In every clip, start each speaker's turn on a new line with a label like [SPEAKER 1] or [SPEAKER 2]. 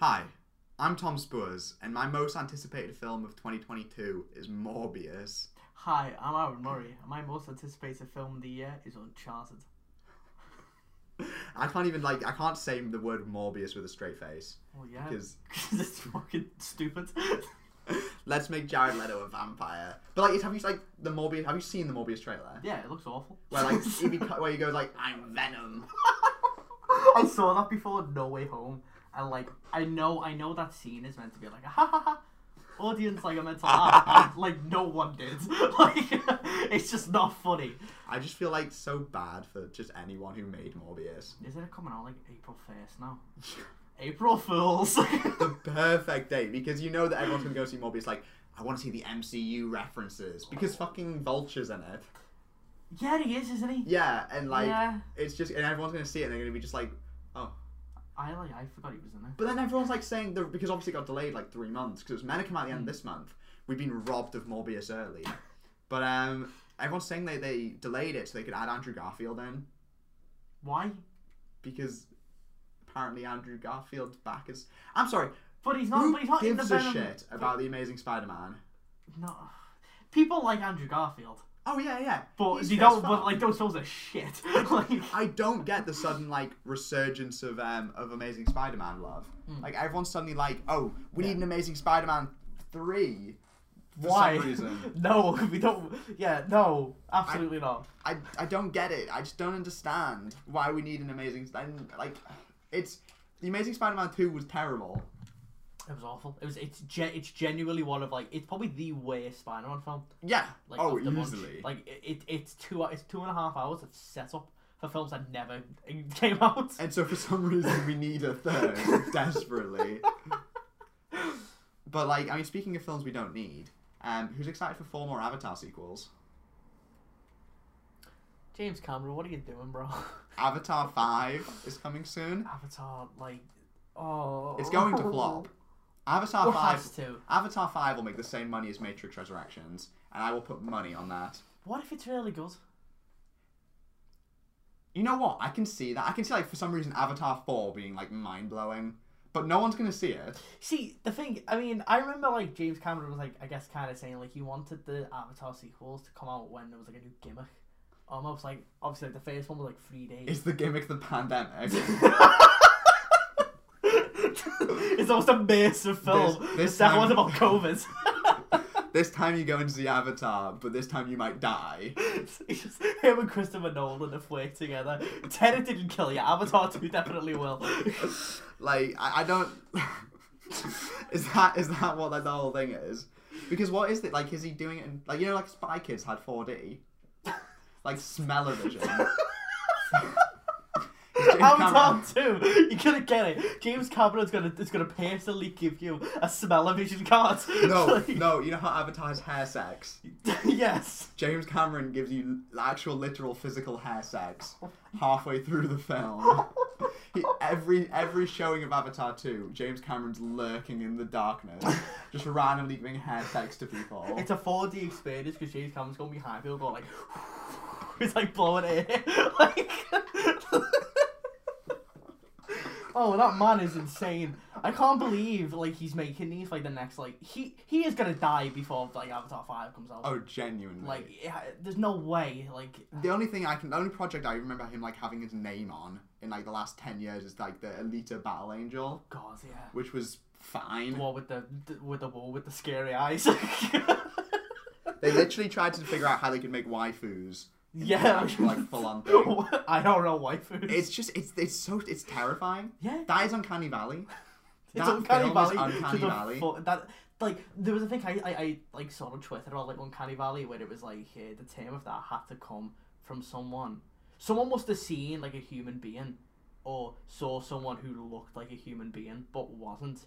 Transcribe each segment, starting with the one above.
[SPEAKER 1] Hi, I'm Tom Spurs, and my most anticipated film of 2022 is Morbius.
[SPEAKER 2] Hi, I'm Aaron Murray, and my most anticipated film of the year is Uncharted.
[SPEAKER 1] I can't even like I can't say the word Morbius with a straight face
[SPEAKER 2] Well, Oh, yeah,
[SPEAKER 1] because
[SPEAKER 2] because it's fucking stupid.
[SPEAKER 1] let's make Jared Leto a vampire. But like, have you like the Morbius? Have you seen the Morbius trailer?
[SPEAKER 2] yeah, it looks awful.
[SPEAKER 1] Where like he beco- where he goes like I'm Venom.
[SPEAKER 2] I saw that before No Way Home, and like I know, I know that scene is meant to be like a ha ha ha. Audience, like I meant to laugh, and, like no one did. Like it's just not funny.
[SPEAKER 1] I just feel like so bad for just anyone who made Morbius.
[SPEAKER 2] Is it coming out like April first now? April Fools.
[SPEAKER 1] the perfect date because you know that everyone's gonna go see Morbius. Like I want to see the MCU references because fucking Vulture's in it.
[SPEAKER 2] yeah, he is, isn't he?
[SPEAKER 1] Yeah, and like
[SPEAKER 2] Yeah.
[SPEAKER 1] it's just and everyone's gonna see it and they're gonna be just like, oh.
[SPEAKER 2] I like, I forgot he was in there.
[SPEAKER 1] But then everyone's like saying the, because obviously it got delayed like three months because it was meant to come out at the end
[SPEAKER 2] Hmm.
[SPEAKER 1] of this month. We've been robbed of Morbius early, but um, everyone's saying they they delayed it so they could add Andrew Garfield in
[SPEAKER 2] Why?
[SPEAKER 1] because apparently Andrew Garfield's back is. I'm sorry.
[SPEAKER 2] But he's not.
[SPEAKER 1] who
[SPEAKER 2] but he's not in the
[SPEAKER 1] gives a
[SPEAKER 2] Venom.
[SPEAKER 1] shit about the Amazing Spider-Man?
[SPEAKER 2] No, people like Andrew Garfield,
[SPEAKER 1] Oh yeah, yeah.
[SPEAKER 2] but
[SPEAKER 1] He's
[SPEAKER 2] they
[SPEAKER 1] just
[SPEAKER 2] don't. But
[SPEAKER 1] fine.
[SPEAKER 2] like those films are shit. like,
[SPEAKER 1] I don't get the sudden like resurgence of um of Amazing Spider-Man love. Like everyone's suddenly like, oh, we need an Amazing Spider-Man three. For
[SPEAKER 2] why?
[SPEAKER 1] Some reason.
[SPEAKER 2] no, we don't. Yeah, no, absolutely not.
[SPEAKER 1] I I don't get it. I just don't understand why we need an Amazing. And like, it's the Amazing Spider-Man two was terrible.
[SPEAKER 2] It was awful. It was. It's. Ge- it's genuinely one of like. It's probably the worst Spider-Man film.
[SPEAKER 1] Yeah.
[SPEAKER 2] Like,
[SPEAKER 1] oh,
[SPEAKER 2] of the bunch.
[SPEAKER 1] easily.
[SPEAKER 2] Like it, it. It's two. It's two and a half hours of setup for films that never came out.
[SPEAKER 1] And so for some reason we need a third desperately. But like, I mean, speaking of films we don't need, um, who's excited for four more Avatar sequels?
[SPEAKER 2] James Cameron, what are you doing, bro?
[SPEAKER 1] Avatar five is coming soon.
[SPEAKER 2] Avatar, like, oh,
[SPEAKER 1] It's going to flop. Avatar
[SPEAKER 2] It
[SPEAKER 1] five.
[SPEAKER 2] has to.
[SPEAKER 1] Avatar five will make the same money as Matrix Resurrections, and I will put money on that.
[SPEAKER 2] What if it's really good?
[SPEAKER 1] You know what? I can see that. I can see like for some reason Avatar four being like mind blowing, but no one's gonna see it.
[SPEAKER 2] See, the thing, I mean, I remember like James Cameron was like, I guess, kind of saying like he wanted the Avatar sequels to come out when there was like a new gimmick. Almost like, obviously, like, the first one was like three days.
[SPEAKER 1] Is the gimmick the pandemic?
[SPEAKER 2] it's almost a massive film.
[SPEAKER 1] This-
[SPEAKER 2] This,
[SPEAKER 1] this
[SPEAKER 2] that
[SPEAKER 1] time-
[SPEAKER 2] one's about COVID.
[SPEAKER 1] this time you go and see Avatar, but this time you might die.
[SPEAKER 2] it's just him and Christopher Nolan have worked together. Tenet didn't kill you. Avatar 2 definitely will.
[SPEAKER 1] Like I, I don't. is that is that what like, the whole thing is? Because what is it like? Is he doing it? In, like you know, like Spy Kids had 4D, like smell-o-vision. James
[SPEAKER 2] Avatar
[SPEAKER 1] Cameron-
[SPEAKER 2] two, you're gonna get it. James Cameron's gonna is gonna personally give you a smell of vision card.
[SPEAKER 1] No,
[SPEAKER 2] Like-
[SPEAKER 1] no, you know how Avatar's hair sex.
[SPEAKER 2] yes.
[SPEAKER 1] James Cameron gives you actual, literal, physical hair sex halfway through the film. He, every every showing of Avatar 2, James Cameron's lurking in the darkness, just randomly giving hair sex to people.
[SPEAKER 2] It's a 4D experience because James Cameron's gonna be high. People go like, it's like blowing air. like, oh, that man is insane. I can't believe like he's making these like the next like he he is gonna die before like Avatar Five comes out.
[SPEAKER 1] Oh, genuinely.
[SPEAKER 2] Like, yeah, there's no way. Like,
[SPEAKER 1] the only thing I can, the only project I remember him like having his name on in like the last ten years is like the Alita Battle Angel,
[SPEAKER 2] God, yeah.
[SPEAKER 1] which was fine.
[SPEAKER 2] What with the th- with the wall with the scary eyes?
[SPEAKER 1] They literally tried to figure out how they could make waifus. into
[SPEAKER 2] yeah,
[SPEAKER 1] an actual, like full on thing.
[SPEAKER 2] I don't know why food.
[SPEAKER 1] It's just it's it's so it's terrifying.
[SPEAKER 2] yeah,
[SPEAKER 1] That is Uncanny Valley.
[SPEAKER 2] it's
[SPEAKER 1] that
[SPEAKER 2] uncanny
[SPEAKER 1] film is
[SPEAKER 2] valley. to
[SPEAKER 1] Uncanny
[SPEAKER 2] the
[SPEAKER 1] Valley.
[SPEAKER 2] fu- that like there was a thing I, I, I like saw on Twitter about like uncanny valley where it was like uh, the term of that had to come from someone. Someone must have seen like a human being, or saw someone who looked like a human being but wasn't.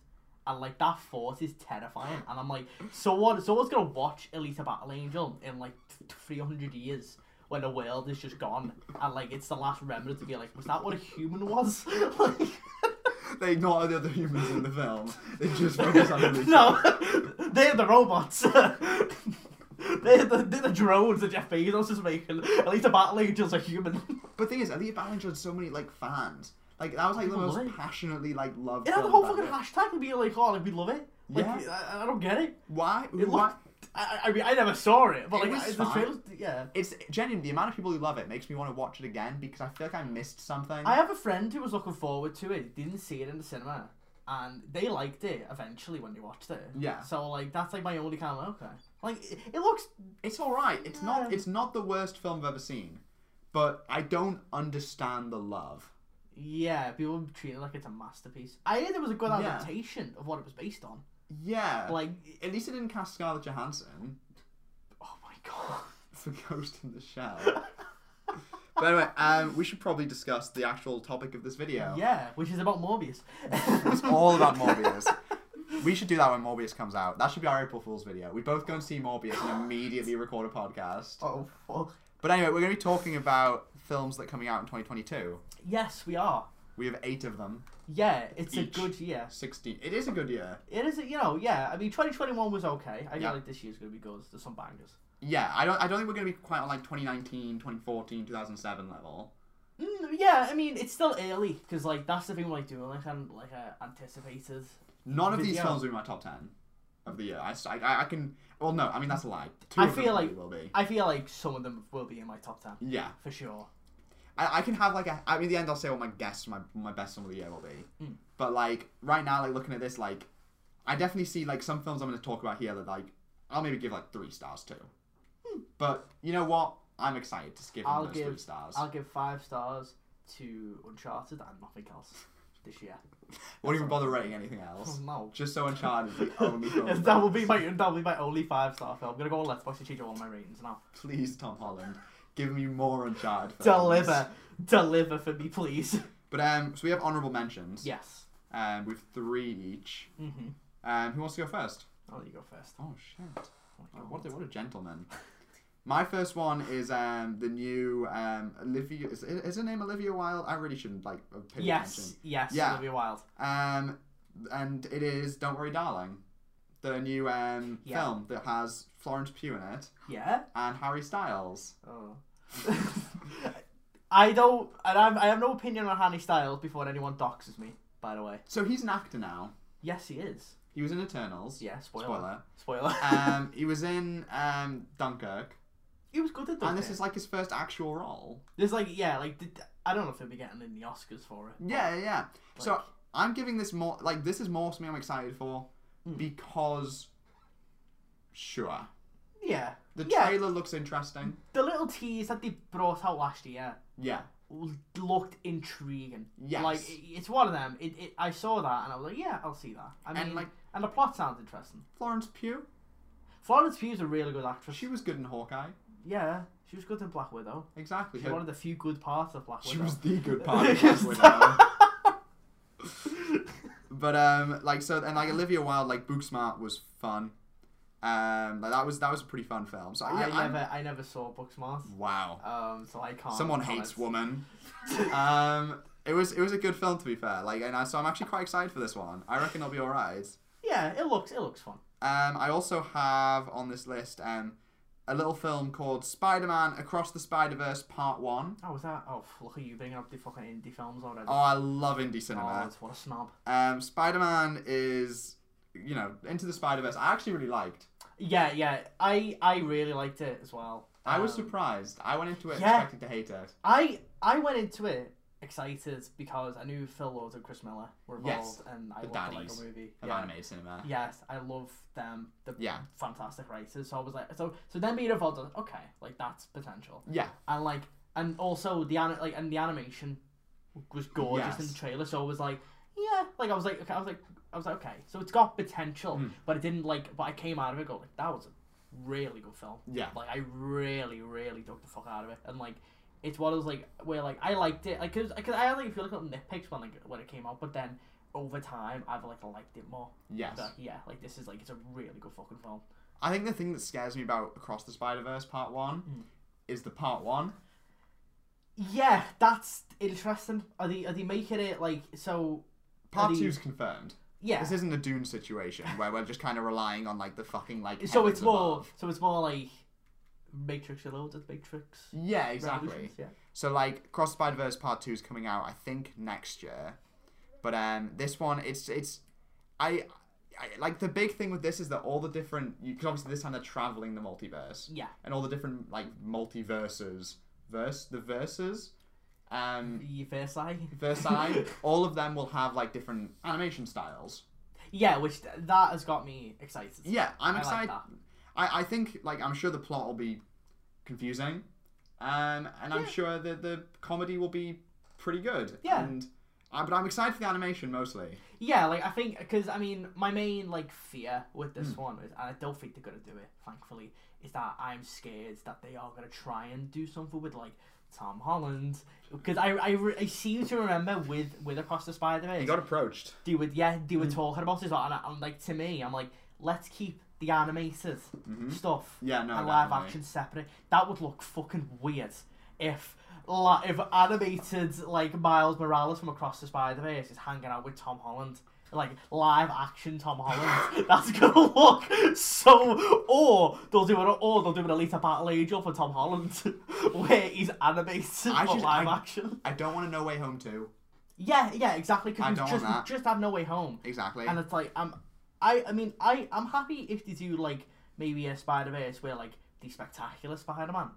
[SPEAKER 2] And like that thought is terrifying, and I'm like, so what? Someone's gonna watch Elite Battle Angel in like th- 300 years when the world is just gone, and like it's the last remnant to be like, was that what a human was? like,
[SPEAKER 1] They ignore the other humans in the film. They just focus on Alita.
[SPEAKER 2] no, they're the robots. they're, the, they're the drones that Jeff Bezos is making. At least the battle angel's are human.
[SPEAKER 1] But the thing is, Elliot Ballinger had so many like fans. Like that was like
[SPEAKER 2] People
[SPEAKER 1] the most
[SPEAKER 2] love it.
[SPEAKER 1] passionately like loved.
[SPEAKER 2] It had the
[SPEAKER 1] film
[SPEAKER 2] whole
[SPEAKER 1] back
[SPEAKER 2] fucking
[SPEAKER 1] then.
[SPEAKER 2] hashtag and be like, oh, like, we love it. Like,
[SPEAKER 1] Yeah.
[SPEAKER 2] I, I don't get it.
[SPEAKER 1] Why?
[SPEAKER 2] It
[SPEAKER 1] why?
[SPEAKER 2] looked. I, I I mean, I never saw it, but
[SPEAKER 1] It
[SPEAKER 2] like,
[SPEAKER 1] was
[SPEAKER 2] I- the
[SPEAKER 1] fine.
[SPEAKER 2] trailer. Yeah.
[SPEAKER 1] It's genuine. The amount of people who love it makes me want to watch it again because I feel like I missed something.
[SPEAKER 2] I have a friend who was looking forward to it, didn't see it in the cinema, and they liked it eventually when they watched it.
[SPEAKER 1] Yeah.
[SPEAKER 2] So like that's like my only kind of okay. Like it, it looks
[SPEAKER 1] It's all right. It's not.
[SPEAKER 2] Yeah.
[SPEAKER 1] It's not the worst film I've ever seen, but I don't understand the love.
[SPEAKER 2] yeah, people treat it like it's a masterpiece. I heard it was a good
[SPEAKER 1] Yeah.
[SPEAKER 2] adaptation of what it was based on.
[SPEAKER 1] Yeah.
[SPEAKER 2] Like
[SPEAKER 1] at least it didn't cast Scarlett Johansson
[SPEAKER 2] oh my god.
[SPEAKER 1] for Ghost in the Shell. but anyway, um, we should probably discuss the actual topic of this video.
[SPEAKER 2] Yeah, which is about Morbius.
[SPEAKER 1] It's all about Morbius. We should do that when Morbius comes out. That should be our April Fool's video. We both go and see Morbius and immediately record a podcast.
[SPEAKER 2] Oh fuck.
[SPEAKER 1] But anyway, we're going to be talking about films that are coming out in 2022.
[SPEAKER 2] Yes, we are.
[SPEAKER 1] We have eight of them.
[SPEAKER 2] Yeah, it's
[SPEAKER 1] Each.
[SPEAKER 2] a good year.
[SPEAKER 1] 16. It is a good year.
[SPEAKER 2] It is, you know, yeah. I mean, 2021 was okay. I
[SPEAKER 1] Yeah.
[SPEAKER 2] feel like this year's going to be good. There's some bangers.
[SPEAKER 1] Yeah, I don't, I don't think we're going to be quite on like 2019, 2014, 2007 level.
[SPEAKER 2] Mm, yeah, I mean, it's still early because like that's the thing we're like doing like an like a anticipated.
[SPEAKER 1] None of these
[SPEAKER 2] Video.
[SPEAKER 1] films will be my top 10 of the year. I, s- I- I- I can. Well, no, I mean, that's a lie. Two
[SPEAKER 2] I
[SPEAKER 1] of them
[SPEAKER 2] feel
[SPEAKER 1] probably
[SPEAKER 2] like-
[SPEAKER 1] will be.
[SPEAKER 2] I feel like some of them will be in my top ten
[SPEAKER 1] Yeah.
[SPEAKER 2] for sure.
[SPEAKER 1] I, I can have like a. I mean, at the end, I'll say what my guess, my my best film of the year will be.
[SPEAKER 2] Mm.
[SPEAKER 1] But like right now, like looking at this, like I definitely see like some films I'm going to talk about here that like I'll maybe give like three stars to. But you know what? I'm excited to give them
[SPEAKER 2] Hmm. I'll
[SPEAKER 1] those
[SPEAKER 2] give-
[SPEAKER 1] three stars.
[SPEAKER 2] I'll give five stars to Uncharted and nothing else this year.
[SPEAKER 1] Won't even bother rating anything else.
[SPEAKER 2] Oh, no.
[SPEAKER 1] Just so Uncharted is the only film.
[SPEAKER 2] Yes, that will be my that will be my only five star film. I'm gonna go on Letterboxd and change all my ratings now.
[SPEAKER 1] Please, Tom Holland, give me more Uncharted. Films.
[SPEAKER 2] Deliver, deliver for me, please.
[SPEAKER 1] But um, so we have honorable mentions.
[SPEAKER 2] yes.
[SPEAKER 1] Um, we've three each.
[SPEAKER 2] Mm-hmm.
[SPEAKER 1] Um, who wants to go first?
[SPEAKER 2] I'll let you go first.
[SPEAKER 1] Oh shit.
[SPEAKER 2] Oh my
[SPEAKER 1] Oh,
[SPEAKER 2] God.
[SPEAKER 1] what, a, what a gentleman. My first one is um, the new um, Olivia. Is, is her name Olivia Wilde? I really shouldn't like uh, pay
[SPEAKER 2] Yes, yes,
[SPEAKER 1] Yeah.
[SPEAKER 2] Olivia Wilde.
[SPEAKER 1] attention. Um, and it is Don't Worry, Darling, the new um,
[SPEAKER 2] Yeah.
[SPEAKER 1] film that has Florence Pugh in it
[SPEAKER 2] Yeah.
[SPEAKER 1] and Harry Styles.
[SPEAKER 2] Oh. I don't, and I'm, I have no opinion on Harry Styles before anyone doxes me. By the way,
[SPEAKER 1] So he's an actor now.
[SPEAKER 2] yes, he is.
[SPEAKER 1] He was in Eternals.
[SPEAKER 2] Yeah, spoiler,
[SPEAKER 1] Spoiler.
[SPEAKER 2] spoiler.
[SPEAKER 1] um, he was in um, Dunkirk,
[SPEAKER 2] he was good at that.
[SPEAKER 1] and this is like his first actual role.
[SPEAKER 2] there's like, yeah, like did, I don't know if he'll be getting in the Oscars for it.
[SPEAKER 1] Yeah, yeah, yeah. so
[SPEAKER 2] Like-
[SPEAKER 1] I'm giving this more like this is more something I'm excited for
[SPEAKER 2] Mm.
[SPEAKER 1] because sure.
[SPEAKER 2] Yeah,
[SPEAKER 1] The
[SPEAKER 2] Yeah.
[SPEAKER 1] trailer looks interesting.
[SPEAKER 2] the little tease that they brought out last year
[SPEAKER 1] Yeah.
[SPEAKER 2] l- looked intriguing.
[SPEAKER 1] Yes.
[SPEAKER 2] Like it- it's one of them. It, it, I saw that and I was like, yeah, I'll see that. I
[SPEAKER 1] And,
[SPEAKER 2] mean, and,
[SPEAKER 1] like-
[SPEAKER 2] the plot sounds interesting.
[SPEAKER 1] Florence Pugh,
[SPEAKER 2] Florence Pugh's a really good actress.
[SPEAKER 1] she was good in Hawkeye.
[SPEAKER 2] Yeah, she was good in Black Widow.
[SPEAKER 1] Exactly.
[SPEAKER 2] She
[SPEAKER 1] Her-
[SPEAKER 2] one of the few good parts of Black Widow.
[SPEAKER 1] she was the good part of Black Widow. But um like so and like Olivia Wilde like Booksmart was fun. Um like that was that was a pretty fun film. So yeah,
[SPEAKER 2] I
[SPEAKER 1] I'm-
[SPEAKER 2] never, I never saw Booksmart,
[SPEAKER 1] wow.
[SPEAKER 2] um, so I can't.
[SPEAKER 1] Someone
[SPEAKER 2] comment.
[SPEAKER 1] hates woman. um it was it was a good film to be fair. Like and I, so I'm actually quite excited for this one. I reckon it'll be all right.
[SPEAKER 2] Yeah, it looks, it looks fun.
[SPEAKER 1] Um, I also have on this list um, a little film called Spider Man Across the Spider Verse Part 1.
[SPEAKER 2] Oh, was that? Oh, f- look at you bringing up the fucking indie films already.
[SPEAKER 1] Oh, I love indie
[SPEAKER 2] Oh,
[SPEAKER 1] cinema.
[SPEAKER 2] it's what a snob.
[SPEAKER 1] Um, Spider Man is, you know, Into the Spider Verse. I actually really liked.
[SPEAKER 2] Yeah, yeah. I, I really liked it as well.
[SPEAKER 1] I was
[SPEAKER 2] Um,
[SPEAKER 1] surprised. I went into it
[SPEAKER 2] yeah.
[SPEAKER 1] expecting to hate it.
[SPEAKER 2] I, I went into it excited because I knew Phil Lord and Chris Miller were
[SPEAKER 1] Yes,
[SPEAKER 2] involved, and I
[SPEAKER 1] the
[SPEAKER 2] loved the
[SPEAKER 1] daddies
[SPEAKER 2] Lego movie.
[SPEAKER 1] Of
[SPEAKER 2] yeah.
[SPEAKER 1] animated cinema.
[SPEAKER 2] Yes, I love them. The
[SPEAKER 1] Yeah.
[SPEAKER 2] fantastic writers. So I was like, so, so then being involved, I was like, okay, like that's potential.
[SPEAKER 1] Yeah.
[SPEAKER 2] and like and also the an- like and the animation was gorgeous in the
[SPEAKER 1] Yes.
[SPEAKER 2] trailer so I was like yeah like I was like okay, I was like I was like okay so it's got potential
[SPEAKER 1] Mm.
[SPEAKER 2] but it didn't like but I came out of it going like that was a really good film
[SPEAKER 1] Yeah.
[SPEAKER 2] like I really really dug the fuck out of it and like it's one of those like where like I liked it like cause, 'cause I had like a few little nitpicks when like when it came out but then over time I've like liked it more
[SPEAKER 1] Yes.
[SPEAKER 2] so, yeah like this is like it's a really good fucking film
[SPEAKER 1] I think the thing that scares me about Across the Spider Verse Part 1
[SPEAKER 2] Mm.
[SPEAKER 1] is the Part 1.
[SPEAKER 2] yeah that's interesting are they are they making it like so
[SPEAKER 1] Part
[SPEAKER 2] the-
[SPEAKER 1] 2 is confirmed.
[SPEAKER 2] yeah
[SPEAKER 1] This isn't a Dune situation where we're just kind of relying on like the fucking like.
[SPEAKER 2] so
[SPEAKER 1] heavens
[SPEAKER 2] it's more
[SPEAKER 1] above.
[SPEAKER 2] so it's more like Matrix Reloaded, Matrix.
[SPEAKER 1] Yeah, exactly.
[SPEAKER 2] Revolutions, Yeah.
[SPEAKER 1] So like Cross Spider Verse Part Two is coming out, I think next year, but um, this one it's it's I, I like the big thing with this is that all the different because obviously this time they're traveling the multiverse
[SPEAKER 2] Yeah.
[SPEAKER 1] and all the different like multiverses verse the verses, um,
[SPEAKER 2] The Versailles.
[SPEAKER 1] Versailles, all of them will have like different animation styles.
[SPEAKER 2] Yeah, which th- that has got me excited.
[SPEAKER 1] Yeah, I'm
[SPEAKER 2] I like
[SPEAKER 1] excited.
[SPEAKER 2] that.
[SPEAKER 1] I, I think like I'm sure the plot will be confusing, um, and I'm
[SPEAKER 2] Yeah.
[SPEAKER 1] sure that the comedy will be pretty good.
[SPEAKER 2] Yeah.
[SPEAKER 1] And I, but I'm excited for the animation mostly.
[SPEAKER 2] Yeah, like I think because I mean my main like fear with this one is, and I don't think they're gonna do it. Thankfully, is that I'm scared that they are gonna try and do something with like Tom Holland because I, I, re- I seem to remember with with across the Spider Man
[SPEAKER 1] He got approached.
[SPEAKER 2] they were yeah they were
[SPEAKER 1] Mm.
[SPEAKER 2] talking about this and I, I'm like to me I'm like let's keep the animated stuff
[SPEAKER 1] Mm-hmm. Yeah, no,
[SPEAKER 2] and live
[SPEAKER 1] definitely.
[SPEAKER 2] action separate. That would look fucking weird if la- if animated like Miles Morales from Across the Spider Verse is hanging out with Tom Holland. Like live action Tom Holland, that's gonna look so. Or they'll do it. Or they'll do an Elite Battle Angel for Tom Holland, where he's animated
[SPEAKER 1] I
[SPEAKER 2] for
[SPEAKER 1] just-
[SPEAKER 2] live
[SPEAKER 1] I-
[SPEAKER 2] action.
[SPEAKER 1] I don't want to No Way Home too.
[SPEAKER 2] Yeah, yeah, exactly.
[SPEAKER 1] I
[SPEAKER 2] Because
[SPEAKER 1] don't want
[SPEAKER 2] we've just,
[SPEAKER 1] that.
[SPEAKER 2] we've just had No Way Home.
[SPEAKER 1] Exactly.
[SPEAKER 2] And it's like I'm, I I mean I I'm happy if they do like maybe a Spider Verse where like the spectacular Spider Man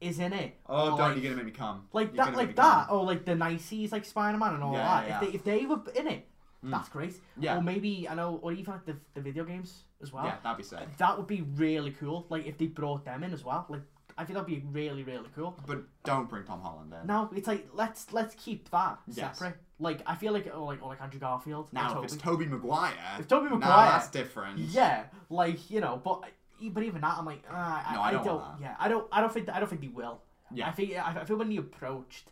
[SPEAKER 2] is in it.
[SPEAKER 1] oh, don't
[SPEAKER 2] Or, like,
[SPEAKER 1] you're gonna make me come.
[SPEAKER 2] like
[SPEAKER 1] You're
[SPEAKER 2] that
[SPEAKER 1] gonna
[SPEAKER 2] like
[SPEAKER 1] make me
[SPEAKER 2] that
[SPEAKER 1] come.
[SPEAKER 2] or like the niceties like Spider Man and all
[SPEAKER 1] Yeah,
[SPEAKER 2] that.
[SPEAKER 1] yeah, Mm.
[SPEAKER 2] If they if they were in it, that's great.
[SPEAKER 1] Yeah.
[SPEAKER 2] Or maybe I know or even like the the video games as well.
[SPEAKER 1] Yeah, that'd be sick.
[SPEAKER 2] That would be really cool. Like if they brought them in as well. Like I think that'd be really really cool.
[SPEAKER 1] But don't bring Tom Holland in.
[SPEAKER 2] No, it's like let's let's keep that
[SPEAKER 1] Yes.
[SPEAKER 2] separate. Like I feel like oh like or like Andrew Garfield. or
[SPEAKER 1] Now if
[SPEAKER 2] Toby.
[SPEAKER 1] it's Toby Maguire,
[SPEAKER 2] If Tobey
[SPEAKER 1] now
[SPEAKER 2] Maguire-
[SPEAKER 1] that's different.
[SPEAKER 2] Yeah, like you know, but but even that, I'm like, uh, I,
[SPEAKER 1] No, I
[SPEAKER 2] I
[SPEAKER 1] don't
[SPEAKER 2] don't.
[SPEAKER 1] want that.
[SPEAKER 2] yeah, I don't. I don't think. I don't think they will.
[SPEAKER 1] Yeah.
[SPEAKER 2] I think. I, I feel when they approached,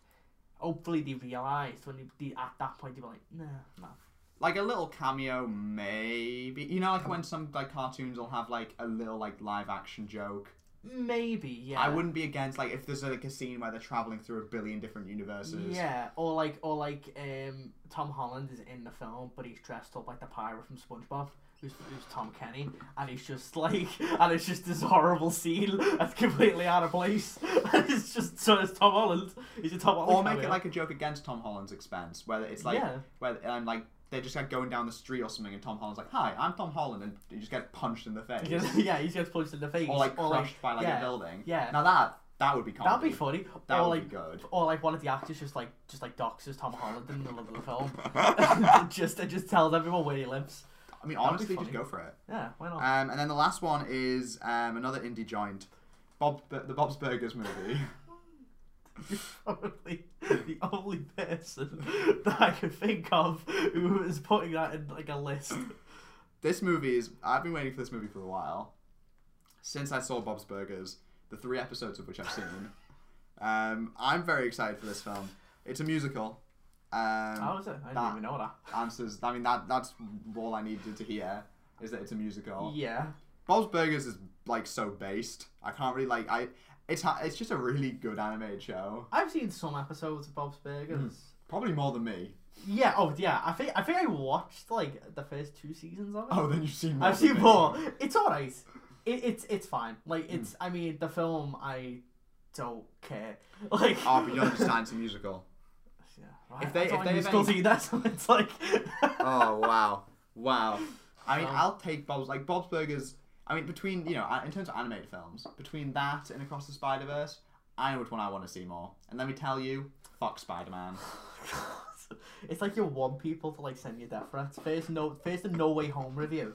[SPEAKER 2] hopefully they realised when they, they at that point they were like, no, no.
[SPEAKER 1] like a little cameo maybe. You know, like when some like cartoons will have like a little like live action joke.
[SPEAKER 2] Maybe yeah.
[SPEAKER 1] I wouldn't be against like if there's like a scene where they're traveling through a billion different universes.
[SPEAKER 2] Yeah, or like, or like, um, Tom Holland is in the film, but he's dressed up like the pirate from SpongeBob, who's, who's Tom Kenny, and he's just like, and it's just this horrible scene that's completely out of place. it's just so it's Tom Holland. He's a Tom Holland.
[SPEAKER 1] Or make
[SPEAKER 2] cameo.
[SPEAKER 1] it like a joke against Tom Holland's expense, where it's like
[SPEAKER 2] Yeah.
[SPEAKER 1] where um, like they're just like going down the street or something, and Tom Holland's like, "Hi, I'm Tom Holland," and you just get punched in the face,
[SPEAKER 2] He gets- yeah, he gets punched in the face.
[SPEAKER 1] or like crushed by like
[SPEAKER 2] yeah,
[SPEAKER 1] a building.
[SPEAKER 2] yeah.
[SPEAKER 1] Now that that would be comedy.
[SPEAKER 2] That'd be funny.
[SPEAKER 1] That
[SPEAKER 2] or
[SPEAKER 1] would
[SPEAKER 2] like,
[SPEAKER 1] be good.
[SPEAKER 2] or like one of the actors just like just like doxes Tom Holland in the middle of the film. just and just tells everyone where he lives.
[SPEAKER 1] I mean,
[SPEAKER 2] be
[SPEAKER 1] honestly, just
[SPEAKER 2] funny.
[SPEAKER 1] go for it.
[SPEAKER 2] Yeah, why not?
[SPEAKER 1] Um, and then the last one is um, another indie joint, Bob the Bob's Burgers movie. Uh,
[SPEAKER 2] Probably the only person that I can think of who is putting that in like a list.
[SPEAKER 1] this movie is I've been waiting for this movie for a while. Since I saw Bob's Burgers, the three episodes of which I've seen. um, I'm very excited for this film. It's a musical. Um,
[SPEAKER 2] How is it? I didn't
[SPEAKER 1] That-
[SPEAKER 2] even know that.
[SPEAKER 1] answers I mean that that's all I needed to hear is that it's a musical.
[SPEAKER 2] Yeah.
[SPEAKER 1] Bob's Burgers is like so based. I can't really like I it's ha- it's just a really good animated show.
[SPEAKER 2] I've seen some episodes of Bob's Burgers.
[SPEAKER 1] Probably more than me.
[SPEAKER 2] Yeah, oh yeah. I think I think I watched like the first two seasons of it.
[SPEAKER 1] Oh, then you've seen more.
[SPEAKER 2] I've
[SPEAKER 1] than
[SPEAKER 2] seen
[SPEAKER 1] me.
[SPEAKER 2] more. It's alright. It, it's it's fine. Like it's.
[SPEAKER 1] Mm.
[SPEAKER 2] I mean, the film. I don't care. Like.
[SPEAKER 1] Oh, but you don't understand it's a musical.
[SPEAKER 2] Yeah, right.
[SPEAKER 1] If they-
[SPEAKER 2] I don't
[SPEAKER 1] if they have
[SPEAKER 2] still
[SPEAKER 1] any-
[SPEAKER 2] see that, so it's like.
[SPEAKER 1] Oh wow, wow. I mean,
[SPEAKER 2] Um,
[SPEAKER 1] I'll take Bob's like Bob's Burgers. I mean, between you know, uh, in terms of animated films, between that and Across the Spider Verse, I know which one I want to see more. And let me tell you, fuck Spider Man.
[SPEAKER 2] It's like you want people to like send you death threats. First, no, first the No Way Home review,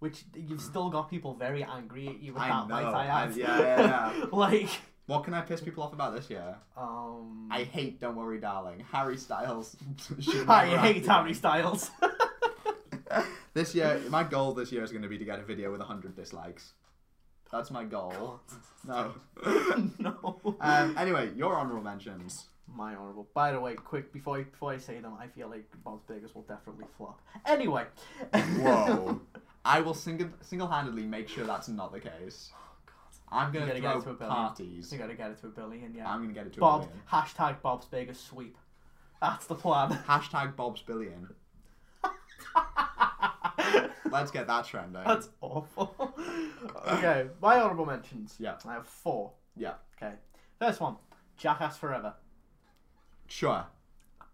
[SPEAKER 2] which you've still got people very angry at you with
[SPEAKER 1] Mm. I
[SPEAKER 2] that
[SPEAKER 1] know,
[SPEAKER 2] might I
[SPEAKER 1] I-
[SPEAKER 2] add.
[SPEAKER 1] yeah, yeah, yeah.
[SPEAKER 2] like,
[SPEAKER 1] What can I piss people off about this year?
[SPEAKER 2] um,
[SPEAKER 1] I hate Don't Worry, Darling. Harry Styles. should
[SPEAKER 2] I
[SPEAKER 1] never
[SPEAKER 2] hate
[SPEAKER 1] have
[SPEAKER 2] Harry Styles.
[SPEAKER 1] to- This year, my goal this year is going to be to get a video with hundred dislikes. That's my goal. No.
[SPEAKER 2] no.
[SPEAKER 1] um, anyway, your honorable mentions.
[SPEAKER 2] My honorable. By the way, quick before I, before I say them, I feel like Bob's Burgers will definitely flop. Anyway.
[SPEAKER 1] Whoa. I will sing- single-handedly make sure that's not the case.
[SPEAKER 2] Oh,
[SPEAKER 1] I'm gonna,
[SPEAKER 2] You gotta get
[SPEAKER 1] throw
[SPEAKER 2] it to a billion.
[SPEAKER 1] parties.
[SPEAKER 2] you gotta get it to a billion, yeah.
[SPEAKER 1] I'm gonna get it to a
[SPEAKER 2] Bob
[SPEAKER 1] billion.
[SPEAKER 2] hashtag Bob's Burgers sweep. That's the plan.
[SPEAKER 1] Hashtag Bob's billion. Let's get that trending.
[SPEAKER 2] That's awful. okay, my honourable mentions.
[SPEAKER 1] Yeah.
[SPEAKER 2] I have four.
[SPEAKER 1] Yeah.
[SPEAKER 2] Okay. First one, Jackass Forever.
[SPEAKER 1] Sure.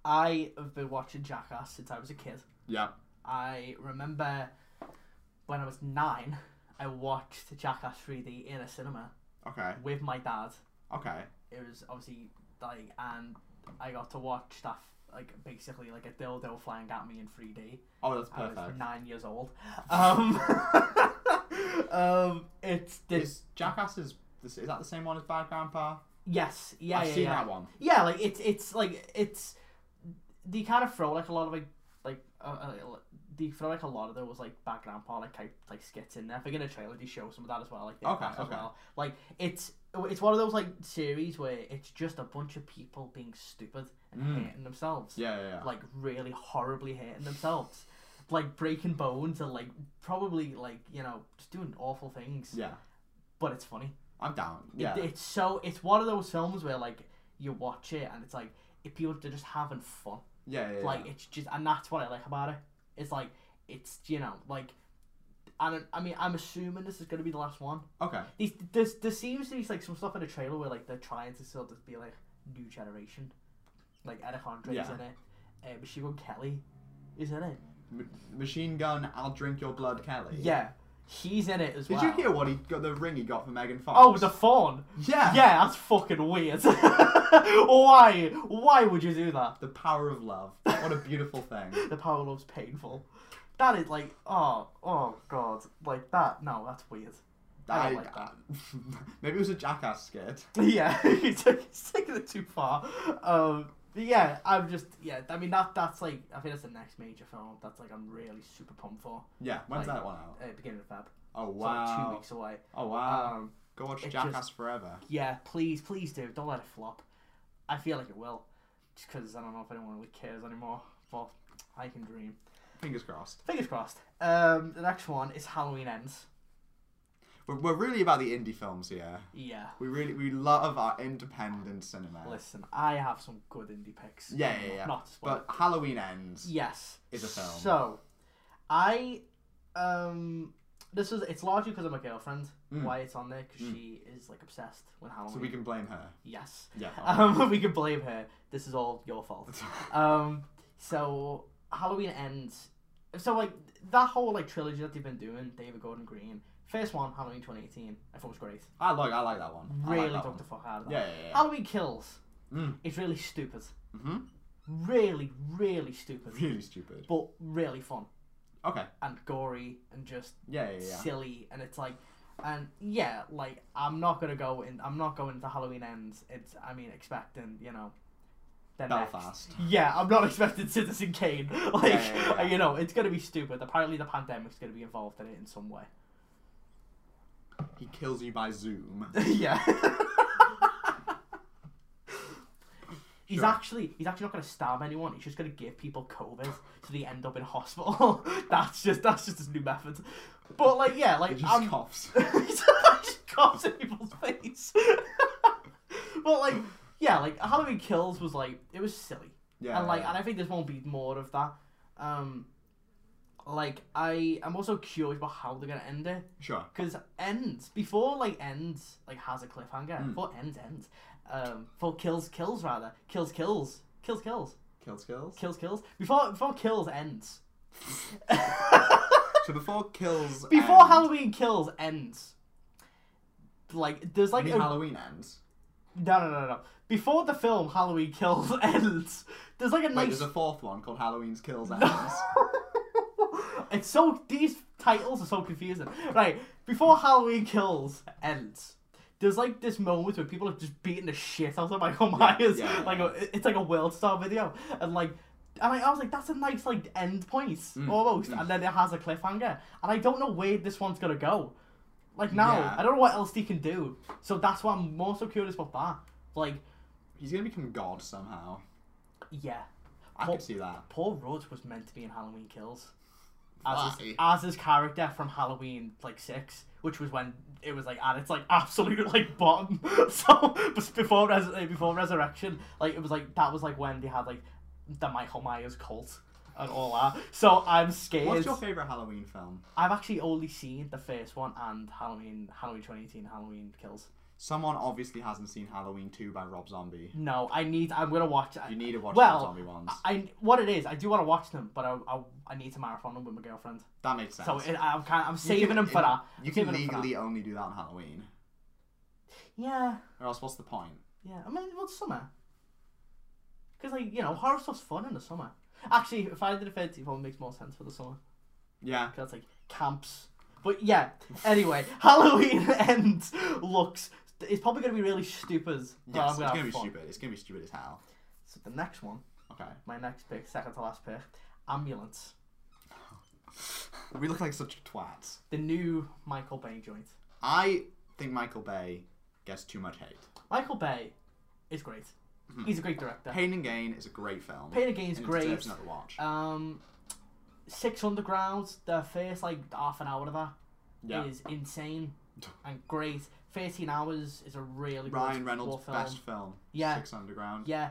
[SPEAKER 2] I have been watching Jackass since I was a kid.
[SPEAKER 1] Yeah.
[SPEAKER 2] I remember when I was nine, I watched Jackass 3D in a cinema
[SPEAKER 1] Okay.
[SPEAKER 2] with my dad.
[SPEAKER 1] Okay.
[SPEAKER 2] It was obviously like, and I got to watch that like basically like a dildo flying at me in 3D.
[SPEAKER 1] Oh, that's
[SPEAKER 2] I was
[SPEAKER 1] perfect.
[SPEAKER 2] nine years old. Um, um, it's this.
[SPEAKER 1] Is Jackass is is that the same one as Bad Grandpa?
[SPEAKER 2] Yes, yeah,
[SPEAKER 1] I've
[SPEAKER 2] yeah,
[SPEAKER 1] seen
[SPEAKER 2] yeah.
[SPEAKER 1] that one.
[SPEAKER 2] Yeah, like it's it's like it's they kind of throw like a lot of like like uh, uh, they throw like a lot of those like background part like type like skits in there. I think in a trailer they show some of that as well. Like the
[SPEAKER 1] Okay,
[SPEAKER 2] cast as
[SPEAKER 1] okay.
[SPEAKER 2] well. Like it's it's one of those like series where it's just a bunch of people being stupid and
[SPEAKER 1] Mm.
[SPEAKER 2] hating themselves.
[SPEAKER 1] Yeah, yeah, yeah.
[SPEAKER 2] Like really horribly hating themselves. Like breaking bones and like probably like you know just doing awful things,
[SPEAKER 1] yeah.
[SPEAKER 2] but it's funny.
[SPEAKER 1] I'm down.
[SPEAKER 2] It-
[SPEAKER 1] Yeah.
[SPEAKER 2] it's so it's one of those films where like you watch it and it's like if people are just having fun.
[SPEAKER 1] yeah, yeah, yeah.
[SPEAKER 2] Like it's just and that's what I like about it. It's like it's you know like I don't I mean I'm assuming this is gonna be the last one.
[SPEAKER 1] okay.
[SPEAKER 2] These there's there seems to be like some stuff in the trailer where like they're trying to sort of be like new generation, like Eric Andre's
[SPEAKER 1] Yeah.
[SPEAKER 2] in it, uh, Machine Gun Kelly is in it.
[SPEAKER 1] M- machine gun, I'll drink your blood, Kelly.
[SPEAKER 2] Yeah, she's in it as
[SPEAKER 1] Did
[SPEAKER 2] well.
[SPEAKER 1] you hear what he got? The ring he got for Megan Fox.
[SPEAKER 2] Oh, the fawn.
[SPEAKER 1] yeah.
[SPEAKER 2] Yeah, that's fucking weird. Why? Why would you do that?
[SPEAKER 1] The power of love. What a beautiful thing.
[SPEAKER 2] The power of love's painful. That is like, oh, oh god, like that. No, that's weird. I don't like that.
[SPEAKER 1] maybe it was a jackass skit.
[SPEAKER 2] Yeah, you took, he's taking it too far. Um, but yeah, I'm just yeah. I mean that that's like I think that's the next major film. That's like I'm really super pumped for.
[SPEAKER 1] Yeah. When's
[SPEAKER 2] Like-
[SPEAKER 1] that one out?
[SPEAKER 2] Uh, beginning of Feb.
[SPEAKER 1] Oh
[SPEAKER 2] It's like two
[SPEAKER 1] wow.
[SPEAKER 2] weeks away.
[SPEAKER 1] Oh wow.
[SPEAKER 2] Um,
[SPEAKER 1] Go watch
[SPEAKER 2] it
[SPEAKER 1] Jackass
[SPEAKER 2] just-
[SPEAKER 1] Forever.
[SPEAKER 2] yeah, please, please do. Don't let it flop. I feel like it will, just because I don't know if anyone really cares anymore. But I can dream.
[SPEAKER 1] Fingers crossed.
[SPEAKER 2] Fingers crossed. Um, the next one is Halloween Ends.
[SPEAKER 1] We're, we're really about the indie films here.
[SPEAKER 2] Yeah.
[SPEAKER 1] We really we love our independent cinema.
[SPEAKER 2] Listen, I have some good indie picks.
[SPEAKER 1] Yeah, yeah, yeah.
[SPEAKER 2] Not to spoil.
[SPEAKER 1] But Halloween ends.
[SPEAKER 2] yes,
[SPEAKER 1] is a film.
[SPEAKER 2] So, I um, this is it's largely because of my girlfriend
[SPEAKER 1] Mm.
[SPEAKER 2] why it's on there because she is like obsessed with Halloween.
[SPEAKER 1] So we can blame her.
[SPEAKER 2] yes,
[SPEAKER 1] Yeah.
[SPEAKER 2] um, we can blame her. This is all your fault. um, so Halloween ends. So like that whole like trilogy that they've been doing, David Gordon Green. First one, Halloween 2018, I thought was great.
[SPEAKER 1] I like I like that one. I like
[SPEAKER 2] Really
[SPEAKER 1] that
[SPEAKER 2] took
[SPEAKER 1] one.
[SPEAKER 2] the fuck out of that.
[SPEAKER 1] Yeah, yeah, yeah.
[SPEAKER 2] Halloween Kills
[SPEAKER 1] Mm.
[SPEAKER 2] It's really stupid.
[SPEAKER 1] hmm
[SPEAKER 2] Really, really stupid.
[SPEAKER 1] Really stupid.
[SPEAKER 2] But really fun
[SPEAKER 1] Okay.
[SPEAKER 2] and gory and just
[SPEAKER 1] Yeah, yeah, yeah.
[SPEAKER 2] silly. And it's like, and yeah, like I'm not gonna go in. I'm not going to Halloween ends. It's I mean expecting you know. the next-
[SPEAKER 1] Belfast.
[SPEAKER 2] Yeah, I'm not expecting Citizen Kane. Like,
[SPEAKER 1] yeah, yeah, yeah.
[SPEAKER 2] you know, it's gonna be stupid. Apparently, the pandemic's gonna be involved in it in some way.
[SPEAKER 1] He kills you by Zoom.
[SPEAKER 2] yeah. He's
[SPEAKER 1] Sure.
[SPEAKER 2] actually he's actually not gonna stab anyone. He's just gonna give people COVID, so they end up in hospital. that's just that's just his new method. But like yeah,
[SPEAKER 1] He
[SPEAKER 2] Um, like
[SPEAKER 1] just
[SPEAKER 2] I'm
[SPEAKER 1] coughs.
[SPEAKER 2] he just coughs in people's face. but like yeah, like Halloween Kills was like it was silly
[SPEAKER 1] Yeah.
[SPEAKER 2] and like
[SPEAKER 1] yeah.
[SPEAKER 2] and I think there's won't be more of that. Um, like I I'm also curious about how they're gonna end it.
[SPEAKER 1] sure.
[SPEAKER 2] Because ends before like ends like has a cliffhanger.
[SPEAKER 1] Mm.
[SPEAKER 2] Before ends ends, um, for kills kills rather kills kills kills kills
[SPEAKER 1] Kills kills.
[SPEAKER 2] kills kills before before kills ends.
[SPEAKER 1] So before kills
[SPEAKER 2] before
[SPEAKER 1] end,
[SPEAKER 2] Halloween kills ends. Like there's
[SPEAKER 1] I
[SPEAKER 2] like
[SPEAKER 1] mean,
[SPEAKER 2] a,
[SPEAKER 1] Halloween ends.
[SPEAKER 2] no no no no before the film Halloween kills ends. There's like a
[SPEAKER 1] Wait,
[SPEAKER 2] nice.
[SPEAKER 1] there's a fourth one called Halloween's Kills Ends.
[SPEAKER 2] it's so these titles are so confusing. Right before Halloween Kills ends, there's like this moment where people are just beating the shit out of Michael Myers.
[SPEAKER 1] yeah, yeah.
[SPEAKER 2] like A, it's like a world star video, and like. And I, I was like, that's a nice like end point
[SPEAKER 1] Mm,
[SPEAKER 2] almost, and then it has a cliffhanger, and I don't know where this one's gonna go. Like now,
[SPEAKER 1] Yeah.
[SPEAKER 2] I don't know what else he can do. So that's why I'm more so curious about that. Like,
[SPEAKER 1] He's gonna become God somehow.
[SPEAKER 2] yeah,
[SPEAKER 1] I
[SPEAKER 2] Well-
[SPEAKER 1] could see that.
[SPEAKER 2] Paul Rudd was meant to be in Halloween Kills. As
[SPEAKER 1] Why?
[SPEAKER 2] his, as his character from Halloween like six, which was when it was like at its like absolute like bottom. So but before res- uh, before resurrection, like it was like that was like when they had like the Michael Myers cult, and all that. So I'm scared.
[SPEAKER 1] What's your favorite Halloween film?
[SPEAKER 2] I've actually only seen the first one and Halloween, Halloween 2018, Halloween Kills.
[SPEAKER 1] Someone obviously hasn't seen Halloween 2 by Rob Zombie.
[SPEAKER 2] No, I need. I'm gonna watch.
[SPEAKER 1] You need to watch
[SPEAKER 2] Well, uh,
[SPEAKER 1] Rob Zombie ones.
[SPEAKER 2] I, I what it is. I do want to watch them, but I, I, I need to marathon them with my girlfriend.
[SPEAKER 1] that makes sense.
[SPEAKER 2] So it, I'm kind of, I'm
[SPEAKER 1] You can-
[SPEAKER 2] saving them for that.
[SPEAKER 1] You can
[SPEAKER 2] I'm saving 'em for that.
[SPEAKER 1] legally only do that on Halloween.
[SPEAKER 2] Yeah,
[SPEAKER 1] Or else, what's the point?
[SPEAKER 2] yeah. I mean, what's summer? Because like you know, horror stuff's fun in the summer. Actually, if I did a thirty one, makes more sense for the summer.
[SPEAKER 1] Yeah.
[SPEAKER 2] That's like camps. But yeah, anyway, Halloween ends looks. It's probably going to be really stupid. but
[SPEAKER 1] Yes,
[SPEAKER 2] I'm
[SPEAKER 1] it's
[SPEAKER 2] gonna
[SPEAKER 1] gonna
[SPEAKER 2] have
[SPEAKER 1] be
[SPEAKER 2] fun.
[SPEAKER 1] stupid. It's gonna be stupid as hell.
[SPEAKER 2] So the next one,
[SPEAKER 1] Okay.
[SPEAKER 2] my next pick, second to last pick, Ambulance.
[SPEAKER 1] We look like such twats.
[SPEAKER 2] The new Michael Bay joint.
[SPEAKER 1] I think Michael Bay gets too much hate.
[SPEAKER 2] Michael Bay is great.
[SPEAKER 1] Hmm.
[SPEAKER 2] He's a great director.
[SPEAKER 1] Pain and Gain is a great film.
[SPEAKER 2] Pain and Gain is
[SPEAKER 1] and it
[SPEAKER 2] great.
[SPEAKER 1] Deserves another watch.
[SPEAKER 2] Um, Six Underground, the first like half an hour of that is
[SPEAKER 1] yeah.
[SPEAKER 2] insane and great. 13 Hours is a really good
[SPEAKER 1] Ryan
[SPEAKER 2] war
[SPEAKER 1] Reynolds'
[SPEAKER 2] film.
[SPEAKER 1] best film.
[SPEAKER 2] Yeah.
[SPEAKER 1] Six Underground.
[SPEAKER 2] Yeah.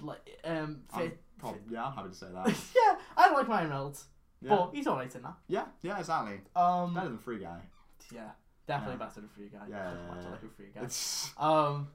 [SPEAKER 2] Like, um,
[SPEAKER 1] I'm,
[SPEAKER 2] fir-
[SPEAKER 1] prob- yeah, I'm happy to say that.
[SPEAKER 2] yeah, I like Ryan Reynolds,
[SPEAKER 1] Yeah.
[SPEAKER 2] but he's alright in that.
[SPEAKER 1] yeah. Yeah. Exactly. Better
[SPEAKER 2] Um,
[SPEAKER 1] than Free Guy.
[SPEAKER 2] yeah, definitely
[SPEAKER 1] Yeah.
[SPEAKER 2] better than Free Guy.
[SPEAKER 1] Yeah, yeah,
[SPEAKER 2] Much
[SPEAKER 1] yeah.
[SPEAKER 2] like a Free Guy.
[SPEAKER 1] It's
[SPEAKER 2] Um,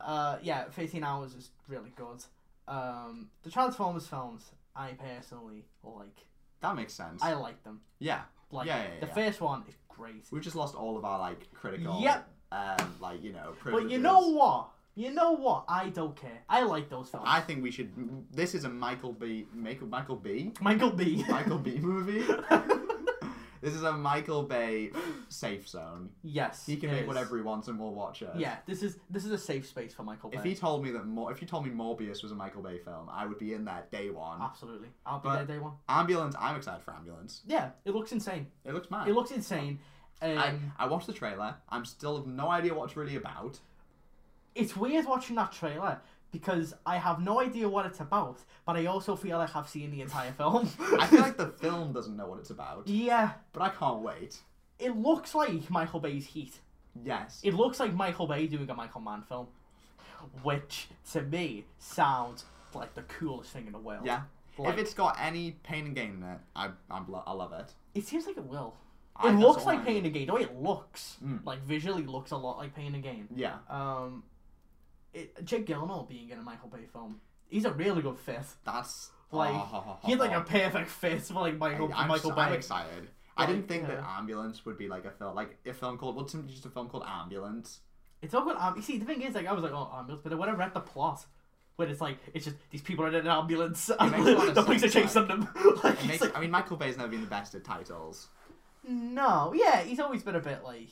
[SPEAKER 2] uh, yeah, fifteen hours is really good. Um, the Transformers films, I personally like.
[SPEAKER 1] that makes sense.
[SPEAKER 2] I like them.
[SPEAKER 1] yeah.
[SPEAKER 2] Like
[SPEAKER 1] Yeah, yeah,
[SPEAKER 2] the
[SPEAKER 1] yeah.
[SPEAKER 2] first one is great.
[SPEAKER 1] We've just lost all of our like critical.
[SPEAKER 2] Yep.
[SPEAKER 1] Um, like you know. Privileges.
[SPEAKER 2] But you know what? You know what? I don't care. I like those films.
[SPEAKER 1] I think we should. This is a Michael B. Michael Michael B.
[SPEAKER 2] Michael B.
[SPEAKER 1] Michael B. movie. this is a Michael Bay safe zone.
[SPEAKER 2] yes.
[SPEAKER 1] He can
[SPEAKER 2] it
[SPEAKER 1] make
[SPEAKER 2] is.
[SPEAKER 1] whatever he wants, and we'll watch it.
[SPEAKER 2] Yeah, this is this is a safe space for Michael Bay.
[SPEAKER 1] If he told me that, Mor- if you told me Morbius was a Michael Bay film, I would be in that day one.
[SPEAKER 2] Absolutely, I'll be
[SPEAKER 1] But-
[SPEAKER 2] there day one.
[SPEAKER 1] Ambulance. I'm excited for Ambulance.
[SPEAKER 2] Yeah, it looks insane.
[SPEAKER 1] It looks mad.
[SPEAKER 2] It looks insane. Um,
[SPEAKER 1] I, I watched the trailer. I'm still have no idea what it's really about.
[SPEAKER 2] it's weird watching that trailer because I have no idea what it's about, but I also feel like I've seen the entire film.
[SPEAKER 1] I feel like the film doesn't know what it's about,
[SPEAKER 2] yeah,
[SPEAKER 1] but I can't wait.
[SPEAKER 2] it looks like Michael Bay's Heat.
[SPEAKER 1] Yes.
[SPEAKER 2] It looks like Michael Bay doing a Michael Mann film, which to me sounds like the coolest thing in the world.
[SPEAKER 1] Yeah.
[SPEAKER 2] Like-
[SPEAKER 1] if it's got any pain and gain in it, I I'm lo- I love it.
[SPEAKER 2] It seems like it will.
[SPEAKER 1] I-
[SPEAKER 2] it
[SPEAKER 1] that's
[SPEAKER 2] looks
[SPEAKER 1] all
[SPEAKER 2] like
[SPEAKER 1] I
[SPEAKER 2] Pain
[SPEAKER 1] need.
[SPEAKER 2] and Gain. The way it looks,
[SPEAKER 1] Mm.
[SPEAKER 2] like visually, looks a lot like Pain and Gain.
[SPEAKER 1] Yeah.
[SPEAKER 2] Um, it, Jake Gyllenhaal being in a Michael Bay film, he's a really good fit.
[SPEAKER 1] That's
[SPEAKER 2] Like
[SPEAKER 1] oh,
[SPEAKER 2] he had like a perfect fit for like Michael
[SPEAKER 1] I'm,
[SPEAKER 2] Michael
[SPEAKER 1] so-
[SPEAKER 2] Bay.
[SPEAKER 1] I'm excited. I didn't
[SPEAKER 2] Like,
[SPEAKER 1] think that
[SPEAKER 2] yeah.
[SPEAKER 1] Ambulance would be like a film like a film called what's well, just a film called Ambulance.
[SPEAKER 2] It's all good. Um, you see, the thing is, like, I was like, oh, ambulance, but when I read the plot, when it's like, it's just these people are in an ambulance and
[SPEAKER 1] makes a lot of
[SPEAKER 2] the police are
[SPEAKER 1] sense,
[SPEAKER 2] chasing them. like,
[SPEAKER 1] It
[SPEAKER 2] it's
[SPEAKER 1] makes,
[SPEAKER 2] like,
[SPEAKER 1] I mean Michael Bay's never been the best at titles.
[SPEAKER 2] no, yeah, he's always been a bit like,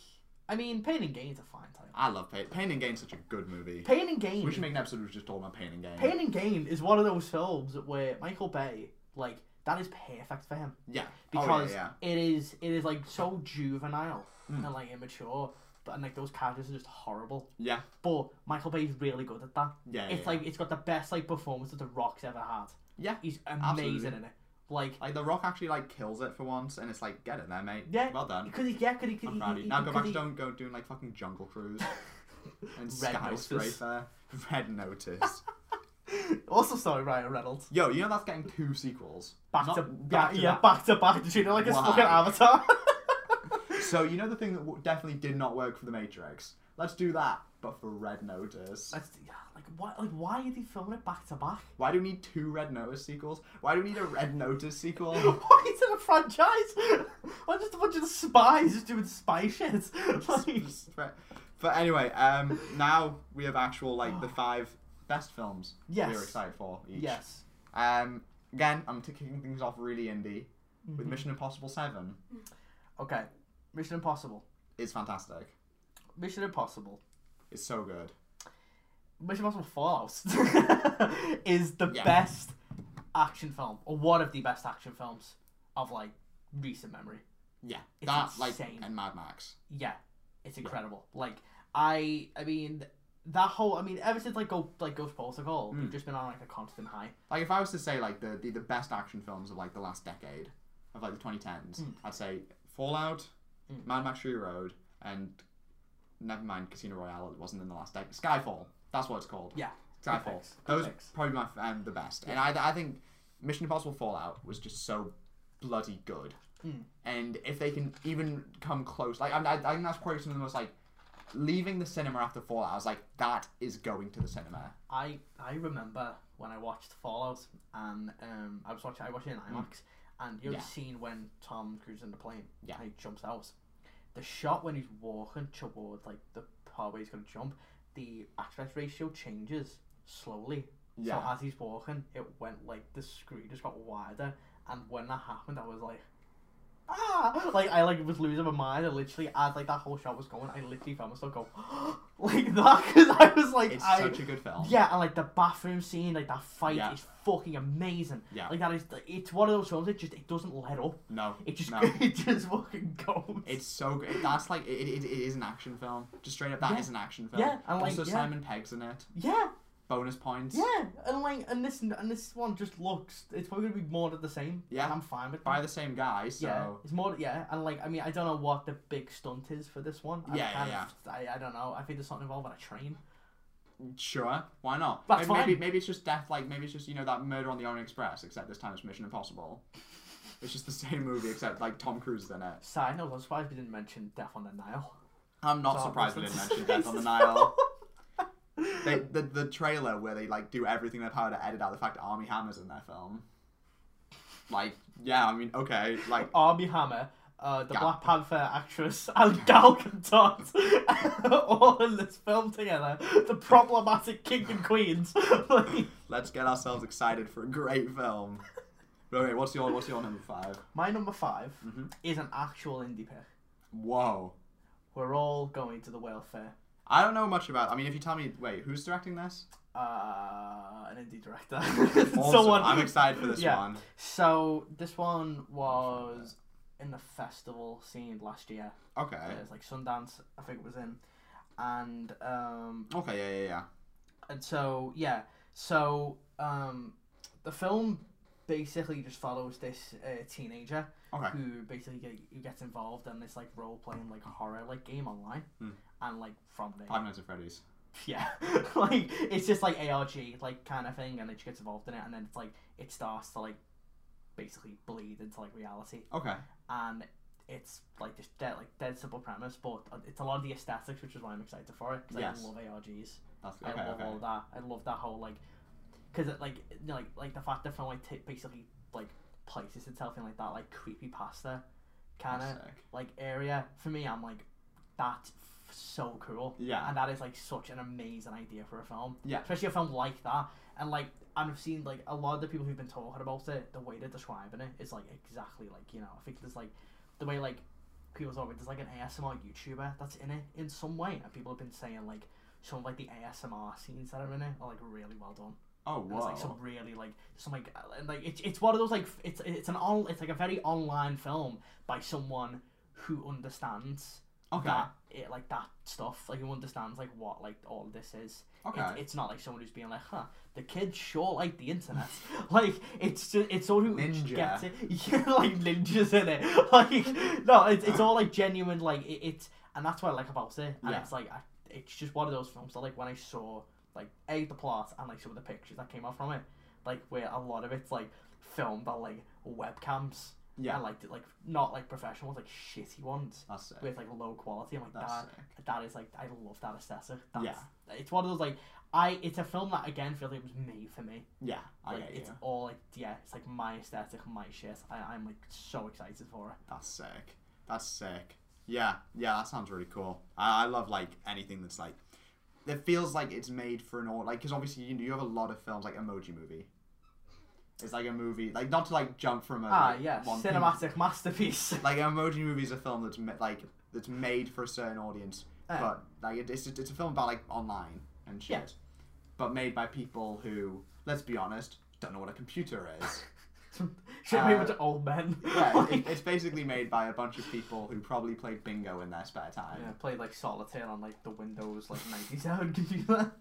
[SPEAKER 2] I mean, Pain and Gain's a fine title.
[SPEAKER 1] I love Pain. Pain and Gain's such a good movie.
[SPEAKER 2] Pain and Gain.
[SPEAKER 1] we should make an episode just all about Pain and Gain.
[SPEAKER 2] Pain and Gain is one of those films where Michael Bay, like, that is perfect for him
[SPEAKER 1] yeah.
[SPEAKER 2] because
[SPEAKER 1] oh, yeah, Hmm.
[SPEAKER 2] it is it is like so juvenile and like immature, but and like those characters are just horrible.
[SPEAKER 1] yeah.
[SPEAKER 2] But Michael Bay's really good at that.
[SPEAKER 1] Yeah. Yeah. yeah.
[SPEAKER 2] It's like it's got the best like performance that the Rock's ever had.
[SPEAKER 1] yeah.
[SPEAKER 2] He's
[SPEAKER 1] Absolutely.
[SPEAKER 2] amazing in it. Like
[SPEAKER 1] Like The Rock actually like kills it for once, and it's like get in there, mate.
[SPEAKER 2] yeah,
[SPEAKER 1] Well done.
[SPEAKER 2] Because he yeah, could he, could
[SPEAKER 1] I'm
[SPEAKER 2] he,
[SPEAKER 1] proud of
[SPEAKER 2] he-
[SPEAKER 1] you. Now
[SPEAKER 2] he-
[SPEAKER 1] go
[SPEAKER 2] could
[SPEAKER 1] back
[SPEAKER 2] he-
[SPEAKER 1] to don't go doing like fucking Jungle Cruise and
[SPEAKER 2] Red Notice.
[SPEAKER 1] Skyscraper, Red Notice.
[SPEAKER 2] Also, sorry, Ryan Reynolds.
[SPEAKER 1] Yo, you know that's getting two sequels.
[SPEAKER 2] Back
[SPEAKER 1] Not-
[SPEAKER 2] to
[SPEAKER 1] back
[SPEAKER 2] yeah,
[SPEAKER 1] to
[SPEAKER 2] yeah,
[SPEAKER 1] back.
[SPEAKER 2] back to back. Did you know like his
[SPEAKER 1] Why?
[SPEAKER 2] fucking avatar?
[SPEAKER 1] So you know the thing that w- definitely did not work for The Matrix. Let's do that, but for Red Notice.
[SPEAKER 2] That's, yeah, like why? Like why are they filming it back to back?
[SPEAKER 1] Why do we need two Red Notice sequels? Why do we need a Red Notice sequel?
[SPEAKER 2] Why is it a franchise? Why just a bunch of spies doing spy shit? Like,
[SPEAKER 1] but but anyway, um, now we have actual like the five best films we
[SPEAKER 2] Yes.
[SPEAKER 1] were excited for each.
[SPEAKER 2] yes.
[SPEAKER 1] Um, again, I'm t- kicking things off really indie
[SPEAKER 2] Mm-hmm.
[SPEAKER 1] with Mission Impossible Seven.
[SPEAKER 2] Okay. Mission Impossible.
[SPEAKER 1] It's fantastic.
[SPEAKER 2] Mission Impossible.
[SPEAKER 1] It's so good.
[SPEAKER 2] Mission Impossible Fallout is the
[SPEAKER 1] Yeah.
[SPEAKER 2] best action film, or one of the best action films of like recent memory.
[SPEAKER 1] Yeah,
[SPEAKER 2] It's
[SPEAKER 1] that
[SPEAKER 2] insane.
[SPEAKER 1] like and Mad Max.
[SPEAKER 2] Yeah, it's incredible. Like I, I mean, that whole. I mean, ever since like Go like Ghost Protocol, we've just been on like a constant high.
[SPEAKER 1] Like if I was to say like the the, the best action films of like the last decade of like the 2010s,
[SPEAKER 2] Mm.
[SPEAKER 1] I'd say Fallout, Mad Max Fury Road, and never mind Casino Royale. It wasn't in the last decade. Skyfall. That's what it's called.
[SPEAKER 2] Yeah.
[SPEAKER 1] Skyfall.
[SPEAKER 2] Good picks, good
[SPEAKER 1] Those are
[SPEAKER 2] picks.
[SPEAKER 1] probably my f- um, the best. And I I think Mission Impossible Fallout was just so bloody good.
[SPEAKER 2] Mm.
[SPEAKER 1] And if they can even come close, like I, I, I think that's probably some of the most like leaving the cinema after Fallout. I was like, that is going to the cinema.
[SPEAKER 2] I I remember when I watched Fallout and um, I was watching I watched it in IMAX and you know
[SPEAKER 1] Mm. Yeah.
[SPEAKER 2] the scene when Tom Cruise in the plane
[SPEAKER 1] Yeah.
[SPEAKER 2] and he jumps out. The shot when he's walking towards like the part where he's gonna jump, the aspect ratio changes slowly. So
[SPEAKER 1] Yeah.
[SPEAKER 2] as he's walking, it went like the screen just got wider and when that happened I was like Ah! Like I like was losing my mind. I literally, as like that whole shot was going, I literally found myself go like that because I was like,
[SPEAKER 1] It's
[SPEAKER 2] I,
[SPEAKER 1] such a good film.
[SPEAKER 2] yeah, and like the bathroom scene, like that fight
[SPEAKER 1] Yeah.
[SPEAKER 2] is fucking amazing.
[SPEAKER 1] Yeah.
[SPEAKER 2] Like that is, it's one of those films. It just it doesn't let up.
[SPEAKER 1] No.
[SPEAKER 2] It just
[SPEAKER 1] No.
[SPEAKER 2] it just fucking goes.
[SPEAKER 1] It's so good. That's like it, it, it is an action film. Just straight up, that is
[SPEAKER 2] Yeah.
[SPEAKER 1] an action film.
[SPEAKER 2] Yeah, and, like,
[SPEAKER 1] also
[SPEAKER 2] yeah.
[SPEAKER 1] Simon Pegg's in it.
[SPEAKER 2] yeah,
[SPEAKER 1] Bonus points.
[SPEAKER 2] yeah, and like and this and this one just looks. It's probably gonna be more of the same.
[SPEAKER 1] Yeah.
[SPEAKER 2] and I'm fine with
[SPEAKER 1] By
[SPEAKER 2] that.
[SPEAKER 1] the same guy. So
[SPEAKER 2] Yeah, it's more. Yeah, and like I mean, I don't know what the big stunt is for this one. I
[SPEAKER 1] Yeah, yeah,
[SPEAKER 2] kind of- I, I don't know. I think there's something involved with a train.
[SPEAKER 1] sure, why not?
[SPEAKER 2] That's
[SPEAKER 1] maybe, maybe
[SPEAKER 2] fine.
[SPEAKER 1] maybe it's just death. Like maybe it's just you know that murder on the Orient Express, except this time it's Mission Impossible. It's just the same movie except like Tom Cruise is in it.
[SPEAKER 2] Side note: I was surprised we didn't mention Death on the Nile.
[SPEAKER 1] I'm not
[SPEAKER 2] So,
[SPEAKER 1] surprised they
[SPEAKER 2] what's
[SPEAKER 1] didn't
[SPEAKER 2] the-
[SPEAKER 1] mention Death on the Nile. They, the the trailer where they like do everything in their power to edit out the fact that Army Hammer's in their film. Like yeah, I mean okay, like
[SPEAKER 2] Army Hammer, uh, the
[SPEAKER 1] Gal-
[SPEAKER 2] Black Panther actress, and Gal Gadot, all in this film together. The problematic king and queens. Like,
[SPEAKER 1] Let's get ourselves excited for a great film. But okay, what's your what's your number five?
[SPEAKER 2] My number 5
[SPEAKER 1] Mhm.
[SPEAKER 2] is an actual indie pick.
[SPEAKER 1] Whoa.
[SPEAKER 2] We're all going to the welfare.
[SPEAKER 1] I don't know much about I mean if you tell me wait, who's directing this?
[SPEAKER 2] Uh, an indie director.
[SPEAKER 1] Awesome.
[SPEAKER 2] Someone.
[SPEAKER 1] I'm excited for this
[SPEAKER 2] Yeah.
[SPEAKER 1] one.
[SPEAKER 2] So this one was in the festival scene last year.
[SPEAKER 1] Okay.
[SPEAKER 2] It was like Sundance, I think it was in, and um,
[SPEAKER 1] Okay, yeah, yeah, yeah.
[SPEAKER 2] and so yeah so um the film basically just follows this uh, teenager
[SPEAKER 1] Okay.
[SPEAKER 2] who basically get, who gets involved in this like role playing like horror like game online
[SPEAKER 1] Hmm.
[SPEAKER 2] and like from there
[SPEAKER 1] Five Nights at Freddy's.
[SPEAKER 2] yeah like it's just like ARG like kind of thing and it just gets involved in it and then it's like it starts to like basically bleed into like reality
[SPEAKER 1] Okay.
[SPEAKER 2] and it's like just dead like dead simple premise but uh, it's a lot of the aesthetics which is why I'm excited for it because
[SPEAKER 1] Yes.
[SPEAKER 2] I love ARGs
[SPEAKER 1] That's
[SPEAKER 2] I
[SPEAKER 1] okay,
[SPEAKER 2] love
[SPEAKER 1] okay.
[SPEAKER 2] all that. I love that whole like, because like you know, like like the fact that film like t- basically like places itself in like that like creepy pasta kind of
[SPEAKER 1] Sick.
[SPEAKER 2] like area. For me, I'm like that's f- so cool.
[SPEAKER 1] Yeah.
[SPEAKER 2] and that is like such an amazing idea for a film.
[SPEAKER 1] Yeah.
[SPEAKER 2] especially a film like that. And like and I've seen like a lot of the people who've been talking about it, the way they're describing it is like exactly like you know I think there's like the way like people talk about there's like an ASMR YouTuber that's in it in some way, and people have been saying like some of like the ASMR scenes that are in it are like really well done.
[SPEAKER 1] Oh
[SPEAKER 2] And It's
[SPEAKER 1] whoa.
[SPEAKER 2] like some really like some like uh, and, like it's it's one of those like f- it's it's an on it's like a very online film by someone who understands
[SPEAKER 1] Okay.
[SPEAKER 2] that it like that stuff like who understands like what like all this is.
[SPEAKER 1] Okay.
[SPEAKER 2] It's, it's not like someone who's being like, huh, the kids sure like the internet. like it's just it's someone who
[SPEAKER 1] Ninja.
[SPEAKER 2] gets it. You're like ninjas in it. Like no, it's it's all like genuine. Like it, it's and that's what I like about it. And
[SPEAKER 1] Yeah.
[SPEAKER 2] it's like I, it's just one of those films that like when I saw like a the plot and like some of the pictures that came out from it, like where a lot of it's like filmed on like webcams.
[SPEAKER 1] Yeah.
[SPEAKER 2] And like d- like not like professional ones, like shitty ones
[SPEAKER 1] That's sick.
[SPEAKER 2] with like low quality. I'm like
[SPEAKER 1] That's
[SPEAKER 2] that
[SPEAKER 1] sick.
[SPEAKER 2] that is like I love that aesthetic. That's, it's one of those like I. It's a film that again feels like it was made for me.
[SPEAKER 1] Yeah, I
[SPEAKER 2] Like
[SPEAKER 1] get
[SPEAKER 2] it's
[SPEAKER 1] you.
[SPEAKER 2] all like yeah, it's like my aesthetic, my shit. I, I'm like so excited for it.
[SPEAKER 1] That's sick. That's sick. Yeah, yeah, that sounds really cool. I, I love like anything that's like that feels like it's made for an all like because obviously you, you have a lot of films like Emoji Movie. It's like a movie like not to like jump from a
[SPEAKER 2] Ah
[SPEAKER 1] like,
[SPEAKER 2] yeah,
[SPEAKER 1] one thing-
[SPEAKER 2] cinematic masterpiece.
[SPEAKER 1] Like Emoji Movie is a film that's ma- like that's made for a certain audience,
[SPEAKER 2] Uh.
[SPEAKER 1] but like it, it's it's a film about like online and shit,
[SPEAKER 2] Yeah.
[SPEAKER 1] but made by people who let's be honest don't know what a computer is.
[SPEAKER 2] Should be
[SPEAKER 1] Uh,
[SPEAKER 2] much old men.
[SPEAKER 1] yeah, it,
[SPEAKER 2] Like,
[SPEAKER 1] it's basically made by a bunch of people who probably played bingo in their spare time.
[SPEAKER 2] yeah, played like solitaire on like the Windows like 97 computer.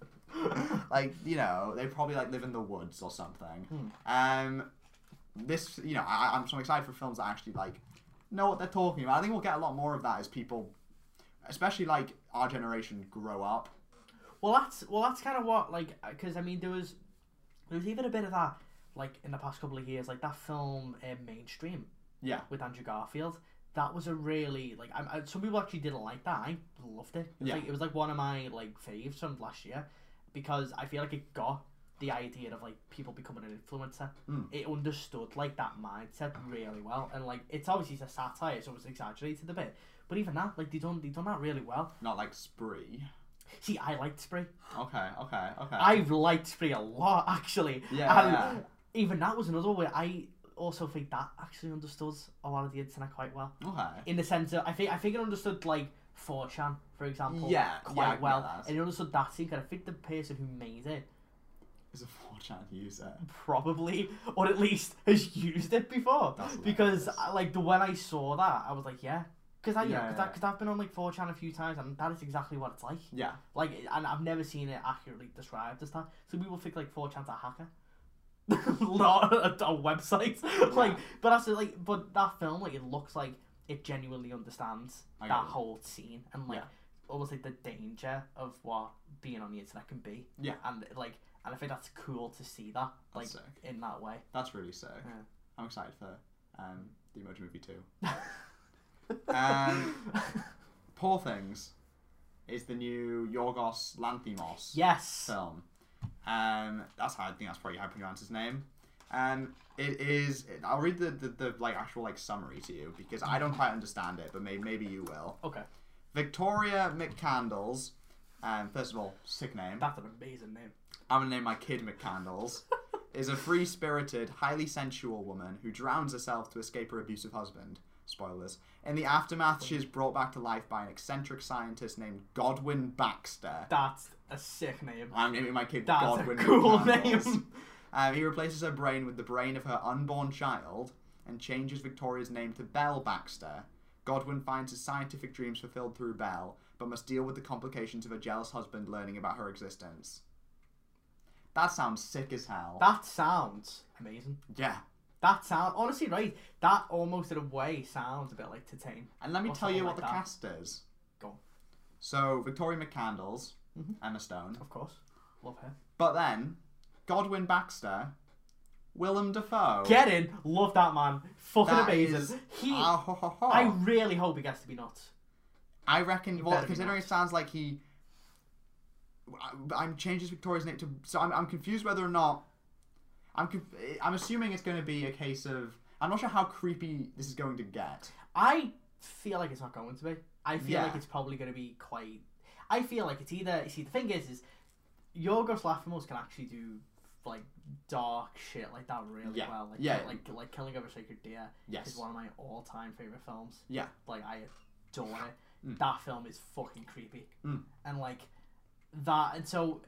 [SPEAKER 1] like you know they probably like live in the woods or something
[SPEAKER 2] Hmm.
[SPEAKER 1] um this you know I, i'm so excited for films that actually like know what they're talking about i think we'll get a lot more of that as people especially like our generation grow up
[SPEAKER 2] uh, Well, that's well, that's kind of what like because I mean there was there was even a bit of that like in the past couple of years, like that film uh, Mainstream
[SPEAKER 1] Yeah.
[SPEAKER 2] with Andrew Garfield. That was a really like I, I, some people actually didn't like that. I loved it. It was,
[SPEAKER 1] Yeah.
[SPEAKER 2] like, it was like one of my like faves from last year because I feel like it got the idea of like people becoming an influencer.
[SPEAKER 1] Mm.
[SPEAKER 2] It understood like that mindset really well, and like it's obviously it's a satire, so it's exaggerated a bit. But even that, like they done they done that really well.
[SPEAKER 1] Not like spree.
[SPEAKER 2] See, I liked Spree.
[SPEAKER 1] Okay, okay, okay.
[SPEAKER 2] I've liked Spree a lot actually.
[SPEAKER 1] Yeah,
[SPEAKER 2] And
[SPEAKER 1] yeah.
[SPEAKER 2] Even that was another way I also think that actually understood a lot of the internet quite well.
[SPEAKER 1] Okay.
[SPEAKER 2] in the sense of I think I think it understood like 4chan, for example,
[SPEAKER 1] Yeah, yeah, I
[SPEAKER 2] quite
[SPEAKER 1] get
[SPEAKER 2] well.
[SPEAKER 1] that.
[SPEAKER 2] And it understood that scene 'cause I think the person who made it
[SPEAKER 1] It's a 4chan user.
[SPEAKER 2] probably or at least has used it before.
[SPEAKER 1] That's
[SPEAKER 2] because
[SPEAKER 1] hilarious.
[SPEAKER 2] I, like the when I saw that, I was like, yeah. Because I, yeah,
[SPEAKER 1] Yeah,
[SPEAKER 2] cause
[SPEAKER 1] yeah.
[SPEAKER 2] I, cause I've been on like 4chan a few times and that is exactly what it's like.
[SPEAKER 1] Yeah.
[SPEAKER 2] Like, and I've never seen it accurately described as that. So people think like 4chan's a hacker. not a, a website like but that's it, like but that film like it looks like it genuinely understands
[SPEAKER 1] I
[SPEAKER 2] that
[SPEAKER 1] get it.
[SPEAKER 2] whole scene and like
[SPEAKER 1] Yeah.
[SPEAKER 2] almost like the danger of what being on the internet can be
[SPEAKER 1] Yeah.
[SPEAKER 2] and like and i think that's cool to see that like
[SPEAKER 1] That's sick.
[SPEAKER 2] in that way
[SPEAKER 1] That's really sick.
[SPEAKER 2] Yeah.
[SPEAKER 1] I'm excited for um, the Emoji Movie 2. Um, Poor Things is the new Yorgos Lanthimos
[SPEAKER 2] yes
[SPEAKER 1] film. Um, that's how I think that's probably how I pronounce his name. Um, it is. I'll read the, the, the like actual like summary to you because I don't quite understand it, but may, maybe you will.
[SPEAKER 2] okay
[SPEAKER 1] Victoria McCandles. Um, first of all, sick name.
[SPEAKER 2] that's an amazing name
[SPEAKER 1] I'm gonna name my kid McCandles. is a free spirited, highly sensual woman who drowns herself to escape her abusive husband. Spoilers. In the aftermath, she is brought back to life by an eccentric scientist named Godwin Baxter.
[SPEAKER 2] that's a sick name
[SPEAKER 1] I'm naming my kid
[SPEAKER 2] that's
[SPEAKER 1] Godwin.
[SPEAKER 2] a cool
[SPEAKER 1] McCandles.
[SPEAKER 2] name
[SPEAKER 1] Um, he replaces her brain with the brain of her unborn child and changes Victoria's name to Belle Baxter. Godwin finds his scientific dreams fulfilled through Belle, but must deal with the complications of her jealous husband learning about her existence. That sounds sick as hell.
[SPEAKER 2] that sounds amazing
[SPEAKER 1] yeah.
[SPEAKER 2] that sound honestly right that almost in a way sounds a bit like Titane
[SPEAKER 1] And let me
[SPEAKER 2] Or
[SPEAKER 1] tell you
[SPEAKER 2] something
[SPEAKER 1] what
[SPEAKER 2] like
[SPEAKER 1] the
[SPEAKER 2] that.
[SPEAKER 1] cast is.
[SPEAKER 2] go on
[SPEAKER 1] So, Victoria McCandles,
[SPEAKER 2] Mm-hmm.
[SPEAKER 1] Emma Stone.
[SPEAKER 2] of course love her
[SPEAKER 1] But then, Godwin Baxter, Willem Dafoe.
[SPEAKER 2] Get in, love that man. Fucking
[SPEAKER 1] That
[SPEAKER 2] amazing.
[SPEAKER 1] is-
[SPEAKER 2] he,
[SPEAKER 1] Ah, ho, ho, ho.
[SPEAKER 2] I really hope he gets to be nuts.
[SPEAKER 1] I reckon. Well,
[SPEAKER 2] better be
[SPEAKER 1] considering it sounds like he, I- I'm changing Victoria's name to. So I'm, I'm confused whether or not. I'm conf- I'm assuming it's going to be a case of. I'm not sure how creepy this is going to get.
[SPEAKER 2] I feel like it's not going to be. I feel
[SPEAKER 1] Yeah.
[SPEAKER 2] like it's probably going to be quite. I feel like it's either. You see, the thing is, is Yorgos Lanthimos can actually do like dark shit like that really
[SPEAKER 1] Yeah.
[SPEAKER 2] well. Like,
[SPEAKER 1] Yeah.
[SPEAKER 2] like like Killing of a Sacred Deer
[SPEAKER 1] Yes.
[SPEAKER 2] is one of my all-time favorite films.
[SPEAKER 1] Yeah.
[SPEAKER 2] Like I adore it. That film is fucking creepy.
[SPEAKER 1] Mm.
[SPEAKER 2] And like that, and so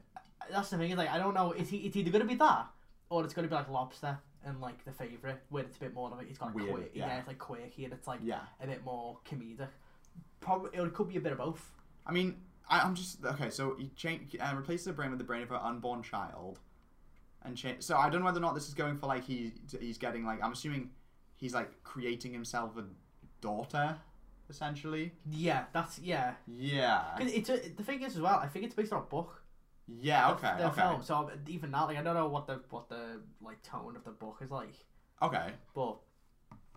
[SPEAKER 2] that's the thing. Is like I don't know. It's e- it's either gonna be that or it's gonna be like Lobster and like the favorite, where it's a bit more of it. It's got
[SPEAKER 1] Weird,
[SPEAKER 2] quirky, yeah.
[SPEAKER 1] yeah.
[SPEAKER 2] it's like quirky and it's like
[SPEAKER 1] Yeah.
[SPEAKER 2] a bit more comedic. Probably it could be a bit of both.
[SPEAKER 1] I mean, I, I'm just okay. So he change uh, replaces the brain with the brain of her unborn child, and change. So I don't know whether or not this is going for like he he's getting like I'm assuming he's like creating himself a daughter, essentially.
[SPEAKER 2] Yeah, that's yeah.
[SPEAKER 1] Yeah.
[SPEAKER 2] 'Cause it's a, the thing is as well. I think it's based on a book.
[SPEAKER 1] Yeah. Okay.
[SPEAKER 2] the
[SPEAKER 1] okay.
[SPEAKER 2] film. So even that, like I don't know what the what the like tone of the book is like,
[SPEAKER 1] Okay.
[SPEAKER 2] but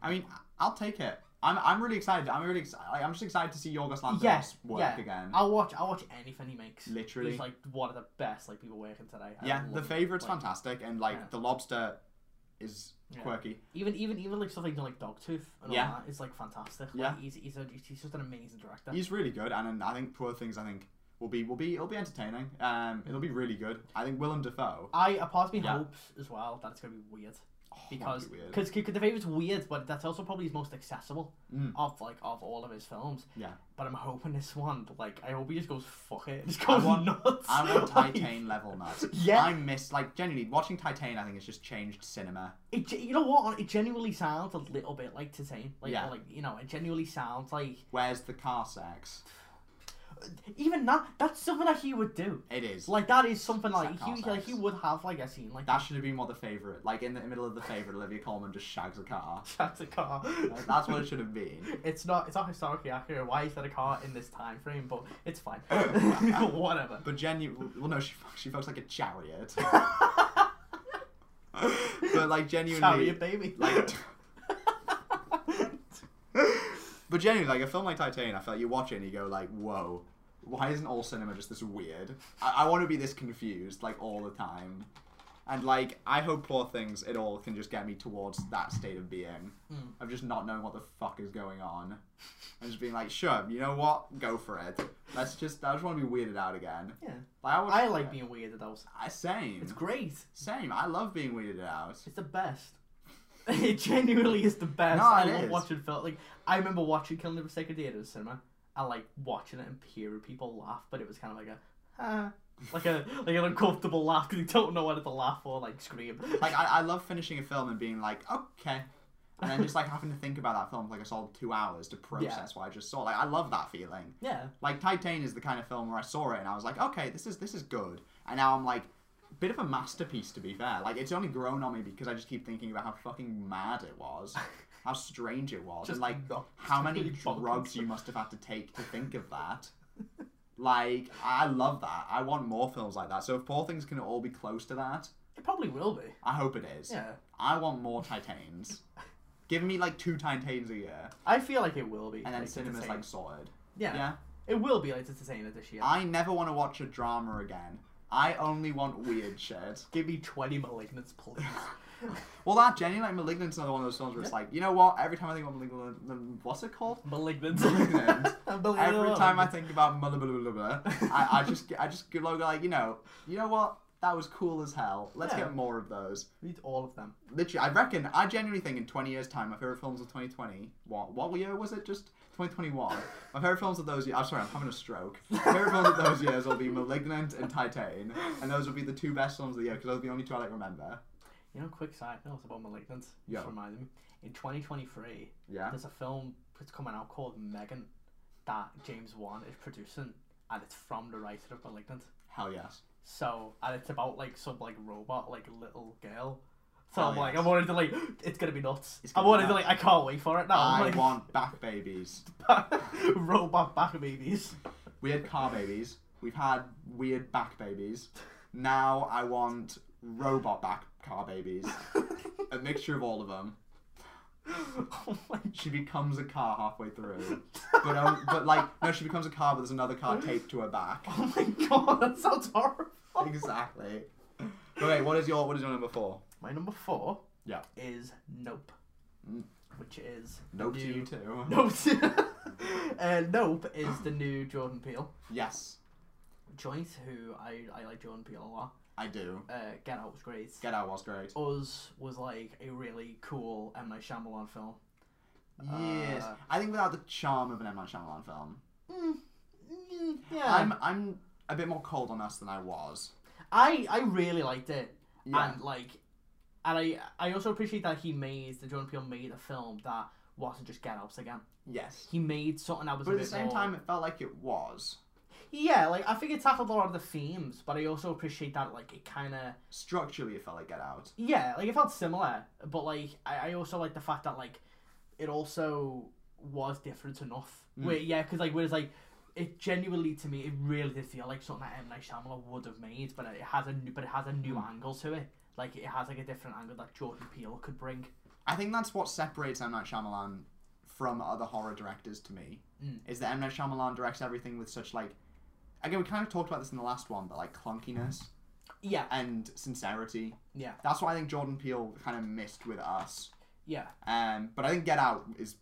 [SPEAKER 1] I mean, I'll take it. I'm, I'm really excited. I'm really excited. I'm just excited to see Yorgos Lanthimos
[SPEAKER 2] Yeah,
[SPEAKER 1] work
[SPEAKER 2] yeah.
[SPEAKER 1] again.
[SPEAKER 2] I'll watch. I'll watch anything he makes.
[SPEAKER 1] Literally.
[SPEAKER 2] he's like one of the best like people working today. I
[SPEAKER 1] yeah,
[SPEAKER 2] love
[SPEAKER 1] the
[SPEAKER 2] him.
[SPEAKER 1] favorite's
[SPEAKER 2] Like,
[SPEAKER 1] fantastic, and like
[SPEAKER 2] yeah.
[SPEAKER 1] the lobster is
[SPEAKER 2] Yeah.
[SPEAKER 1] quirky.
[SPEAKER 2] Even even even like stuff like like Dogtooth and
[SPEAKER 1] Yeah.
[SPEAKER 2] all that is like fantastic.
[SPEAKER 1] Yeah.
[SPEAKER 2] like, he's he's, a, he's just an amazing director.
[SPEAKER 1] He's really good, and, and I think Poor Things. I think will be will be it'll be entertaining. Um, it'll be really good. I think Willem Dafoe.
[SPEAKER 2] I a part of me
[SPEAKER 1] Yeah.
[SPEAKER 2] hopes as well that it's gonna be weird
[SPEAKER 1] Oh, that'd be
[SPEAKER 2] because
[SPEAKER 1] weird.
[SPEAKER 2] because the favorite's weird, but that's also probably his most accessible
[SPEAKER 1] Mm.
[SPEAKER 2] of like of all of his films.
[SPEAKER 1] Yeah.
[SPEAKER 2] But I'm hoping this one, like, I hope he just goes fuck it, just goes
[SPEAKER 1] want-
[SPEAKER 2] nuts.
[SPEAKER 1] I want
[SPEAKER 2] Like,
[SPEAKER 1] Titan level nuts.
[SPEAKER 2] Yeah.
[SPEAKER 1] I miss like genuinely watching Titan. I think has just changed cinema.
[SPEAKER 2] It, ge- you know what? It genuinely sounds a little bit like Titane. Like,
[SPEAKER 1] Yeah.
[SPEAKER 2] like you know, it genuinely sounds like
[SPEAKER 1] Where's the car sex?
[SPEAKER 2] even that. That's something that he would do.
[SPEAKER 1] It is
[SPEAKER 2] Like that is something like
[SPEAKER 1] That
[SPEAKER 2] he like he
[SPEAKER 1] concept.
[SPEAKER 2] would have like a scene like
[SPEAKER 1] that
[SPEAKER 2] that.
[SPEAKER 1] should have been what the favorite. Like in the middle of the favorite, Olivia Colman just shags a car.
[SPEAKER 2] That's a car.
[SPEAKER 1] Like, That's what it should have been.
[SPEAKER 2] It's not. It's not historically accurate. Why is that a car in this time frame? But it's fine. Whatever.
[SPEAKER 1] But Jen, you- well, no, she fucks, she fucks like a chariot. but like
[SPEAKER 2] Carry
[SPEAKER 1] genuinely,
[SPEAKER 2] your baby.
[SPEAKER 1] like- but genuinely, like a film like Titanic, I feel like you watch it and you go like, whoa, why isn't all cinema just this weird? I, I want to be this confused like all the time, and like I hope Poor Things it all can just get me towards that state of being
[SPEAKER 2] Mm.
[SPEAKER 1] of just not knowing what the fuck is going on, and just being like, sure, you know what, go for it. Let's just I just want to be weirded out again.
[SPEAKER 2] yeah.
[SPEAKER 1] Like, I, would-
[SPEAKER 2] I like being weirded out.
[SPEAKER 1] I same.
[SPEAKER 2] It's great.
[SPEAKER 1] Same. I love being weirded out.
[SPEAKER 2] It's the best. it genuinely is the best.
[SPEAKER 1] No,
[SPEAKER 2] I
[SPEAKER 1] it
[SPEAKER 2] love
[SPEAKER 1] is.
[SPEAKER 2] watching film. Like I remember watching Killing of a Sacred Deer in the cinema. I like watching it and hearing people laugh, but it was kind of like a, ah, like a like an uncomfortable laugh because you don't know whether to laugh or like scream.
[SPEAKER 1] Like I, I love finishing a film and being like, okay. And then just like having to think about that film for like a solid two hours to process what I just saw. Like I love that feeling.
[SPEAKER 2] yeah,
[SPEAKER 1] Like Titan is the kind of film where I saw it and I was like, okay, this is this is good. And now I'm like, bit of a masterpiece to be fair. Like it's only grown on me because I just keep thinking about how fucking mad it was, how strange it was,
[SPEAKER 2] Just
[SPEAKER 1] and like
[SPEAKER 2] not-
[SPEAKER 1] how many
[SPEAKER 2] really bonkers.
[SPEAKER 1] drugs you must have had to take to think of that. Like I love that. I want more films like that. So if Poor Things can all be close to that,
[SPEAKER 2] it probably will be.
[SPEAKER 1] I hope it is.
[SPEAKER 2] Yeah,
[SPEAKER 1] I want more Titans. Give me like two Titans a year,
[SPEAKER 2] I feel like it will be.
[SPEAKER 1] and then
[SPEAKER 2] like,
[SPEAKER 1] cinema's
[SPEAKER 2] entertaining.
[SPEAKER 1] like sorted.
[SPEAKER 2] yeah,
[SPEAKER 1] yeah.
[SPEAKER 2] it will be like entertainer this year.
[SPEAKER 1] I never want to watch a drama again. I only want weird shit.
[SPEAKER 2] Give me twenty malignants, please.
[SPEAKER 1] Well, that Jenny like Malignant's another one of those films where it's like, you know what? Every time I think about Malignant, then- what's it called?
[SPEAKER 2] malignant.
[SPEAKER 1] Malignant. Every
[SPEAKER 2] Malignant.
[SPEAKER 1] time I think about blah blah blah blah, blah, I, I just I just go like, you know, you know what? That was cool as hell. Let's
[SPEAKER 2] Yeah.
[SPEAKER 1] get more of those.
[SPEAKER 2] read all of them.
[SPEAKER 1] Literally, I reckon, I genuinely think in 20 years' time, my favourite films of 2020, what, what year was it? Just 2021. My favourite films of those years, I'm sorry, I'm having a stroke. My favourite films of those years will be Malignant and Titan, and those will be the two best films of the year, because those are the only two I like remember.
[SPEAKER 2] You know, quick side note about Malignant.
[SPEAKER 1] Yeah.
[SPEAKER 2] Just reminded me. In 2023,
[SPEAKER 1] Yeah?
[SPEAKER 2] there's a film that's coming out called Megan that James Wan is producing, and it's from the writer of Malignant.
[SPEAKER 1] Hell yes.
[SPEAKER 2] So, and it's about like some like robot, like little girl. So
[SPEAKER 1] Hell
[SPEAKER 2] I'm like,
[SPEAKER 1] Oh, yes.
[SPEAKER 2] I'm already like, it's gonna be nuts.
[SPEAKER 1] It's
[SPEAKER 2] I'm
[SPEAKER 1] gonna be
[SPEAKER 2] already
[SPEAKER 1] nuts.
[SPEAKER 2] like, I can't wait for it now.
[SPEAKER 1] I
[SPEAKER 2] like,
[SPEAKER 1] want back babies.
[SPEAKER 2] robot back babies.
[SPEAKER 1] We had car babies. We've had weird back babies. Now I want robot back car babies. A mixture of all of them.
[SPEAKER 2] oh my
[SPEAKER 1] she becomes a car halfway through. But um, but like no, she becomes a car, but there's another car taped to her back.
[SPEAKER 2] Oh my god, that sounds horrible.
[SPEAKER 1] Exactly. But wait, what is your what is your number four?
[SPEAKER 2] My number four
[SPEAKER 1] Yeah.
[SPEAKER 2] is Nope,
[SPEAKER 1] Mm.
[SPEAKER 2] which is
[SPEAKER 1] Nope
[SPEAKER 2] the
[SPEAKER 1] to
[SPEAKER 2] new-
[SPEAKER 1] you too.
[SPEAKER 2] Nope. uh, nope is the new Jordan Peele
[SPEAKER 1] Yes,
[SPEAKER 2] joint. Who I, I like Jordan Peele a lot.
[SPEAKER 1] I do.
[SPEAKER 2] Uh, Get Out was great.
[SPEAKER 1] Get Out was great.
[SPEAKER 2] Us was like a really cool M Night Shyamalan film.
[SPEAKER 1] Yes,
[SPEAKER 2] Uh,
[SPEAKER 1] I think without the charm of an M Night Shyamalan film,
[SPEAKER 2] Mm, mm, yeah,
[SPEAKER 1] I'm I'm a bit more cold on us than I was.
[SPEAKER 2] I I really liked it,
[SPEAKER 1] Yeah.
[SPEAKER 2] and like, and I I also appreciate that he made the Jordan Peele made a film that wasn't just Get Out again.
[SPEAKER 1] yes.
[SPEAKER 2] He made something that was
[SPEAKER 1] But
[SPEAKER 2] a
[SPEAKER 1] at the
[SPEAKER 2] bit
[SPEAKER 1] same
[SPEAKER 2] more-
[SPEAKER 1] time, it felt like it was
[SPEAKER 2] Yeah, like I think it tackled a lot of the themes, but I also appreciate that like it kind of
[SPEAKER 1] structurally it felt like Get Out.
[SPEAKER 2] yeah, like it felt similar, but like I, I also like the fact that like it also was different enough.
[SPEAKER 1] Mm.
[SPEAKER 2] Where yeah, because like whereas like it genuinely to me it really did feel like something that M Night Shyamalan would have made, but it has a new but it has a new angle to it. Like it has like a different angle that Jordan Peele could bring.
[SPEAKER 1] I think that's what separates M Night Shyamalan from other horror directors to me.
[SPEAKER 2] Mm.
[SPEAKER 1] Is that M Night Shyamalan directs everything with such like, again we kind of talked about this in the last one, but like clunkiness
[SPEAKER 2] Yeah,
[SPEAKER 1] and sincerity.
[SPEAKER 2] yeah,
[SPEAKER 1] That's what I think Jordan Peele kind of missed with us.
[SPEAKER 2] yeah,
[SPEAKER 1] Um, but I think Get Out is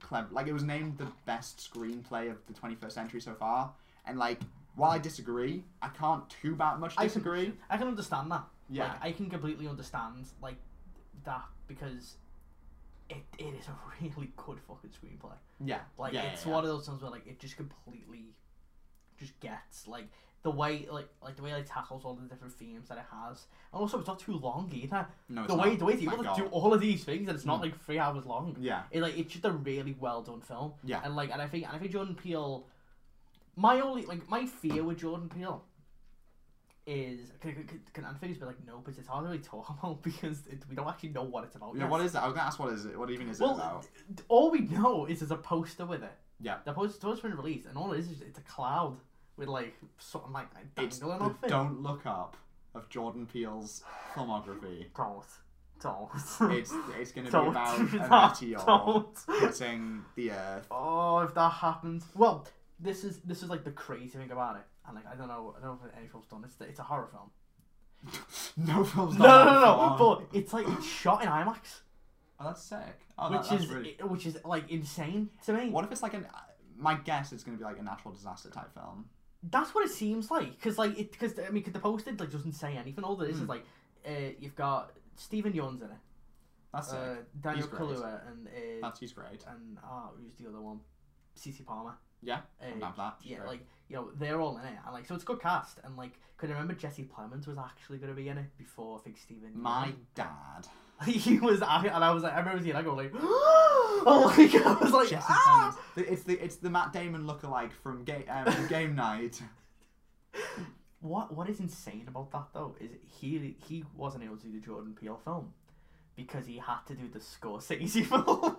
[SPEAKER 1] clever. Like it was named the best screenplay of the 21st century so far, and like while I disagree, I can't too that much
[SPEAKER 2] I can-
[SPEAKER 1] disagree.
[SPEAKER 2] I can understand that.
[SPEAKER 1] Yeah.
[SPEAKER 2] Like, I can completely understand like that because it, it is a really good fucking screenplay.
[SPEAKER 1] yeah,
[SPEAKER 2] Like
[SPEAKER 1] yeah,
[SPEAKER 2] it's
[SPEAKER 1] yeah, yeah.
[SPEAKER 2] one of those things where like it just completely just gets like the way like like the way it tackles all the different themes that it has. And also it's not too long either.
[SPEAKER 1] No, it's
[SPEAKER 2] the way
[SPEAKER 1] not.
[SPEAKER 2] the way it's
[SPEAKER 1] My
[SPEAKER 2] able to
[SPEAKER 1] God. Mm.
[SPEAKER 2] do all of these things and it's not like three hours long.
[SPEAKER 1] Yeah,
[SPEAKER 2] It like it's just a really well done film.
[SPEAKER 1] Yeah.
[SPEAKER 2] And like and I think and I think Jordan Peele my only like my fear with Jordan Peele is can, can, can, can Anthony's been like no, but it's hard to really talk about because it, we don't actually know what it's about.
[SPEAKER 1] yeah.
[SPEAKER 2] yet.
[SPEAKER 1] What is that? I was gonna ask what is it? What even is it
[SPEAKER 2] well,
[SPEAKER 1] about?
[SPEAKER 2] d- d- all we know is there's a poster with it.
[SPEAKER 1] Yeah.
[SPEAKER 2] the poster, poster's been released, and all it is is it's a cloud with like something like
[SPEAKER 1] It's
[SPEAKER 2] dangling
[SPEAKER 1] the
[SPEAKER 2] off it.
[SPEAKER 1] Don't Look Up of Jordan Peele's filmography.
[SPEAKER 2] Don't. Don't.
[SPEAKER 1] It's it's going to be
[SPEAKER 2] Don't
[SPEAKER 1] about
[SPEAKER 2] do
[SPEAKER 1] a
[SPEAKER 2] that.
[SPEAKER 1] meteor
[SPEAKER 2] Don't.
[SPEAKER 1] hitting the Earth.
[SPEAKER 2] Oh, if that happens. Well, this is this is like the crazy thing about it. And like I don't know, I don't know if any film's done. It's it's a horror film.
[SPEAKER 1] no film's
[SPEAKER 2] No,
[SPEAKER 1] not
[SPEAKER 2] no, no,
[SPEAKER 1] on.
[SPEAKER 2] no. But it's like it's shot in IMAX,
[SPEAKER 1] oh, that's sick. Oh, that,
[SPEAKER 2] which
[SPEAKER 1] that's
[SPEAKER 2] is
[SPEAKER 1] really.
[SPEAKER 2] i- which is like insane to me.
[SPEAKER 1] What if it's like an? My guess it's going to be like a natural disaster type film.
[SPEAKER 2] That's what it seems like, because like it, because I mean, 'cause the posted like doesn't say anything. All
[SPEAKER 1] Hmm.
[SPEAKER 2] there is is like, uh, you've got Stephen Yeun's in it,
[SPEAKER 1] That's
[SPEAKER 2] uh,
[SPEAKER 1] sick.
[SPEAKER 2] Daniel
[SPEAKER 1] He's great.
[SPEAKER 2] Kaluuya, and uh,
[SPEAKER 1] That's he's great.
[SPEAKER 2] and ah, who's the other one? Cece Palmer.
[SPEAKER 1] Yeah,
[SPEAKER 2] Uh,
[SPEAKER 1] I'm down for that. He's
[SPEAKER 2] yeah,
[SPEAKER 1] great.
[SPEAKER 2] like you know, they're all in it, and like so it's a good cast. And like, could I remember Jesse Plemons was actually going to be in it before I think Steven.
[SPEAKER 1] my dad.
[SPEAKER 2] he was, I, and I was like, I remember seeing, it, I go like, oh my god, I was like,
[SPEAKER 1] Jesse
[SPEAKER 2] ah!
[SPEAKER 1] Plemons. The- It's the it's the Matt Damon lookalike from Game um, from Game Night.
[SPEAKER 2] What what is insane about that though is he he wasn't able to do the Jordan Peele film because he had to do the Scorsese film.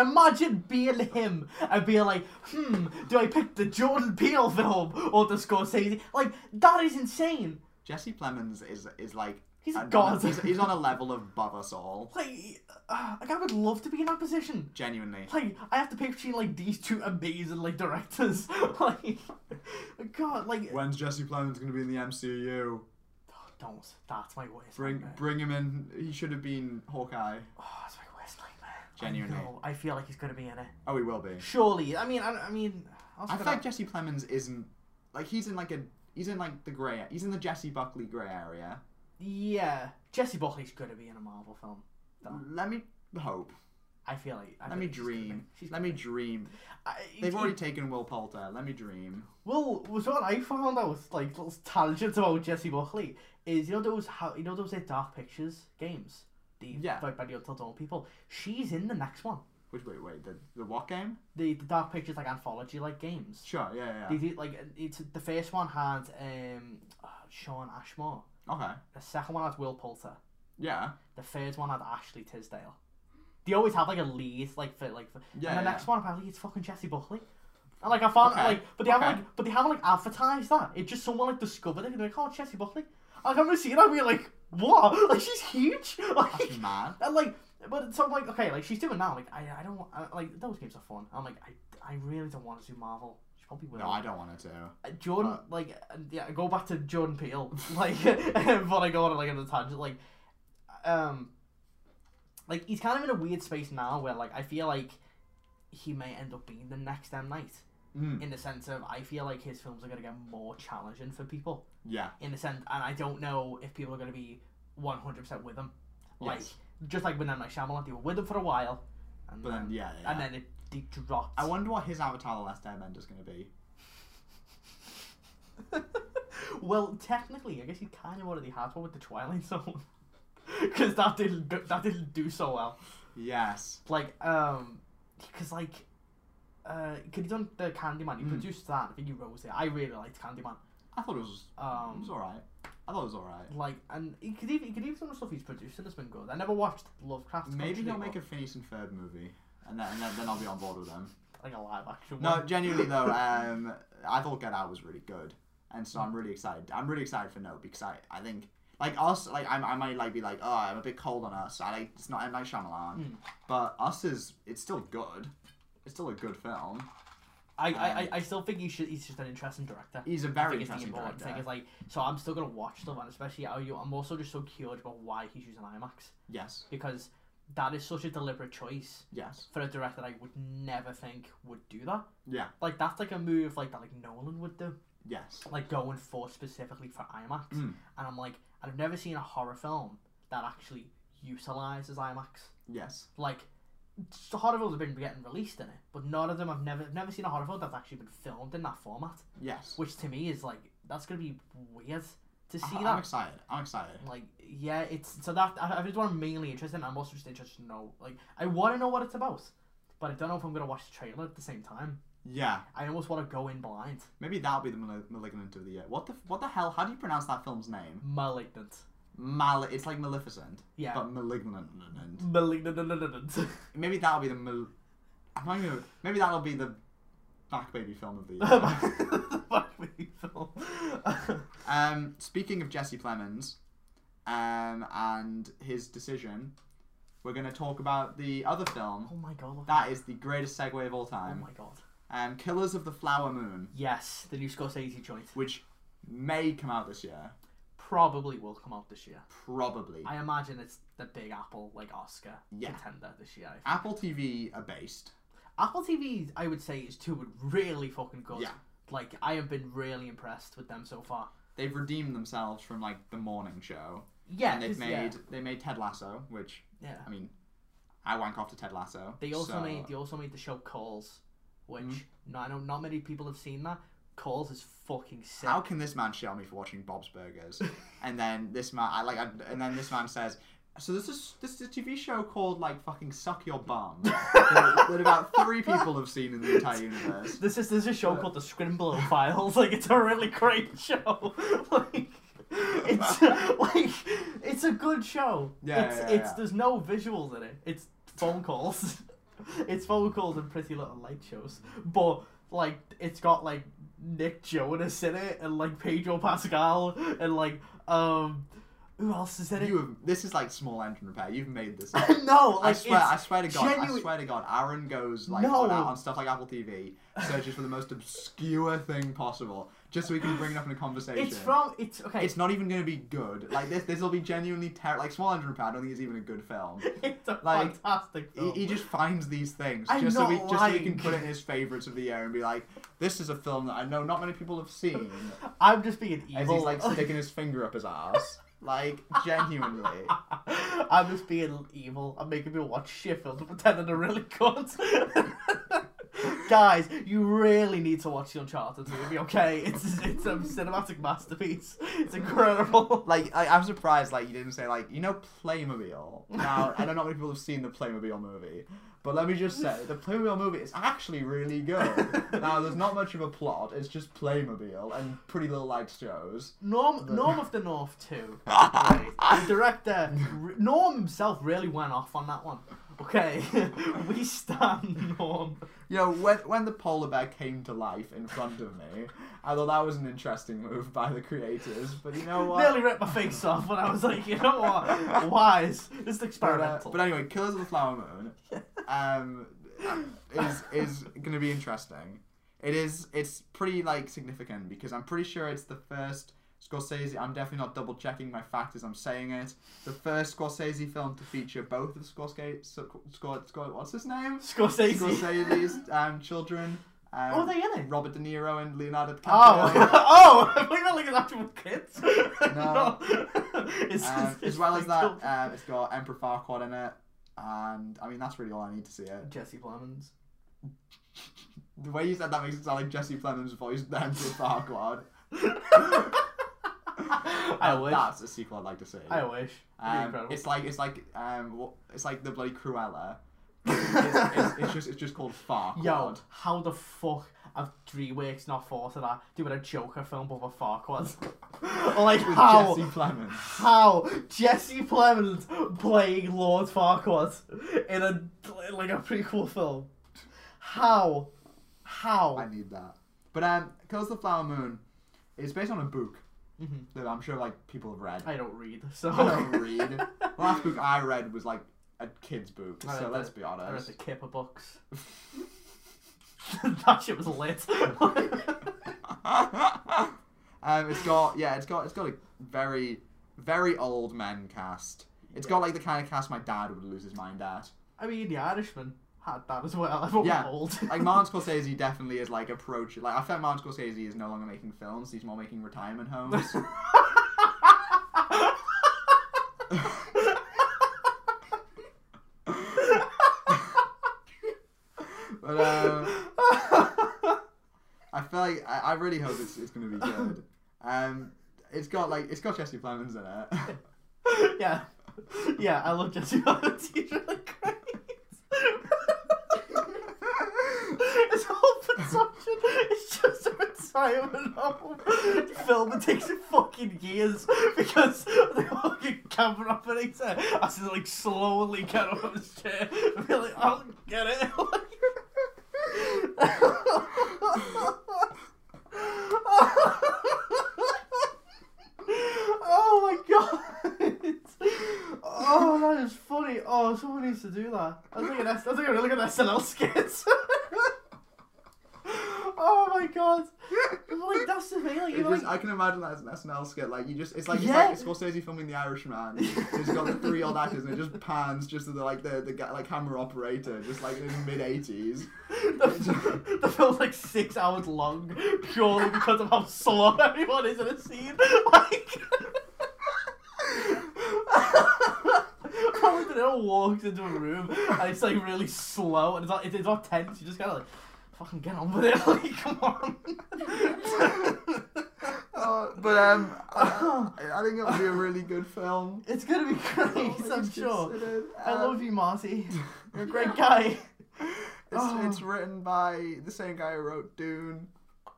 [SPEAKER 2] Imagine being him and being like, hmm, do I pick the Jordan Peele film or the Scorsese? Like that is insane.
[SPEAKER 1] Jesse Plemons is is like
[SPEAKER 2] He's a
[SPEAKER 1] another-
[SPEAKER 2] god.
[SPEAKER 1] He's, he's on a level above us all.
[SPEAKER 2] Like, uh, like I would love to be in that position.
[SPEAKER 1] Genuinely,
[SPEAKER 2] Like, I have to pick between like these two amazing like directors. like, God, like,
[SPEAKER 1] when's Jesse Plemons gonna be in the MCU?
[SPEAKER 2] oh, don't. That's my worst.
[SPEAKER 1] Bring
[SPEAKER 2] nightmare.
[SPEAKER 1] bring him in. He should have been Hawkeye.
[SPEAKER 2] oh, that's my worst nightmare.
[SPEAKER 1] Genuinely.
[SPEAKER 2] I, know, I feel like he's gonna be in it.
[SPEAKER 1] Oh, he will be.
[SPEAKER 2] Surely, I mean, I, I mean, I, was
[SPEAKER 1] I
[SPEAKER 2] gonna-
[SPEAKER 1] feel like Jesse Plemons isn't like he's in like a he's in like the gray he's in the Jesse Buckley gray area.
[SPEAKER 2] yeah, Jesse Buckley's gonna be in a Marvel film. Done.
[SPEAKER 1] Let me hope.
[SPEAKER 2] I feel like. I
[SPEAKER 1] Let
[SPEAKER 2] feel
[SPEAKER 1] me
[SPEAKER 2] like she's gonna be-
[SPEAKER 1] dream.
[SPEAKER 2] she's
[SPEAKER 1] Let
[SPEAKER 2] gonna
[SPEAKER 1] me
[SPEAKER 2] be.
[SPEAKER 1] dream.
[SPEAKER 2] I,
[SPEAKER 1] They've
[SPEAKER 2] it-
[SPEAKER 1] already
[SPEAKER 2] it-
[SPEAKER 1] taken Will Poulter. Let me dream.
[SPEAKER 2] Well, was what I found out like little tangents about Jesse Buckley is you know those how you know those uh, Dark Pictures games, the
[SPEAKER 1] Yeah.
[SPEAKER 2] by, by the Until Dawn people. She's in the next one.
[SPEAKER 1] Wait, wait, wait. The the what game?
[SPEAKER 2] The, the Dark Pictures like anthology like games.
[SPEAKER 1] Sure. Yeah, yeah.
[SPEAKER 2] They did like it's the first one had um ah, Sean Ashmore.
[SPEAKER 1] yeah. Okay.
[SPEAKER 2] The second one had Will Poulter.
[SPEAKER 1] Yeah.
[SPEAKER 2] The third one had Ashley Tisdale. They always have like a lead, like for like. For,
[SPEAKER 1] Yeah,
[SPEAKER 2] and the
[SPEAKER 1] yeah.
[SPEAKER 2] next one apparently it's fucking Jesse Buckley. And like I found
[SPEAKER 1] Okay,
[SPEAKER 2] like, but they
[SPEAKER 1] okay.
[SPEAKER 2] haven't like, but they haven't like advertised that. It just someone like discovered it and they're like, oh, Jesse Buckley. I remember seeing that and being like, what? Like she's huge. Like
[SPEAKER 1] Mad.
[SPEAKER 2] and like, but so I'm like, okay, like she's doing now. Like I, I don't want- I, like those games are fun. I'm like, I, I really don't want to do Marvel. She probably will.
[SPEAKER 1] No, I don't want it to.
[SPEAKER 2] Uh, Jordan,
[SPEAKER 1] But-
[SPEAKER 2] like, uh, yeah, go back to Jordan Peele, like, but I go on like on a tangent, like, um, like he's kind of in a weird space now where like I feel like he may end up being the next M Night
[SPEAKER 1] Mm.
[SPEAKER 2] in the sense of I feel like his films are gonna get more challenging for people
[SPEAKER 1] Yeah.
[SPEAKER 2] in the sense, and I don't know if people are gonna be one hundred percent with him, like
[SPEAKER 1] Yes.
[SPEAKER 2] just like with M Night Shyamalan, they were with him for a while, and
[SPEAKER 1] But then, yeah, yeah.
[SPEAKER 2] and then it they dropped.
[SPEAKER 1] I wonder what his avatar, The Last Airbender's going to be.
[SPEAKER 2] well, technically, I guess he kind of already had one with the Twilight Zone, because that didn't go, that didn't do so well.
[SPEAKER 1] Yes.
[SPEAKER 2] Like, um, because like, uh, could he done the Candyman? He
[SPEAKER 1] Mm.
[SPEAKER 2] produced that. I think he wrote it. I really liked Candyman.
[SPEAKER 1] I thought it was. it was
[SPEAKER 2] Um,
[SPEAKER 1] all right. I thought it was all right.
[SPEAKER 2] like, and he could even he could even some of the stuff he's produced and it's been good. I never watched Lovecraft.
[SPEAKER 1] Maybe
[SPEAKER 2] Country,
[SPEAKER 1] he'll make a
[SPEAKER 2] but,
[SPEAKER 1] Phineas and Ferb movie, and then, and then, then I'll be on board with them.
[SPEAKER 2] like a live action.
[SPEAKER 1] No,
[SPEAKER 2] one.
[SPEAKER 1] genuinely though, um, I thought Get Out was really good, and so I'm really excited. I'm really excited for Nope because I, I think like us, like I, I might like be like, oh, I'm a bit cold on us. I like it's not M Night Shyamalan,
[SPEAKER 2] Mm.
[SPEAKER 1] but us is it's still good. It's still a good film.
[SPEAKER 2] I, I, I- I still think he should. Um, He's just an interesting director.
[SPEAKER 1] He's a
[SPEAKER 2] I
[SPEAKER 1] very
[SPEAKER 2] think it's the
[SPEAKER 1] interesting
[SPEAKER 2] important
[SPEAKER 1] director.
[SPEAKER 2] thing is like, so I'm still gonna watch stuff, and especially how you. I'm also just so curious about why he's using IMAX
[SPEAKER 1] Yes,
[SPEAKER 2] because that is such a deliberate choice
[SPEAKER 1] yes,
[SPEAKER 2] for a director that I would never think would do that.
[SPEAKER 1] yeah,
[SPEAKER 2] Like that's like a move like that like Nolan would do,
[SPEAKER 1] yes.
[SPEAKER 2] like going for specifically for IMAX.
[SPEAKER 1] Mm.
[SPEAKER 2] And I'm like, I've never seen a horror film that actually utilizes IMAX.
[SPEAKER 1] Yes,
[SPEAKER 2] Like, s- horror films have been getting released in it, but none of them I've never never seen a horror film that's actually been filmed in that format.
[SPEAKER 1] yes.
[SPEAKER 2] Which to me is like that's gonna be weird to see
[SPEAKER 1] I,
[SPEAKER 2] that.
[SPEAKER 1] I'm excited. I'm excited.
[SPEAKER 2] Like yeah, it's so that I, I just want mainly interested. in, I'm also just interested to know like I want to know what it's about, but I don't know if I'm gonna watch the trailer at the same time.
[SPEAKER 1] Yeah,
[SPEAKER 2] I almost want to go in blind.
[SPEAKER 1] maybe that'll be the mal- malignant of the year. What the what the hell? How do you pronounce that film's name?
[SPEAKER 2] Malignant.
[SPEAKER 1] Mal. It's like Maleficent,
[SPEAKER 2] Yeah.
[SPEAKER 1] but malignant.
[SPEAKER 2] Malignant.
[SPEAKER 1] Maybe that'll be the. mil- I'm not even- Maybe that'll be the Back baby film of the
[SPEAKER 2] Oh
[SPEAKER 1] year.
[SPEAKER 2] Fuck me, Phil.
[SPEAKER 1] um, speaking of Jesse Plemons um, and his decision, we're going to talk about the other
[SPEAKER 2] oh
[SPEAKER 1] film.
[SPEAKER 2] my god. look at
[SPEAKER 1] That is the greatest segue of all
[SPEAKER 2] that. Oh
[SPEAKER 1] time.
[SPEAKER 2] my god.
[SPEAKER 1] Um, Killers of the Flower Moon,
[SPEAKER 2] Yes, the new Scorsese joint
[SPEAKER 1] which may come out this year,
[SPEAKER 2] probably will come out this year.
[SPEAKER 1] probably.
[SPEAKER 2] I imagine it's the big Apple like Oscar
[SPEAKER 1] Yeah.
[SPEAKER 2] contender this year.
[SPEAKER 1] Apple TV are based.
[SPEAKER 2] Apple TV, I would say, is too really fucking good.
[SPEAKER 1] Yeah.
[SPEAKER 2] Like I have been really impressed with them so far.
[SPEAKER 1] They've redeemed themselves from like the morning show,
[SPEAKER 2] Yeah,
[SPEAKER 1] and they've
[SPEAKER 2] 'cause-
[SPEAKER 1] made
[SPEAKER 2] yeah,
[SPEAKER 1] they made Ted Lasso, which
[SPEAKER 2] yeah.
[SPEAKER 1] I mean, I wank off to Ted Lasso.
[SPEAKER 2] They also
[SPEAKER 1] so- Mm-hmm.
[SPEAKER 2] made they also made the show Calls, which no, I know not many people have seen that. Calls is fucking sick.
[SPEAKER 1] How can this man shell me for watching Bob's Burgers? and then this man, I like, I, and then this man says, "So there's this this is a TV show called like fucking Suck Your Bum that, that about three people have seen in the entire universe."
[SPEAKER 2] This is there's a
[SPEAKER 1] Uh,
[SPEAKER 2] show called The Scrimblow Files. Like it's a really great show. like it's like it's a good show.
[SPEAKER 1] Yeah,
[SPEAKER 2] it's
[SPEAKER 1] yeah,
[SPEAKER 2] it's
[SPEAKER 1] yeah.
[SPEAKER 2] there's no visuals in it. It's phone calls. it's phone calls and pretty little light shows. But like it's got like Nick Jonas in it and like Pedro Pascal and like um who else is in it?
[SPEAKER 1] You have, this is like small engine repair. You've made this. up.
[SPEAKER 2] no, like,
[SPEAKER 1] I swear,
[SPEAKER 2] it's
[SPEAKER 1] I swear to God, I
[SPEAKER 2] genuine-
[SPEAKER 1] swear to God, Aaron goes like
[SPEAKER 2] No.
[SPEAKER 1] on, on stuff like Apple TV, searches for the most obscure thing possible, just so we can bring it up in a conversation.
[SPEAKER 2] It's from it's okay.
[SPEAKER 1] It's not even going to be good. Like this, this will be genuinely terrible. Like Small Engine Repair, I don't think it's even a good film.
[SPEAKER 2] it's a
[SPEAKER 1] like,
[SPEAKER 2] fantastic
[SPEAKER 1] He,
[SPEAKER 2] film.
[SPEAKER 1] he just finds these things
[SPEAKER 2] I'm
[SPEAKER 1] just so, we,
[SPEAKER 2] not
[SPEAKER 1] just so we can
[SPEAKER 2] lying.
[SPEAKER 1] put it in his favorites of the year and be like, this is a film that I know not many people have seen.
[SPEAKER 2] I'm just being evil.
[SPEAKER 1] As he's like sticking his finger up his ass, like genuinely.
[SPEAKER 2] I'm just being evil. I'm making people watch shit films and pretending they're really good. Guys, you really need to watch the Uncharted movie, okay? It's it's a cinematic masterpiece. It's incredible.
[SPEAKER 1] Like I, I'm surprised, like you didn't say like you know Playmobil. Now I don't know how many people have seen the Playmobil movie, but let me just say the Playmobil movie is actually really good. now there's not much of a plot; it's just Playmobil and Pretty Little Lights shows.
[SPEAKER 2] Norm Norm of the North too. Right. The director re- Norm himself really went off on that one. Okay, we stand Norm.
[SPEAKER 1] You know, when, when the polar bear came to life in front of me, I thought that was an interesting move by the creators. But you know what?
[SPEAKER 2] Nearly ripped my face off when I was like, you know what? Why is this is
[SPEAKER 1] but, uh,
[SPEAKER 2] experimental?
[SPEAKER 1] but anyway, Killers of the Flower Moon um, is is going to be interesting. It is. It's pretty like significant because I'm pretty sure it's the first Scorsese. I'm definitely not double checking my fact as I'm saying it. The first Scorsese film to feature both of Scorsese. Scor- Scor- what's his name?
[SPEAKER 2] Scorsese.
[SPEAKER 1] Scorsese's um, children. Um,
[SPEAKER 2] Oh, are they in it?
[SPEAKER 1] Robert De Niro and Leonardo DiCaprio.
[SPEAKER 2] Oh, oh! I believe that like an actual kids.
[SPEAKER 1] No.
[SPEAKER 2] It's,
[SPEAKER 1] Um,
[SPEAKER 2] it's-
[SPEAKER 1] as well as
[SPEAKER 2] it's
[SPEAKER 1] that,
[SPEAKER 2] still-
[SPEAKER 1] um, it's got Emperor Farquaad in it, and I mean that's really all I need to see it.
[SPEAKER 2] Jesse Plemons.
[SPEAKER 1] The way you said that makes it sound like Jesse Plemons voice than Emperor Farquaad.
[SPEAKER 2] I wish.
[SPEAKER 1] Um, That's a sequel I'd like to see.
[SPEAKER 2] I wish. It'd be
[SPEAKER 1] Um,
[SPEAKER 2] incredible.
[SPEAKER 1] it's like it's like um, wha- it's like the bloody Cruella. it's, it's, it's just it's just called Farquaad.
[SPEAKER 2] Yo, how the fuck have DreamWorks not thought of that? Doing a Joker film over Farquaad. like
[SPEAKER 1] With
[SPEAKER 2] how?
[SPEAKER 1] Jesse Plemons.
[SPEAKER 2] How Jesse Plemons playing Lord Farquaad in a like a prequel film? How? How?
[SPEAKER 1] I need that. But um, Killers of the Flower Moon is based on a book
[SPEAKER 2] Mhm.
[SPEAKER 1] that I'm sure like people have read.
[SPEAKER 2] I don't read, so
[SPEAKER 1] I don't read. the last book I read was like a kid's book,
[SPEAKER 2] I
[SPEAKER 1] so
[SPEAKER 2] read
[SPEAKER 1] let's
[SPEAKER 2] the-
[SPEAKER 1] be
[SPEAKER 2] I read
[SPEAKER 1] honest.
[SPEAKER 2] the Kipper books. that shit was lit.
[SPEAKER 1] um, it's got yeah, it's got it's got a very very old man cast. It's got like the kind of cast my dad would lose his mind at.
[SPEAKER 2] I mean, The Irishman had that as well. Everyone
[SPEAKER 1] Yeah,
[SPEAKER 2] yeah. old.
[SPEAKER 1] Like Martin Scorsese definitely is like approach. Like I feel like Martin Scorsese is no longer making films; he's more making retirement homes. but um, I feel like I, I really hope it's, it's going to be good. Um, it's got like it's got Jesse Plemons in it.
[SPEAKER 2] yeah, yeah. I love Jesse Plemons. He's really great. His whole consumption is just a retirement home film that takes him fucking years because the fucking camera operator has to like slowly get up "Oh, on his chair and be like, I don't get it. Oh Oh, SNL skits. oh my god! Like that's the thing. Like,
[SPEAKER 1] It
[SPEAKER 2] you know,
[SPEAKER 1] just,
[SPEAKER 2] like,
[SPEAKER 1] I can imagine that as an SNL skit. Like you just, it's like
[SPEAKER 2] Yeah.
[SPEAKER 1] it's like Scorsese filming The Irishman. He's got the three old actors, and it just pans just to the like the the guy, like camera operator, just like in mid eighties.
[SPEAKER 2] the, the film's like six hours long purely because of how slow everyone is in a scene. Like, Robert De Niro walks into a room and it's like really slow and it's not, it's, it's not tense. You just gotta like fucking get on with it. Like, come on.
[SPEAKER 1] but um, I, I think it would be a really good film.
[SPEAKER 2] it's gonna be great.
[SPEAKER 1] All
[SPEAKER 2] I'm
[SPEAKER 1] things
[SPEAKER 2] sure.
[SPEAKER 1] considered,
[SPEAKER 2] I
[SPEAKER 1] um,
[SPEAKER 2] love you, Marty. You're a great guy.
[SPEAKER 1] It's,
[SPEAKER 2] Oh.
[SPEAKER 1] it's written by the same guy who wrote Dune.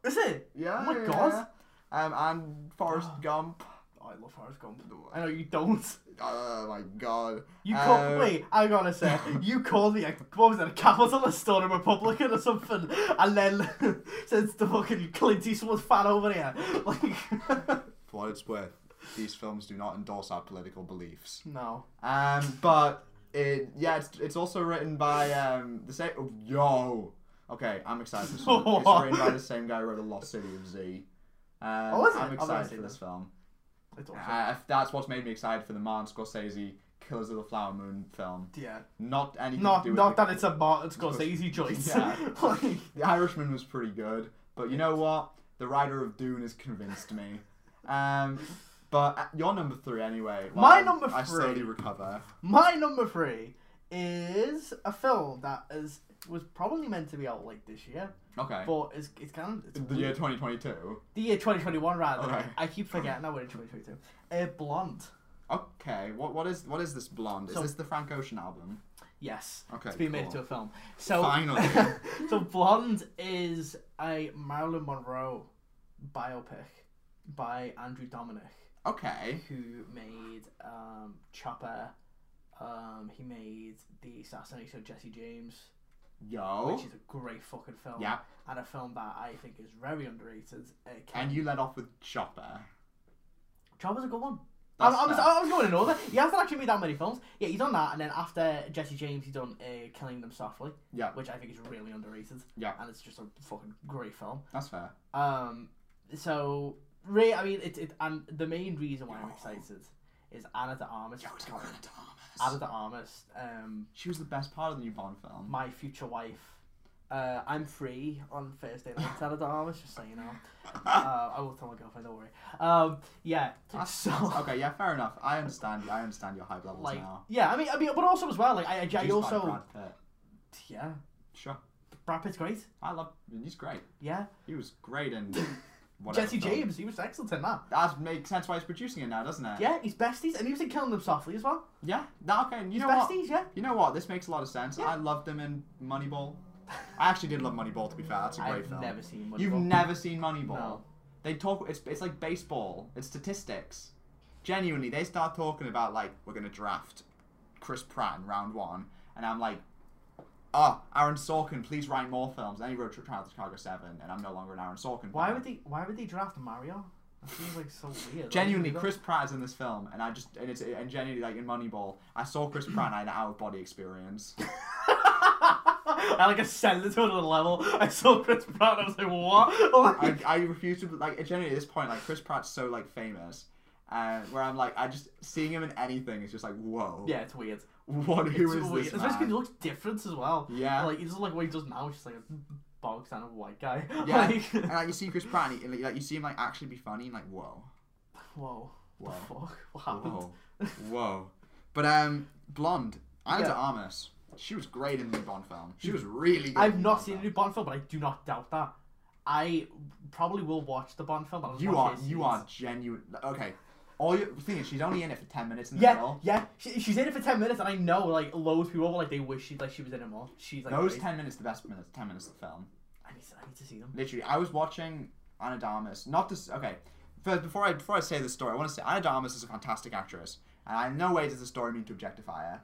[SPEAKER 2] Is it?
[SPEAKER 1] Yeah.
[SPEAKER 2] Oh my
[SPEAKER 1] yeah,
[SPEAKER 2] god. Oh.
[SPEAKER 1] yeah. Um, and Forrest Gump.
[SPEAKER 2] I love Forrest Gump. I know you don't.
[SPEAKER 1] Oh my god.
[SPEAKER 2] You call
[SPEAKER 1] Um,
[SPEAKER 2] wait, hang on a sec. You called me a what was it, a capitalist or a Republican or something, and then since the fucking Clint Eastwood fan over here, like
[SPEAKER 1] For what it's worth, these films do not endorse our political beliefs.
[SPEAKER 2] no.
[SPEAKER 1] Um, but it yeah, it's, it's also written by um the same. Oh, yo, okay, I'm excited for this. One. It's written by the same guy who wrote The Lost City of Z. Um,
[SPEAKER 2] Oh, is it?
[SPEAKER 1] I'm
[SPEAKER 2] I've never
[SPEAKER 1] excited
[SPEAKER 2] seen
[SPEAKER 1] for
[SPEAKER 2] that.
[SPEAKER 1] this film.
[SPEAKER 2] It's awesome.
[SPEAKER 1] Uh, that's what's made me excited for the Martin Scorsese Killers of the Flower Moon film.
[SPEAKER 2] Yeah.
[SPEAKER 1] Not anything to
[SPEAKER 2] Not
[SPEAKER 1] do with
[SPEAKER 2] not
[SPEAKER 1] the-
[SPEAKER 2] that it's a Martin Scorsese joint.
[SPEAKER 1] Yeah.
[SPEAKER 2] like,
[SPEAKER 1] The Irishman was pretty good, but you know what? The writer of Dune has convinced me. Um, but uh, your number three anyway. while
[SPEAKER 2] My
[SPEAKER 1] I-
[SPEAKER 2] number
[SPEAKER 1] I slowly
[SPEAKER 2] three.
[SPEAKER 1] recover.
[SPEAKER 2] my number three is a film that is was probably meant to be out like this year,
[SPEAKER 1] Okay.
[SPEAKER 2] but it's it's kind of it's
[SPEAKER 1] the year 2022.
[SPEAKER 2] the year 2021 rather.
[SPEAKER 1] Alright.
[SPEAKER 2] I keep forgetting that we're in 2022. Uh, Blonde.
[SPEAKER 1] Okay. What what is what is this blonde? Is
[SPEAKER 2] So-
[SPEAKER 1] this the Frank Ocean album?
[SPEAKER 2] Yes.
[SPEAKER 1] Okay,
[SPEAKER 2] It's been made
[SPEAKER 1] cool.
[SPEAKER 2] into a film. So
[SPEAKER 1] Finally.
[SPEAKER 2] so Blonde is a Marilyn Monroe biopic by Andrew Dominic,
[SPEAKER 1] Okay.
[SPEAKER 2] who made um, Chopper. Um, he made the assassination of Jesse James,
[SPEAKER 1] Yo.
[SPEAKER 2] which is a great fucking film.
[SPEAKER 1] Oh. Yeah.
[SPEAKER 2] And a film that I think is very underrated. Uh, Ken,
[SPEAKER 1] And you led off with Chopper.
[SPEAKER 2] Chopper's a good one. I,
[SPEAKER 1] That's
[SPEAKER 2] I, was,
[SPEAKER 1] fair.
[SPEAKER 2] I was going in order. He hasn't actually made that many films. Yeah, he's done that, and then after Jesse James, he's done uh, Killing Them Softly.
[SPEAKER 1] Yeah.
[SPEAKER 2] which I think is really underrated.
[SPEAKER 1] Yeah.
[SPEAKER 2] and it's just a fucking great film.
[SPEAKER 1] That's fair.
[SPEAKER 2] Um, so really, I mean, it, it and the main reason why I'm
[SPEAKER 1] Yo.
[SPEAKER 2] excited is Anna de Armas.
[SPEAKER 1] Yo, it's got Anna de Armas.
[SPEAKER 2] Anna de Armas, um,
[SPEAKER 1] She was the best part of the new Bond film.
[SPEAKER 2] my future wife. Uh, I'm free on Thursday night. It's Anna de Armas, just so you know. Uh, I will tell my girlfriend. Don't worry. Um, yeah. So
[SPEAKER 1] okay. Yeah. Fair enough. I understand. I understand your hype levels
[SPEAKER 2] like,
[SPEAKER 1] now.
[SPEAKER 2] yeah. I mean, I mean, but also as well, like, I, I, I
[SPEAKER 1] Produced by
[SPEAKER 2] also,
[SPEAKER 1] Brad Pitt.
[SPEAKER 2] yeah.
[SPEAKER 1] Sure.
[SPEAKER 2] Brad Pitt's great.
[SPEAKER 1] I love. He's great.
[SPEAKER 2] Yeah.
[SPEAKER 1] He was great in. whatever
[SPEAKER 2] Jesse
[SPEAKER 1] film.
[SPEAKER 2] James, he was excellent in that.
[SPEAKER 1] That makes sense why he's producing it now, doesn't it?
[SPEAKER 2] Yeah, he's besties, and he was in Killing Them Softly as well.
[SPEAKER 1] Yeah. No, okay. And you know what?
[SPEAKER 2] Besties, yeah.
[SPEAKER 1] You know what? This makes a lot of sense.
[SPEAKER 2] Yeah.
[SPEAKER 1] I loved them in Moneyball. I actually did love Moneyball. To be fair, that's a great
[SPEAKER 2] I've
[SPEAKER 1] film.
[SPEAKER 2] never seen Moneyball.
[SPEAKER 1] You've never seen Moneyball.
[SPEAKER 2] No.
[SPEAKER 1] They talk. It's it's like baseball. It's statistics. Genuinely, they start talking about like we're gonna draft Chris Pratt in round one, and I'm like, oh, Aaron Sorkin, please write more films. Then he wrote Trial of the Chicago Seven, and I'm no longer an Aaron Sorkin.
[SPEAKER 2] Why
[SPEAKER 1] fan.
[SPEAKER 2] would they? Why would they draft Mario? That seems like so weird.
[SPEAKER 1] Genuinely,
[SPEAKER 2] Like,
[SPEAKER 1] Chris Pratt is in this film, and I just and it's and genuinely like in Moneyball, I saw Chris Pratt, and I had an out of body experience.
[SPEAKER 2] I like ascended to another level. I saw Chris Pratt. and I was like, what?
[SPEAKER 1] I,
[SPEAKER 2] Like,
[SPEAKER 1] I refuse to like generally at this point like Chris Pratt's so like famous, uh, where I'm like I just seeing him in anything is just like whoa
[SPEAKER 2] yeah, it's weird.
[SPEAKER 1] what who
[SPEAKER 2] it's
[SPEAKER 1] is
[SPEAKER 2] weird.
[SPEAKER 1] this
[SPEAKER 2] Especially because he
[SPEAKER 1] man?
[SPEAKER 2] looks different as well.
[SPEAKER 1] Yeah.
[SPEAKER 2] Like he's just like what he does now. He's just like a bog standard white guy.
[SPEAKER 1] yeah and
[SPEAKER 2] Like,
[SPEAKER 1] like you see Chris Pratt and, he, and, like you see him like actually be funny and like whoa
[SPEAKER 2] whoa.
[SPEAKER 1] Whoa.
[SPEAKER 2] The fuck? What happened?
[SPEAKER 1] whoa whoa but um blonde Anna
[SPEAKER 2] Yeah.
[SPEAKER 1] de Armas she was great in the new Bond film she was really good
[SPEAKER 2] I've
[SPEAKER 1] in the
[SPEAKER 2] not
[SPEAKER 1] Bond
[SPEAKER 2] seen
[SPEAKER 1] film.
[SPEAKER 2] a new Bond film, but I do not doubt that. I probably will watch the Bond film. But I'll just
[SPEAKER 1] you
[SPEAKER 2] watch
[SPEAKER 1] are
[SPEAKER 2] his
[SPEAKER 1] you
[SPEAKER 2] scenes.
[SPEAKER 1] are genuine okay all you thing is she's only in it for ten minutes in the
[SPEAKER 2] Yeah,
[SPEAKER 1] middle
[SPEAKER 2] yeah. She, she's in it for ten minutes, and I know like loads of people like they wish she like she was in it more. She's like,
[SPEAKER 1] those
[SPEAKER 2] great.
[SPEAKER 1] ten minutes the best minutes ten minutes of the film
[SPEAKER 2] I need, to, I need to see them.
[SPEAKER 1] Literally, I was watching Anadamas. Not this. Okay, first before I before I say this story, I want to say Anadamas is a fantastic actress, and I, in no way does the story mean to objectify her.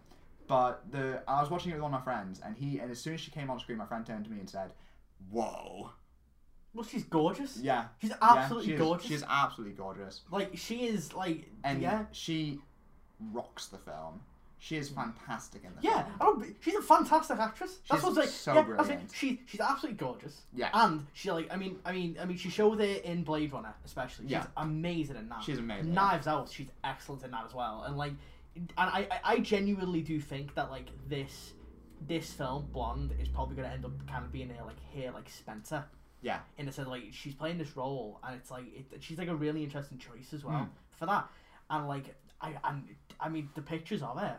[SPEAKER 1] But the I was watching it with one of my friends, and he and as soon as she came on screen, my friend turned to me and said, "Whoa,
[SPEAKER 2] Well, she's gorgeous.
[SPEAKER 1] yeah,
[SPEAKER 2] She's
[SPEAKER 1] yeah,
[SPEAKER 2] absolutely
[SPEAKER 1] she is-
[SPEAKER 2] gorgeous.
[SPEAKER 1] She's absolutely gorgeous,
[SPEAKER 2] Like she is like
[SPEAKER 1] and
[SPEAKER 2] yeah.
[SPEAKER 1] she rocks the film. She is fantastic in the
[SPEAKER 2] Yeah,
[SPEAKER 1] film.
[SPEAKER 2] I don't, she's a fantastic actress. That's
[SPEAKER 1] She's
[SPEAKER 2] what's like.
[SPEAKER 1] so
[SPEAKER 2] yeah, I was like,
[SPEAKER 1] brilliant.
[SPEAKER 2] she she's absolutely gorgeous.
[SPEAKER 1] Yeah.
[SPEAKER 2] And she like I mean I mean I mean she showed it in Blade Runner especially. She's
[SPEAKER 1] Yeah.
[SPEAKER 2] amazing in that.
[SPEAKER 1] She's amazing.
[SPEAKER 2] Knives Out. She's excellent in that as well. And like, and I I, I genuinely do think that like this this film Blonde is probably gonna end up kind of being here like here like Spencer
[SPEAKER 1] Yeah.
[SPEAKER 2] in a sense like she's playing this role and it's like it, she's like a really interesting choice as
[SPEAKER 1] Hmm.
[SPEAKER 2] well for that and like I and I mean the pictures of her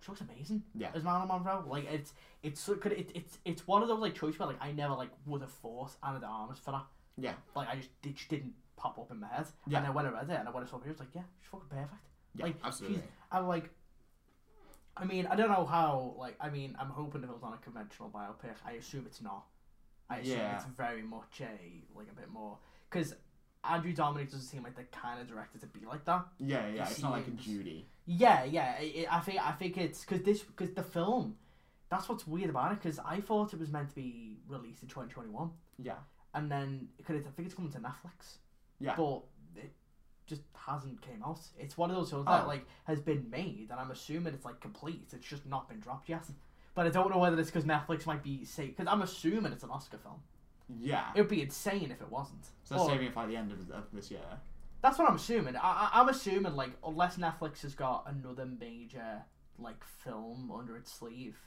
[SPEAKER 2] she looks amazing
[SPEAKER 1] Yeah.
[SPEAKER 2] as Marilyn Monroe like it's it's so could it, it's it's one of those like choices where like I never like would have thought Anna de Armas for that
[SPEAKER 1] Yeah.
[SPEAKER 2] like I just it just didn't pop up in my head
[SPEAKER 1] Yeah.
[SPEAKER 2] and then when I read it and I when I saw it I was like yeah she's fucking perfect
[SPEAKER 1] Yeah,
[SPEAKER 2] like
[SPEAKER 1] absolutely.
[SPEAKER 2] she's I'm like I mean I don't know how like I mean I'm hoping if it was on a conventional biopic I assume it's not I assume
[SPEAKER 1] Yeah.
[SPEAKER 2] it's very much a like a bit more because Andrew Dominic doesn't seem like the kind of director to be like that.
[SPEAKER 1] Yeah, yeah. It's not like a
[SPEAKER 2] seems-
[SPEAKER 1] Judy.
[SPEAKER 2] Yeah, yeah. I I I think I think it's because this because the film, that's what's weird about it. Because I thought it was meant to be released in 2021,
[SPEAKER 1] Yeah.
[SPEAKER 2] and then because I think it's coming to Netflix.
[SPEAKER 1] Yeah.
[SPEAKER 2] But it just hasn't came out. It's one of those films that
[SPEAKER 1] Oh.
[SPEAKER 2] like has been made, and I'm assuming it's like complete. It's just not been dropped yet. But I don't know whether it's because Netflix might be safe. Because I'm assuming it's an Oscar film.
[SPEAKER 1] Yeah.
[SPEAKER 2] It Oh. would be insane if it wasn't.
[SPEAKER 1] So they're
[SPEAKER 2] Or-
[SPEAKER 1] saving it for the end of, of this year.
[SPEAKER 2] that's what I'm assuming. I, I, I'm assuming like unless Netflix has got another major like film under its sleeve.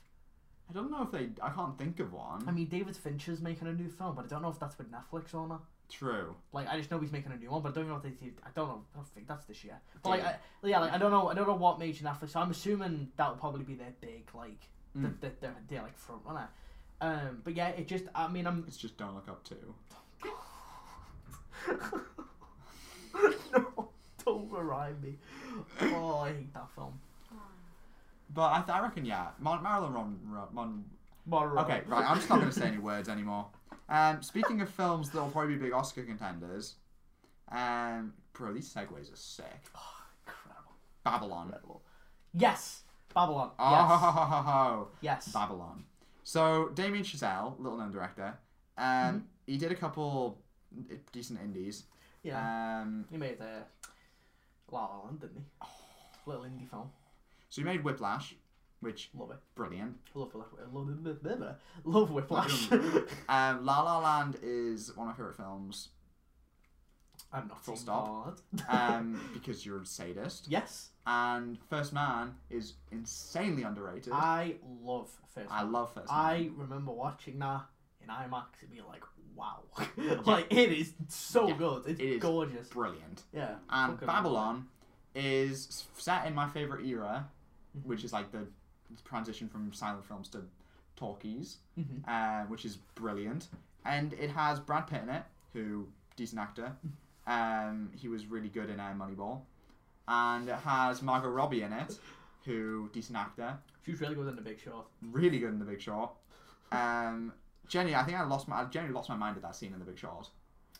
[SPEAKER 1] I don't know if they. I can't think of one.
[SPEAKER 2] I mean, David Fincher's making a new film, but I don't know if that's with Netflix or not.
[SPEAKER 1] True.
[SPEAKER 2] Like, I just know he's making a new one, but I don't know if they. did- I don't know. I don't think that's this year. But
[SPEAKER 1] Dude.
[SPEAKER 2] like, I, yeah, like I don't know. I don't know what major Netflix. So I'm assuming that will probably be their big like, the,
[SPEAKER 1] Mm.
[SPEAKER 2] the, the, their like front runner. Um, but yeah, it just. I mean, I'm.
[SPEAKER 1] It's just Don't Look Up Two.
[SPEAKER 2] no, don't remind me. Oh, I hate that film.
[SPEAKER 1] But I, th- I reckon yeah. Mar- Marilyn Mon- Ron- Mon-
[SPEAKER 2] Monroe.
[SPEAKER 1] Okay, right. I'm just not going to say any words anymore. Um, speaking of films that will probably be big Oscar contenders, um, bro, these segues are sick.
[SPEAKER 2] Incredible.
[SPEAKER 1] Babylon.
[SPEAKER 2] Incredible. Yes, Babylon.
[SPEAKER 1] Oh,
[SPEAKER 2] Yes. Yes.
[SPEAKER 1] Babylon. So Damien Chazelle, little known director, um,
[SPEAKER 2] Mm-hmm.
[SPEAKER 1] he did a couple decent indies.
[SPEAKER 2] yeah.
[SPEAKER 1] Um,
[SPEAKER 2] he made uh, La La Land, didn't he? Little indie film.
[SPEAKER 1] so he made Whiplash, which
[SPEAKER 2] Love it.
[SPEAKER 1] brilliant.
[SPEAKER 2] Love, love, love, love, love, love Whiplash.
[SPEAKER 1] Um, La La Land is one of my favorite films
[SPEAKER 2] I'm not
[SPEAKER 1] Full
[SPEAKER 2] saying
[SPEAKER 1] stop.
[SPEAKER 2] hard.
[SPEAKER 1] um, because you're a sadist.
[SPEAKER 2] yes,
[SPEAKER 1] And First Man is insanely underrated. I,
[SPEAKER 2] I love First. Man.
[SPEAKER 1] love First Man.
[SPEAKER 2] I remember watching that in IMAX and being like, wow. like, it is so
[SPEAKER 1] Yeah,
[SPEAKER 2] good. It's
[SPEAKER 1] it is.
[SPEAKER 2] gorgeous.
[SPEAKER 1] Brilliant.
[SPEAKER 2] Yeah.
[SPEAKER 1] And
[SPEAKER 2] fucking love
[SPEAKER 1] Babylon is set in my favorite era, which is like the transition from silent films to talkies,
[SPEAKER 2] Mhm.
[SPEAKER 1] uh, which is brilliant. And it has Brad Pitt in it, who decent actor. Um, he was really good in uh, Moneyball, and it has Margot Robbie in it, who decent actor,
[SPEAKER 2] it. She was really good in The Big Short.
[SPEAKER 1] really good in The Big Short. Um, Jenny, I think I lost my I generally lost my mind at that scene in The Big Short,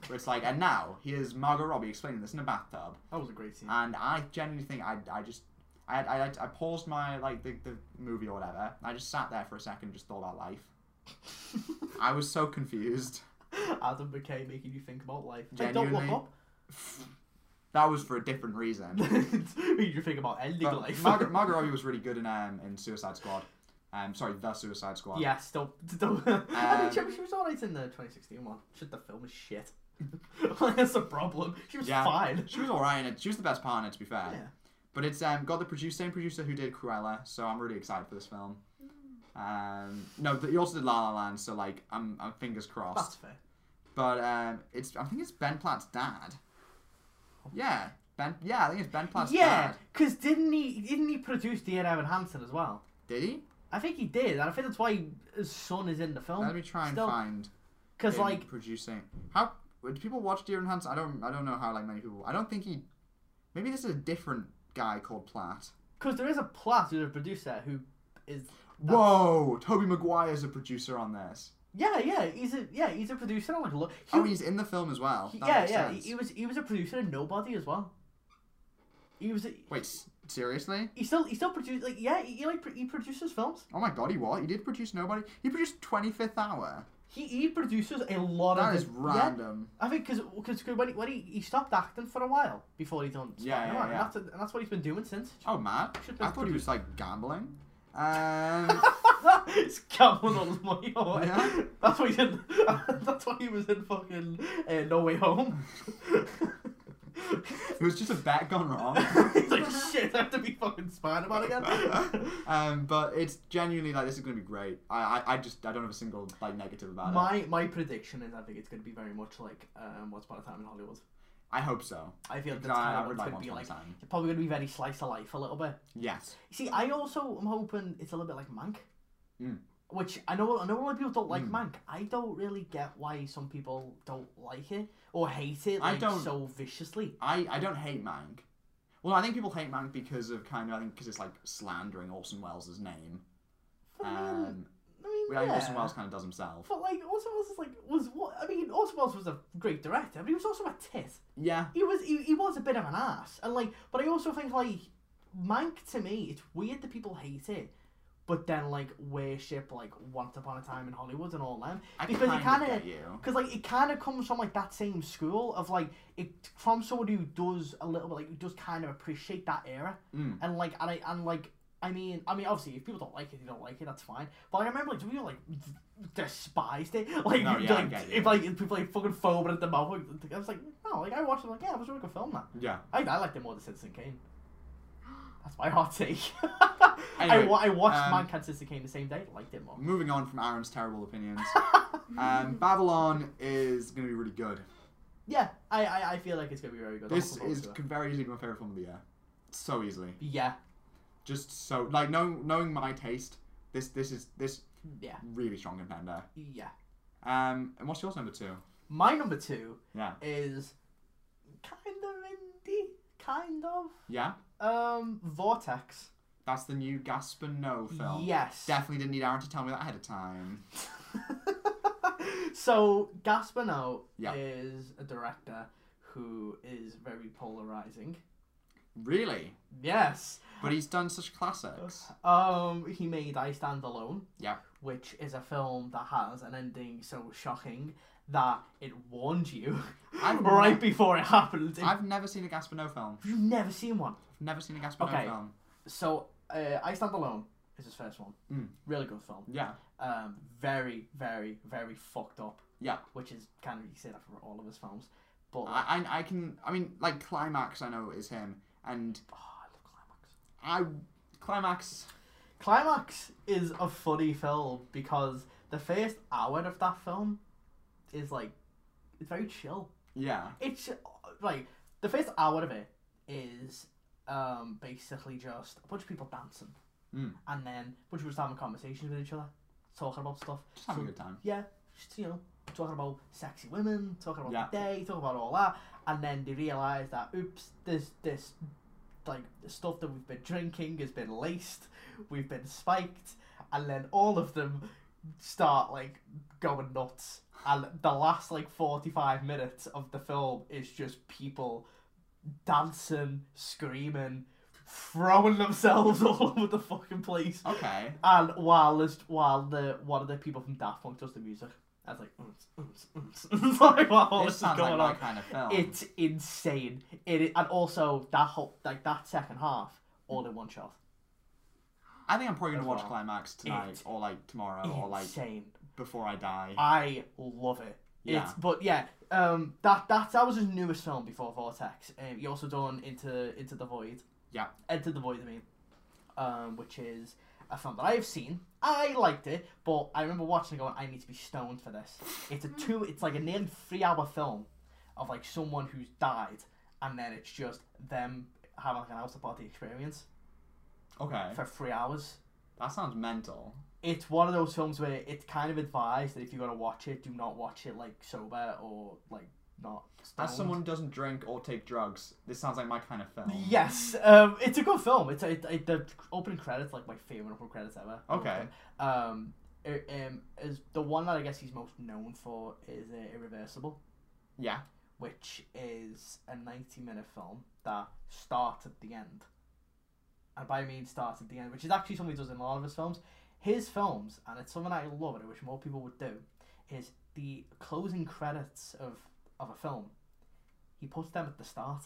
[SPEAKER 1] where it's like, and now here's Margot Robbie explaining this in a bathtub
[SPEAKER 2] That was a great scene.
[SPEAKER 1] and I genuinely think I, I just I, I I paused my like the, the movie or whatever. I just sat there for a second, and just thought about life. I was so confused.
[SPEAKER 2] Adam McKay making you think about life. Like, don't look
[SPEAKER 1] Genuinely.
[SPEAKER 2] up.
[SPEAKER 1] That was for a different reason.
[SPEAKER 2] Making you think about ending
[SPEAKER 1] But
[SPEAKER 2] life.
[SPEAKER 1] Margot, Margot Robbie was really good in um in Suicide Squad. Um, sorry, the Suicide Squad.
[SPEAKER 2] yes, don't. don't. I think
[SPEAKER 1] Um,
[SPEAKER 2] she, she was alright in the 2016 one. Shit, the film is shit. That's a problem. She was
[SPEAKER 1] Yeah.
[SPEAKER 2] fine.
[SPEAKER 1] She was alright in it. She was the best part in it, to be fair.
[SPEAKER 2] Yeah.
[SPEAKER 1] But it's um got the producer, same producer who did Cruella, so I'm really excited for this film. Um, no, but he also did La La Land, so like I'm, I'm fingers crossed.
[SPEAKER 2] That's fair.
[SPEAKER 1] But um, it's I think it's Ben Platt's dad. Yeah, Ben. Yeah, I think it's Ben Platt's
[SPEAKER 2] yeah,
[SPEAKER 1] dad.
[SPEAKER 2] because didn't he didn't he produce Dear Evan Hansen as well?
[SPEAKER 1] Did he?
[SPEAKER 2] I think he did, and I think that's why his son is in the film.
[SPEAKER 1] Let me try and find.
[SPEAKER 2] Because
[SPEAKER 1] him
[SPEAKER 2] like
[SPEAKER 1] producing. How do people watch Deer and Hunts? I don't. I don't know how like many people. I don't think he. Maybe this is a different guy called Platt.
[SPEAKER 2] Because there is a plot to the producer who is. that's-
[SPEAKER 1] Whoa, Toby Maguire's a producer on this.
[SPEAKER 2] Yeah, yeah, he's a yeah, he's a producer. on, Like, look,
[SPEAKER 1] Oh, he's in the film as well.
[SPEAKER 2] he,
[SPEAKER 1] That
[SPEAKER 2] yeah,
[SPEAKER 1] makes
[SPEAKER 2] yeah, he,
[SPEAKER 1] sense.
[SPEAKER 2] he was he was a producer in Nobody as well. He was a-
[SPEAKER 1] Wait, s- seriously?
[SPEAKER 2] he still he still produced like yeah he, he like pr- he produces films.
[SPEAKER 1] Oh my god, he what? He did produce nobody. He produced Twenty Fifth Hour.
[SPEAKER 2] He, he produces a lot
[SPEAKER 1] That
[SPEAKER 2] of.
[SPEAKER 1] is
[SPEAKER 2] the- yeah.
[SPEAKER 1] random.
[SPEAKER 2] I think because when, he, when he, he stopped acting for a while before he done
[SPEAKER 1] Yeah,
[SPEAKER 2] Spider-Man,
[SPEAKER 1] yeah,
[SPEAKER 2] and
[SPEAKER 1] yeah.
[SPEAKER 2] that's, and that's what he's been doing since.
[SPEAKER 1] Oh, man.
[SPEAKER 2] Should
[SPEAKER 1] I
[SPEAKER 2] have
[SPEAKER 1] thought he
[SPEAKER 2] produ-
[SPEAKER 1] was like gambling. Um,
[SPEAKER 2] it's gambling on his money. all right.
[SPEAKER 1] Yeah.
[SPEAKER 2] That's what he's in. That's why he was in fucking uh, No Way Home.
[SPEAKER 1] it was just a bet gone wrong.
[SPEAKER 2] He's like, shit, I have to be fucking Spider-Man again.
[SPEAKER 1] um, but it's genuinely like this is gonna be great. I, I, I just I don't have a single like negative about it.
[SPEAKER 2] my my prediction is I think it's going to be very much like um, Once Upon a Time in Hollywood.
[SPEAKER 1] I hope so.
[SPEAKER 2] I feel the
[SPEAKER 1] Because I, I
[SPEAKER 2] time
[SPEAKER 1] would
[SPEAKER 2] it's
[SPEAKER 1] like one
[SPEAKER 2] going to be
[SPEAKER 1] Upon a
[SPEAKER 2] like
[SPEAKER 1] time.
[SPEAKER 2] it's probably going to be very slice of life a little bit.
[SPEAKER 1] Yes.
[SPEAKER 2] See, I also am hoping it's a little bit like Mank,
[SPEAKER 1] Mm.
[SPEAKER 2] which I know I know a lot of people don't like
[SPEAKER 1] Mm.
[SPEAKER 2] Mank. I don't really get why some people don't like it or hate it
[SPEAKER 1] I
[SPEAKER 2] like
[SPEAKER 1] don't-
[SPEAKER 2] so viciously.
[SPEAKER 1] I, I don't hate Mank. Well, I think people hate Mank because of kind of I think because it's like slandering Orson Welles' name.
[SPEAKER 2] But I mean,
[SPEAKER 1] Um,
[SPEAKER 2] I mean
[SPEAKER 1] I think Orson
[SPEAKER 2] yeah.
[SPEAKER 1] Welles kind of does himself.
[SPEAKER 2] But like Orson Welles is like was what I mean Orson Welles was a great director, but he was also a tit.
[SPEAKER 1] Yeah.
[SPEAKER 2] He was he, he was a bit of an ass, and like but I also think like Mank to me it's weird that people hate it. But then, like, worship, like, Once Upon a Time in Hollywood and all them.
[SPEAKER 1] I
[SPEAKER 2] Because he
[SPEAKER 1] kind of
[SPEAKER 2] kinda-
[SPEAKER 1] get you.
[SPEAKER 2] Because like it kind of comes from like that same school of like it from someone who does a little bit like who does kind of appreciate that era
[SPEAKER 1] Mm.
[SPEAKER 2] and like and I and like I mean I mean obviously if people don't like it they don't like it that's fine but I remember like some people like despised it like,
[SPEAKER 1] No, yeah, I
[SPEAKER 2] like
[SPEAKER 1] get you.
[SPEAKER 2] if like if people like fucking foaming at the mouth like, I was like no like I watched it like yeah it was a really good film that
[SPEAKER 1] Yeah.
[SPEAKER 2] I I liked it more than Citizen Kane. That's my hot take. I,
[SPEAKER 1] Anyway,
[SPEAKER 2] wa- I watched
[SPEAKER 1] um,
[SPEAKER 2] Mank and Citizen Kane the same day. Liked it more.
[SPEAKER 1] Moving on from Aaron's terrible opinions. um, Babylon is gonna be really good.
[SPEAKER 2] Yeah, I, I, I feel like it's gonna be very good. I'm
[SPEAKER 1] This
[SPEAKER 2] looking forward
[SPEAKER 1] is
[SPEAKER 2] to it.
[SPEAKER 1] could very easily be my favorite film of the year. So easily,
[SPEAKER 2] yeah
[SPEAKER 1] just so like know, knowing my taste, this this is this
[SPEAKER 2] yeah.
[SPEAKER 1] really strong contender.
[SPEAKER 2] Yeah.
[SPEAKER 1] Um, and what's yours number two?
[SPEAKER 2] My number two
[SPEAKER 1] Yeah,
[SPEAKER 2] is kind of indie, kind of.
[SPEAKER 1] yeah,
[SPEAKER 2] Um, Vortex.
[SPEAKER 1] that's the new Gaspar No film.
[SPEAKER 2] Yes.
[SPEAKER 1] definitely didn't need Aaron to tell me that ahead of time.
[SPEAKER 2] so Gaspano
[SPEAKER 1] Yeah.
[SPEAKER 2] is a director who is very polarizing.
[SPEAKER 1] Really,
[SPEAKER 2] Yes.
[SPEAKER 1] but he's done such classics.
[SPEAKER 2] Um, he made I Stand Alone.
[SPEAKER 1] Yeah.
[SPEAKER 2] Which is a film that has an ending so shocking that it warned you
[SPEAKER 1] I've
[SPEAKER 2] right
[SPEAKER 1] ne-
[SPEAKER 2] before it happened. It-
[SPEAKER 1] I've never seen a Gaspar No film.
[SPEAKER 2] you've never seen one.
[SPEAKER 1] I've never seen a Gaspar
[SPEAKER 2] Okay.
[SPEAKER 1] No film.
[SPEAKER 2] So, uh, I Stand Alone is his first one.
[SPEAKER 1] Mm.
[SPEAKER 2] Really good film.
[SPEAKER 1] Yeah,
[SPEAKER 2] Um, very, very, very fucked up.
[SPEAKER 1] Yeah.
[SPEAKER 2] Which is kind of you say that for all of his films, but like,
[SPEAKER 1] I, I I can I mean like climax I know is him and
[SPEAKER 2] oh, I love climax.
[SPEAKER 1] I climax
[SPEAKER 2] Climax is a funny film because the first hour of that film is like it's very chill.
[SPEAKER 1] yeah
[SPEAKER 2] It's like the first hour of it is um basically just a bunch of people dancing,
[SPEAKER 1] Mm.
[SPEAKER 2] and then a bunch of people having conversations with each other, talking about stuff.
[SPEAKER 1] just having a
[SPEAKER 2] So-
[SPEAKER 1] good time.
[SPEAKER 2] yeah, just, you know, talking about sexy women, talking about
[SPEAKER 1] Yeah.
[SPEAKER 2] the day, talking about all that, and then they realise that oops, this this like the stuff that we've been drinking has been laced, we've been spiked, and then all of them start like going nuts. And the last like forty five minutes of the film is just people dancing, screaming, throwing themselves all over the fucking place.
[SPEAKER 1] Okay.
[SPEAKER 2] And while this, while the one of the people from Daft Punk does the music, I was like, "Oomph, oomph, oomph." like while all
[SPEAKER 1] this
[SPEAKER 2] this is
[SPEAKER 1] sounds
[SPEAKER 2] going
[SPEAKER 1] like my
[SPEAKER 2] on,
[SPEAKER 1] kind of film.
[SPEAKER 2] it's insane. It is, and also that whole like that second half, all in one shot,
[SPEAKER 1] I think I'm probably gonna
[SPEAKER 2] as
[SPEAKER 1] watch
[SPEAKER 2] well.
[SPEAKER 1] Climax tonight
[SPEAKER 2] It-
[SPEAKER 1] or like tomorrow or Oh, like
[SPEAKER 2] insane.
[SPEAKER 1] before I die.
[SPEAKER 2] I love it.
[SPEAKER 1] Yeah.
[SPEAKER 2] It's, but yeah, um, that that that was his newest film before Vortex. Um, he also done into into the void.
[SPEAKER 1] Yeah.
[SPEAKER 2] Into the void. I mean, um, which is a film that I have seen. I liked it, but I remember watching it going, I need to be stoned for this. It's a two. It's like a nearly three hour film of like someone who's died, and then it's just them having like an out of body experience
[SPEAKER 1] okay.
[SPEAKER 2] for three hours
[SPEAKER 1] That sounds mental.
[SPEAKER 2] it's one of those films where it's kind of advised that if you're gonna watch it, do not watch it like sober or like not.
[SPEAKER 1] As
[SPEAKER 2] stoned.
[SPEAKER 1] someone who doesn't drink or take drugs, this sounds like my kind of film.
[SPEAKER 2] Yes, um, it's a good film. It's it, it, the opening credits, like my favorite opening credits ever.
[SPEAKER 1] Okay.
[SPEAKER 2] Um, it, um, is the one that I guess he's most known for is uh, Irreversible,
[SPEAKER 1] Yeah.
[SPEAKER 2] which is a ninety-minute film that starts at the end, and by I mean starts at the end, which is actually something he does in a lot of his films. His films, and it's something I love, and I wish more people would do, is the closing credits of of a film. He puts them at the start.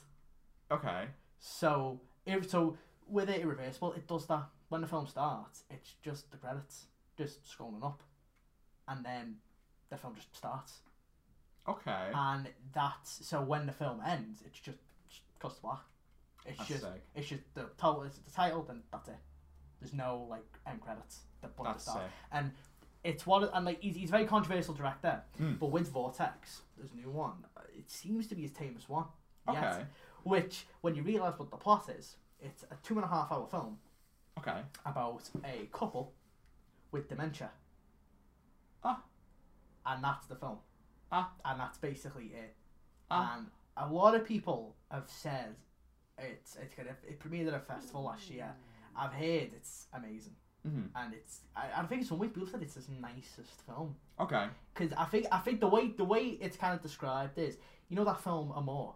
[SPEAKER 1] Okay.
[SPEAKER 2] So if so with it irreversible, it does that. When the film starts, it's just the credits just scrolling up, and then the film just starts.
[SPEAKER 1] Okay.
[SPEAKER 2] And that's so when the film ends, it's just cuts to black. It's
[SPEAKER 1] That's
[SPEAKER 2] just
[SPEAKER 1] sick.
[SPEAKER 2] it's just the title. It's the title, then that's it. There's no like end credits. That put at the
[SPEAKER 1] That's
[SPEAKER 2] start.
[SPEAKER 1] sick.
[SPEAKER 2] And it's one of- and like he's, he's a very controversial director.
[SPEAKER 1] Mm.
[SPEAKER 2] But with Vortex, there's new one. It seems to be his tamest one. yet.
[SPEAKER 1] Okay.
[SPEAKER 2] Which, when you realise what the plot is, it's a two and a half hour film
[SPEAKER 1] Okay.
[SPEAKER 2] about a couple with dementia.
[SPEAKER 1] Ah.
[SPEAKER 2] And that's the film.
[SPEAKER 1] Ah.
[SPEAKER 2] And that's basically it.
[SPEAKER 1] Ah.
[SPEAKER 2] And a lot of people have said it's it's gonna it premiered at a festival last year. I've heard it's amazing,
[SPEAKER 1] hmm
[SPEAKER 2] and it's I, I think some way people said it's his nicest film
[SPEAKER 1] Okay.
[SPEAKER 2] because I think I think the way the way it's kind of described is you know that film Amore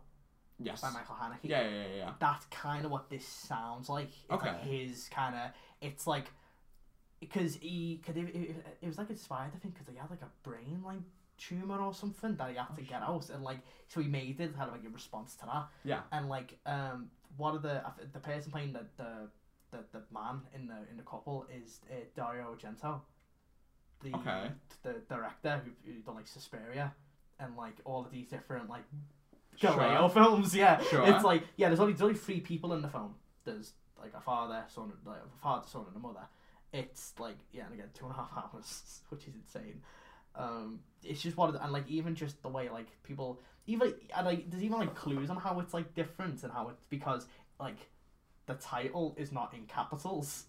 [SPEAKER 1] Yes.
[SPEAKER 2] by Michael Haneke
[SPEAKER 1] Yeah, yeah, yeah, yeah.
[SPEAKER 2] that's kind of what this sounds like. It's like
[SPEAKER 1] Okay.
[SPEAKER 2] his kind of. It's like because he because it, it, it was like inspired, I think, because he had like a brain like tumor or something that he
[SPEAKER 1] Oh,
[SPEAKER 2] had to get out, and like so he made it kind of like a response to that.
[SPEAKER 1] Yeah.
[SPEAKER 2] And like um, one of the I thi- the person playing the the the, the man in the in the couple is uh, Dario Argento. The,
[SPEAKER 1] Okay.
[SPEAKER 2] the director who, who done like Suspiria and like all of these different like
[SPEAKER 1] Sure.
[SPEAKER 2] Galileo films, yeah.
[SPEAKER 1] Sure.
[SPEAKER 2] It's like yeah, there's only there's only three people in the film. There's like a father, son, and- like a father, son, and a mother. It's like yeah, and again two and a half hours, which is insane. Um, it's just one of the, and like even just the way like people even and like there's even like clues on how it's like different and how it's because like the title is not in capitals.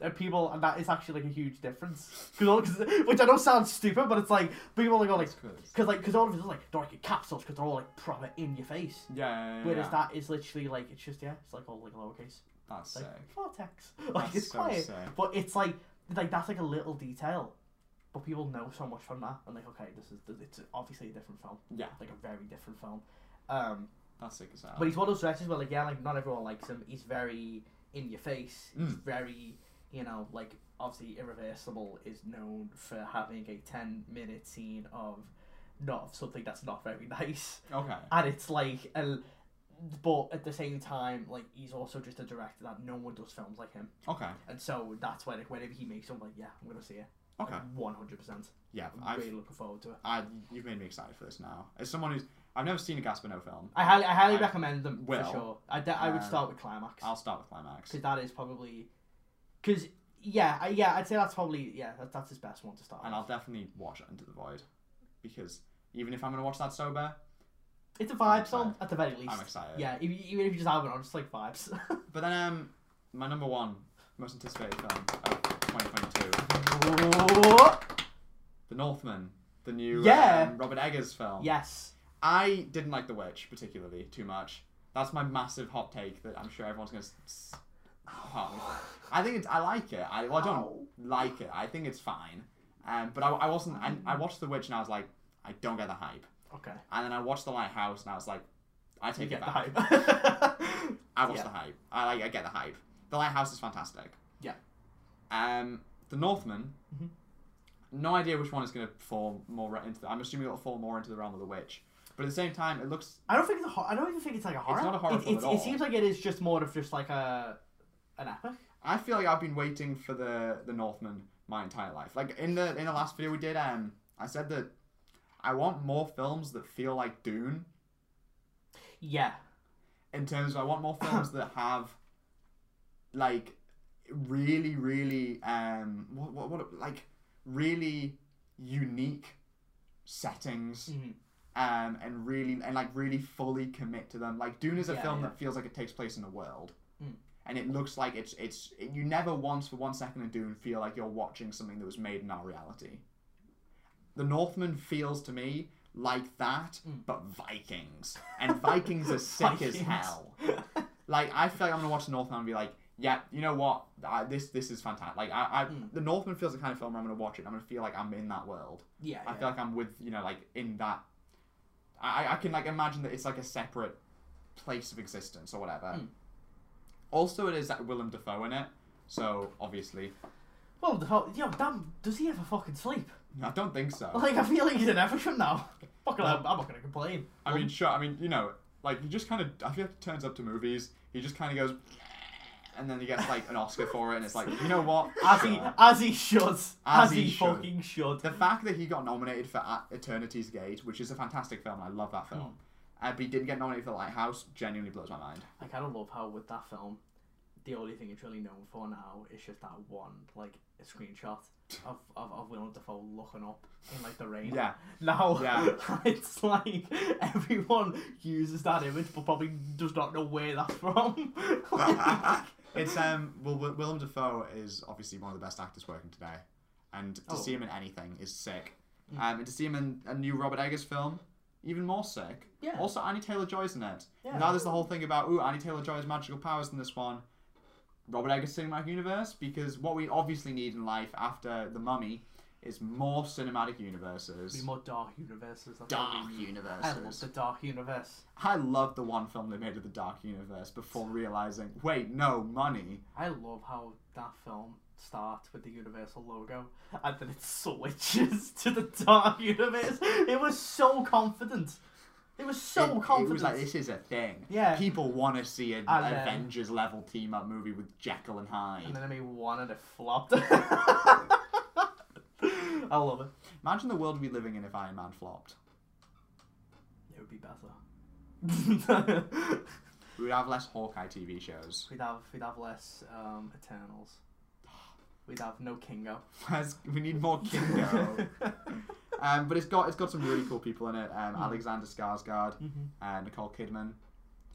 [SPEAKER 2] And people and that is actually like a huge difference. 'Cause all- 'cause- which I know sounds stupid, but it's like people like go like
[SPEAKER 1] That's good.
[SPEAKER 2] because like, because all of it's like they're like in capsules because they're all like proper in your face.
[SPEAKER 1] Yeah, yeah, yeah.
[SPEAKER 2] Whereas
[SPEAKER 1] yeah.
[SPEAKER 2] that is literally like it's just yeah, it's like all like lowercase,
[SPEAKER 1] That's
[SPEAKER 2] like
[SPEAKER 1] sick.
[SPEAKER 2] vortex, like
[SPEAKER 1] That's
[SPEAKER 2] it's
[SPEAKER 1] so
[SPEAKER 2] quiet.
[SPEAKER 1] sick.
[SPEAKER 2] But it's like like that's like a little detail, but people know so much from that. And like okay, this is it's obviously a different film,
[SPEAKER 1] Yeah,
[SPEAKER 2] like a very different film. Um,
[SPEAKER 1] that's sick as hell.
[SPEAKER 2] but he's one of those directors where like yeah, like not everyone likes him. He's very in your face. He's
[SPEAKER 1] Mm.
[SPEAKER 2] very you know like obviously irreversible is known for having a ten minute scene of not of something that's not very nice,
[SPEAKER 1] okay.
[SPEAKER 2] and it's like a. But at the same time, like he's also just a director that no one does films like him,
[SPEAKER 1] Okay.
[SPEAKER 2] and so that's where like, whenever he makes them, like yeah, I'm gonna see it.
[SPEAKER 1] Okay.
[SPEAKER 2] one hundred percent.
[SPEAKER 1] Yeah,
[SPEAKER 2] I'm
[SPEAKER 1] Uh, I've,
[SPEAKER 2] really looking forward to it.
[SPEAKER 1] I, you've made me excited for this now. As someone who's, I've never seen a Gaspino film.
[SPEAKER 2] I highly, I highly
[SPEAKER 1] I
[SPEAKER 2] recommend them
[SPEAKER 1] will.
[SPEAKER 2] for sure. I, de- I would
[SPEAKER 1] Um,
[SPEAKER 2] start with climax.
[SPEAKER 1] I'll start with Climax.
[SPEAKER 2] because that is probably because yeah I, yeah I'd say that's probably yeah that, that's his best one to start.
[SPEAKER 1] And
[SPEAKER 2] with.
[SPEAKER 1] I'll definitely watch Into the Void. Because even if I'm going to watch that sober,
[SPEAKER 2] it's a vibe
[SPEAKER 1] excited.
[SPEAKER 2] song at the very least.
[SPEAKER 1] I'm excited.
[SPEAKER 2] Yeah, even, even if you just have it on, just like vibes.
[SPEAKER 1] But then, um, my number one most anticipated film of 2022,
[SPEAKER 2] Mm-hmm.
[SPEAKER 1] The Northman, the new
[SPEAKER 2] Yeah.
[SPEAKER 1] um, Robert Eggers film.
[SPEAKER 2] yes,
[SPEAKER 1] I didn't like The Witch particularly too much. That's my massive hot take that I'm sure everyone's going to. I think it's. I like it. I, well, I don't
[SPEAKER 2] Ow.
[SPEAKER 1] like it. I think it's fine. Um, but I, I wasn't. I, I
[SPEAKER 2] Mm.
[SPEAKER 1] watched The Witch and I was like, I don't get the hype.
[SPEAKER 2] okay,
[SPEAKER 1] And then I watched The Lighthouse and I was like, I
[SPEAKER 2] you
[SPEAKER 1] take
[SPEAKER 2] get
[SPEAKER 1] it
[SPEAKER 2] the
[SPEAKER 1] back.
[SPEAKER 2] hype.
[SPEAKER 1] I watched
[SPEAKER 2] Yeah.
[SPEAKER 1] the hype. I like. I get the hype. The Lighthouse is fantastic.
[SPEAKER 2] Yeah.
[SPEAKER 1] Um, The Northman.
[SPEAKER 2] Mhm.
[SPEAKER 1] No idea which one is going to fall more re- into. The, I'm assuming it'll fall more into the realm of the witch. But at the same time, it looks.
[SPEAKER 2] I don't think it's a hor- I don't even think it's like a horror.
[SPEAKER 1] not a horror
[SPEAKER 2] It,
[SPEAKER 1] film
[SPEAKER 2] it's-
[SPEAKER 1] at all.
[SPEAKER 2] it seems like it is just more of just like a an epic.
[SPEAKER 1] I feel like I've been waiting for the the Northman my entire life. Like in the in the last video we did, um, I said that I want more films that feel like Dune.
[SPEAKER 2] Yeah,
[SPEAKER 1] in terms of I want more films that have like really really um what what, what like really unique settings
[SPEAKER 2] Mhm.
[SPEAKER 1] um and really and like really fully commit to them like Dune is a
[SPEAKER 2] Yeah,
[SPEAKER 1] film
[SPEAKER 2] yeah.
[SPEAKER 1] that feels like it takes place in the world
[SPEAKER 2] Mm.
[SPEAKER 1] and it looks like it's it's you never once for one second in Dune feel like you're watching something that was made in our reality the Northman feels to me like that, but Vikings. And Vikings are sick as
[SPEAKER 2] Hmm. Vikings.
[SPEAKER 1] hell. Like I feel like I'm gonna watch the Northman and be like, yeah, you know what? I, this this is fantastic. Like I, I
[SPEAKER 2] Hmm.
[SPEAKER 1] the Northman feels the kind of film where I'm gonna watch it. and I'm gonna feel like I'm in that world.
[SPEAKER 2] yeah,
[SPEAKER 1] I
[SPEAKER 2] yeah.
[SPEAKER 1] feel like I'm with you know like in that. I I- I can like imagine that it's like a separate place of existence or whatever. Also, it is that Willem Dafoe in it, so obviously
[SPEAKER 2] Well, the whole- yo, damn, does he ever fucking sleep?
[SPEAKER 1] I don't think so.
[SPEAKER 2] Like, I feel like he's in everything now. Fucking, hell, I'm, not gonna complain.
[SPEAKER 1] I mean, sure. I mean, you know, like he just kind of. I feel like he turns up to movies. He just kind of goes, and then he gets like an Oscar for it, and it's like, you know what?
[SPEAKER 2] as he
[SPEAKER 1] Sure.
[SPEAKER 2] as he should, as,
[SPEAKER 1] As
[SPEAKER 2] he,
[SPEAKER 1] he should.
[SPEAKER 2] fucking should.
[SPEAKER 1] The fact that he got nominated for At Eternity's Gate, which is a fantastic film, I love that film, uh, but he didn't get nominated for Lighthouse, genuinely blows my mind.
[SPEAKER 2] I kind of love how with that film, the only thing it's really known for now is just that one like a screenshot of of, of Willem Dafoe looking up in like the rain.
[SPEAKER 1] Yeah,
[SPEAKER 2] Now
[SPEAKER 1] Yeah.
[SPEAKER 2] it's like everyone uses that image, but probably does not know where that's from. Like-
[SPEAKER 1] it's um. Well, Wi- Willem Dafoe is obviously one of the best actors working today, and to
[SPEAKER 2] Oh. Mm.
[SPEAKER 1] see him in anything is sick. Um, and to see him in a new Robert Eggers film, even more sick.
[SPEAKER 2] Yeah.
[SPEAKER 1] Also, Annie Taylor Joy's in it.
[SPEAKER 2] Yeah.
[SPEAKER 1] Now there's the whole thing about ooh, Annie Taylor Joy's magical powers in this one. Robert Eggers cinematic universe because what we obviously need in life after the Mummy is more cinematic
[SPEAKER 2] Be
[SPEAKER 1] universes.
[SPEAKER 2] more dark universes. That's what
[SPEAKER 1] Dark
[SPEAKER 2] we need.
[SPEAKER 1] universes.
[SPEAKER 2] I love the dark universe.
[SPEAKER 1] I love the one film they made of the Dark Universe before realizing, wait, no, money.
[SPEAKER 2] I love how that film starts with the Universal logo and then it switches to the Dark Universe. It was so confident. It was so
[SPEAKER 1] it,
[SPEAKER 2] confident.
[SPEAKER 1] it was like this is a thing.
[SPEAKER 2] Yeah.
[SPEAKER 1] People want to see an
[SPEAKER 2] And then-
[SPEAKER 1] Avengers level team up movie with Jekyll and
[SPEAKER 2] And
[SPEAKER 1] Hyde.
[SPEAKER 2] then I made one and it flopped. I love it.
[SPEAKER 1] Imagine the world we'd be living in if Iron Man flopped.
[SPEAKER 2] It would be better.
[SPEAKER 1] We would have less Hawkeye TV shows.
[SPEAKER 2] we'd have we'd have less um, Eternals. We'd have no Kingo.
[SPEAKER 1] Less- we need more Kingo. um, but it's got it's got some really cool people in it. Um,
[SPEAKER 2] Hmm.
[SPEAKER 1] Alexander Skarsgård, uh, Nicole Kidman,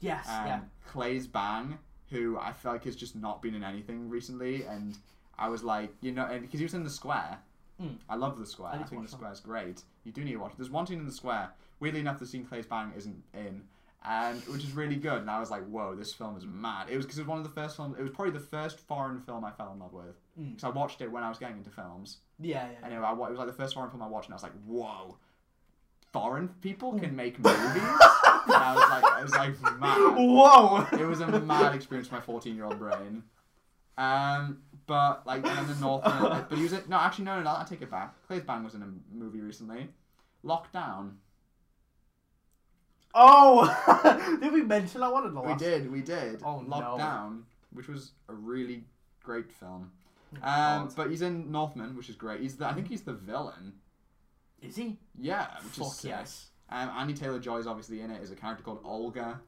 [SPEAKER 2] yes,
[SPEAKER 1] um,
[SPEAKER 2] yeah.
[SPEAKER 1] Clay's Bang, who I feel like has just not been in anything recently, and I was like, you know, and because he was in the Square.
[SPEAKER 2] Mm.
[SPEAKER 1] I love the Square.
[SPEAKER 2] I
[SPEAKER 1] I,
[SPEAKER 2] need to
[SPEAKER 1] think
[SPEAKER 2] watch
[SPEAKER 1] the
[SPEAKER 2] that.
[SPEAKER 1] Square's great. You do need to watch. it. There's one scene in the Square. Weirdly enough, the scene Clay's Bang isn't in, and which is really good. And I was like, whoa, this film is mad. It was because it was one of the first films. It was probably the first foreign film I fell in love with
[SPEAKER 2] Mm.
[SPEAKER 1] because I watched it when I was getting into films.
[SPEAKER 2] Yeah, yeah.
[SPEAKER 1] And it, I, wa- it was like the first foreign film I watched, and I was like, whoa. Foreign people
[SPEAKER 2] Mm.
[SPEAKER 1] can make movies, and I was like, I was like, mad
[SPEAKER 2] Whoa!
[SPEAKER 1] it was a mad experience for my 14 year old brain. Um, but like and then the North, but he was it. No, actually, no, no, no, I take it back. Clay's Bang was in a movie recently. Lockdown.
[SPEAKER 2] Oh, did we mention that one in the
[SPEAKER 1] We
[SPEAKER 2] last?
[SPEAKER 1] did, we did.
[SPEAKER 2] Oh, no.
[SPEAKER 1] Lockdown, which was a really great film. Um,
[SPEAKER 2] Oh, God.
[SPEAKER 1] but he's in Northman, which is great. He's the, I think he's the villain.
[SPEAKER 2] Is he?
[SPEAKER 1] Yeah, which
[SPEAKER 2] Fuck
[SPEAKER 1] is sick.
[SPEAKER 2] yes.
[SPEAKER 1] Um, Andy Taylor Joy is obviously in it. Is a character called Olga.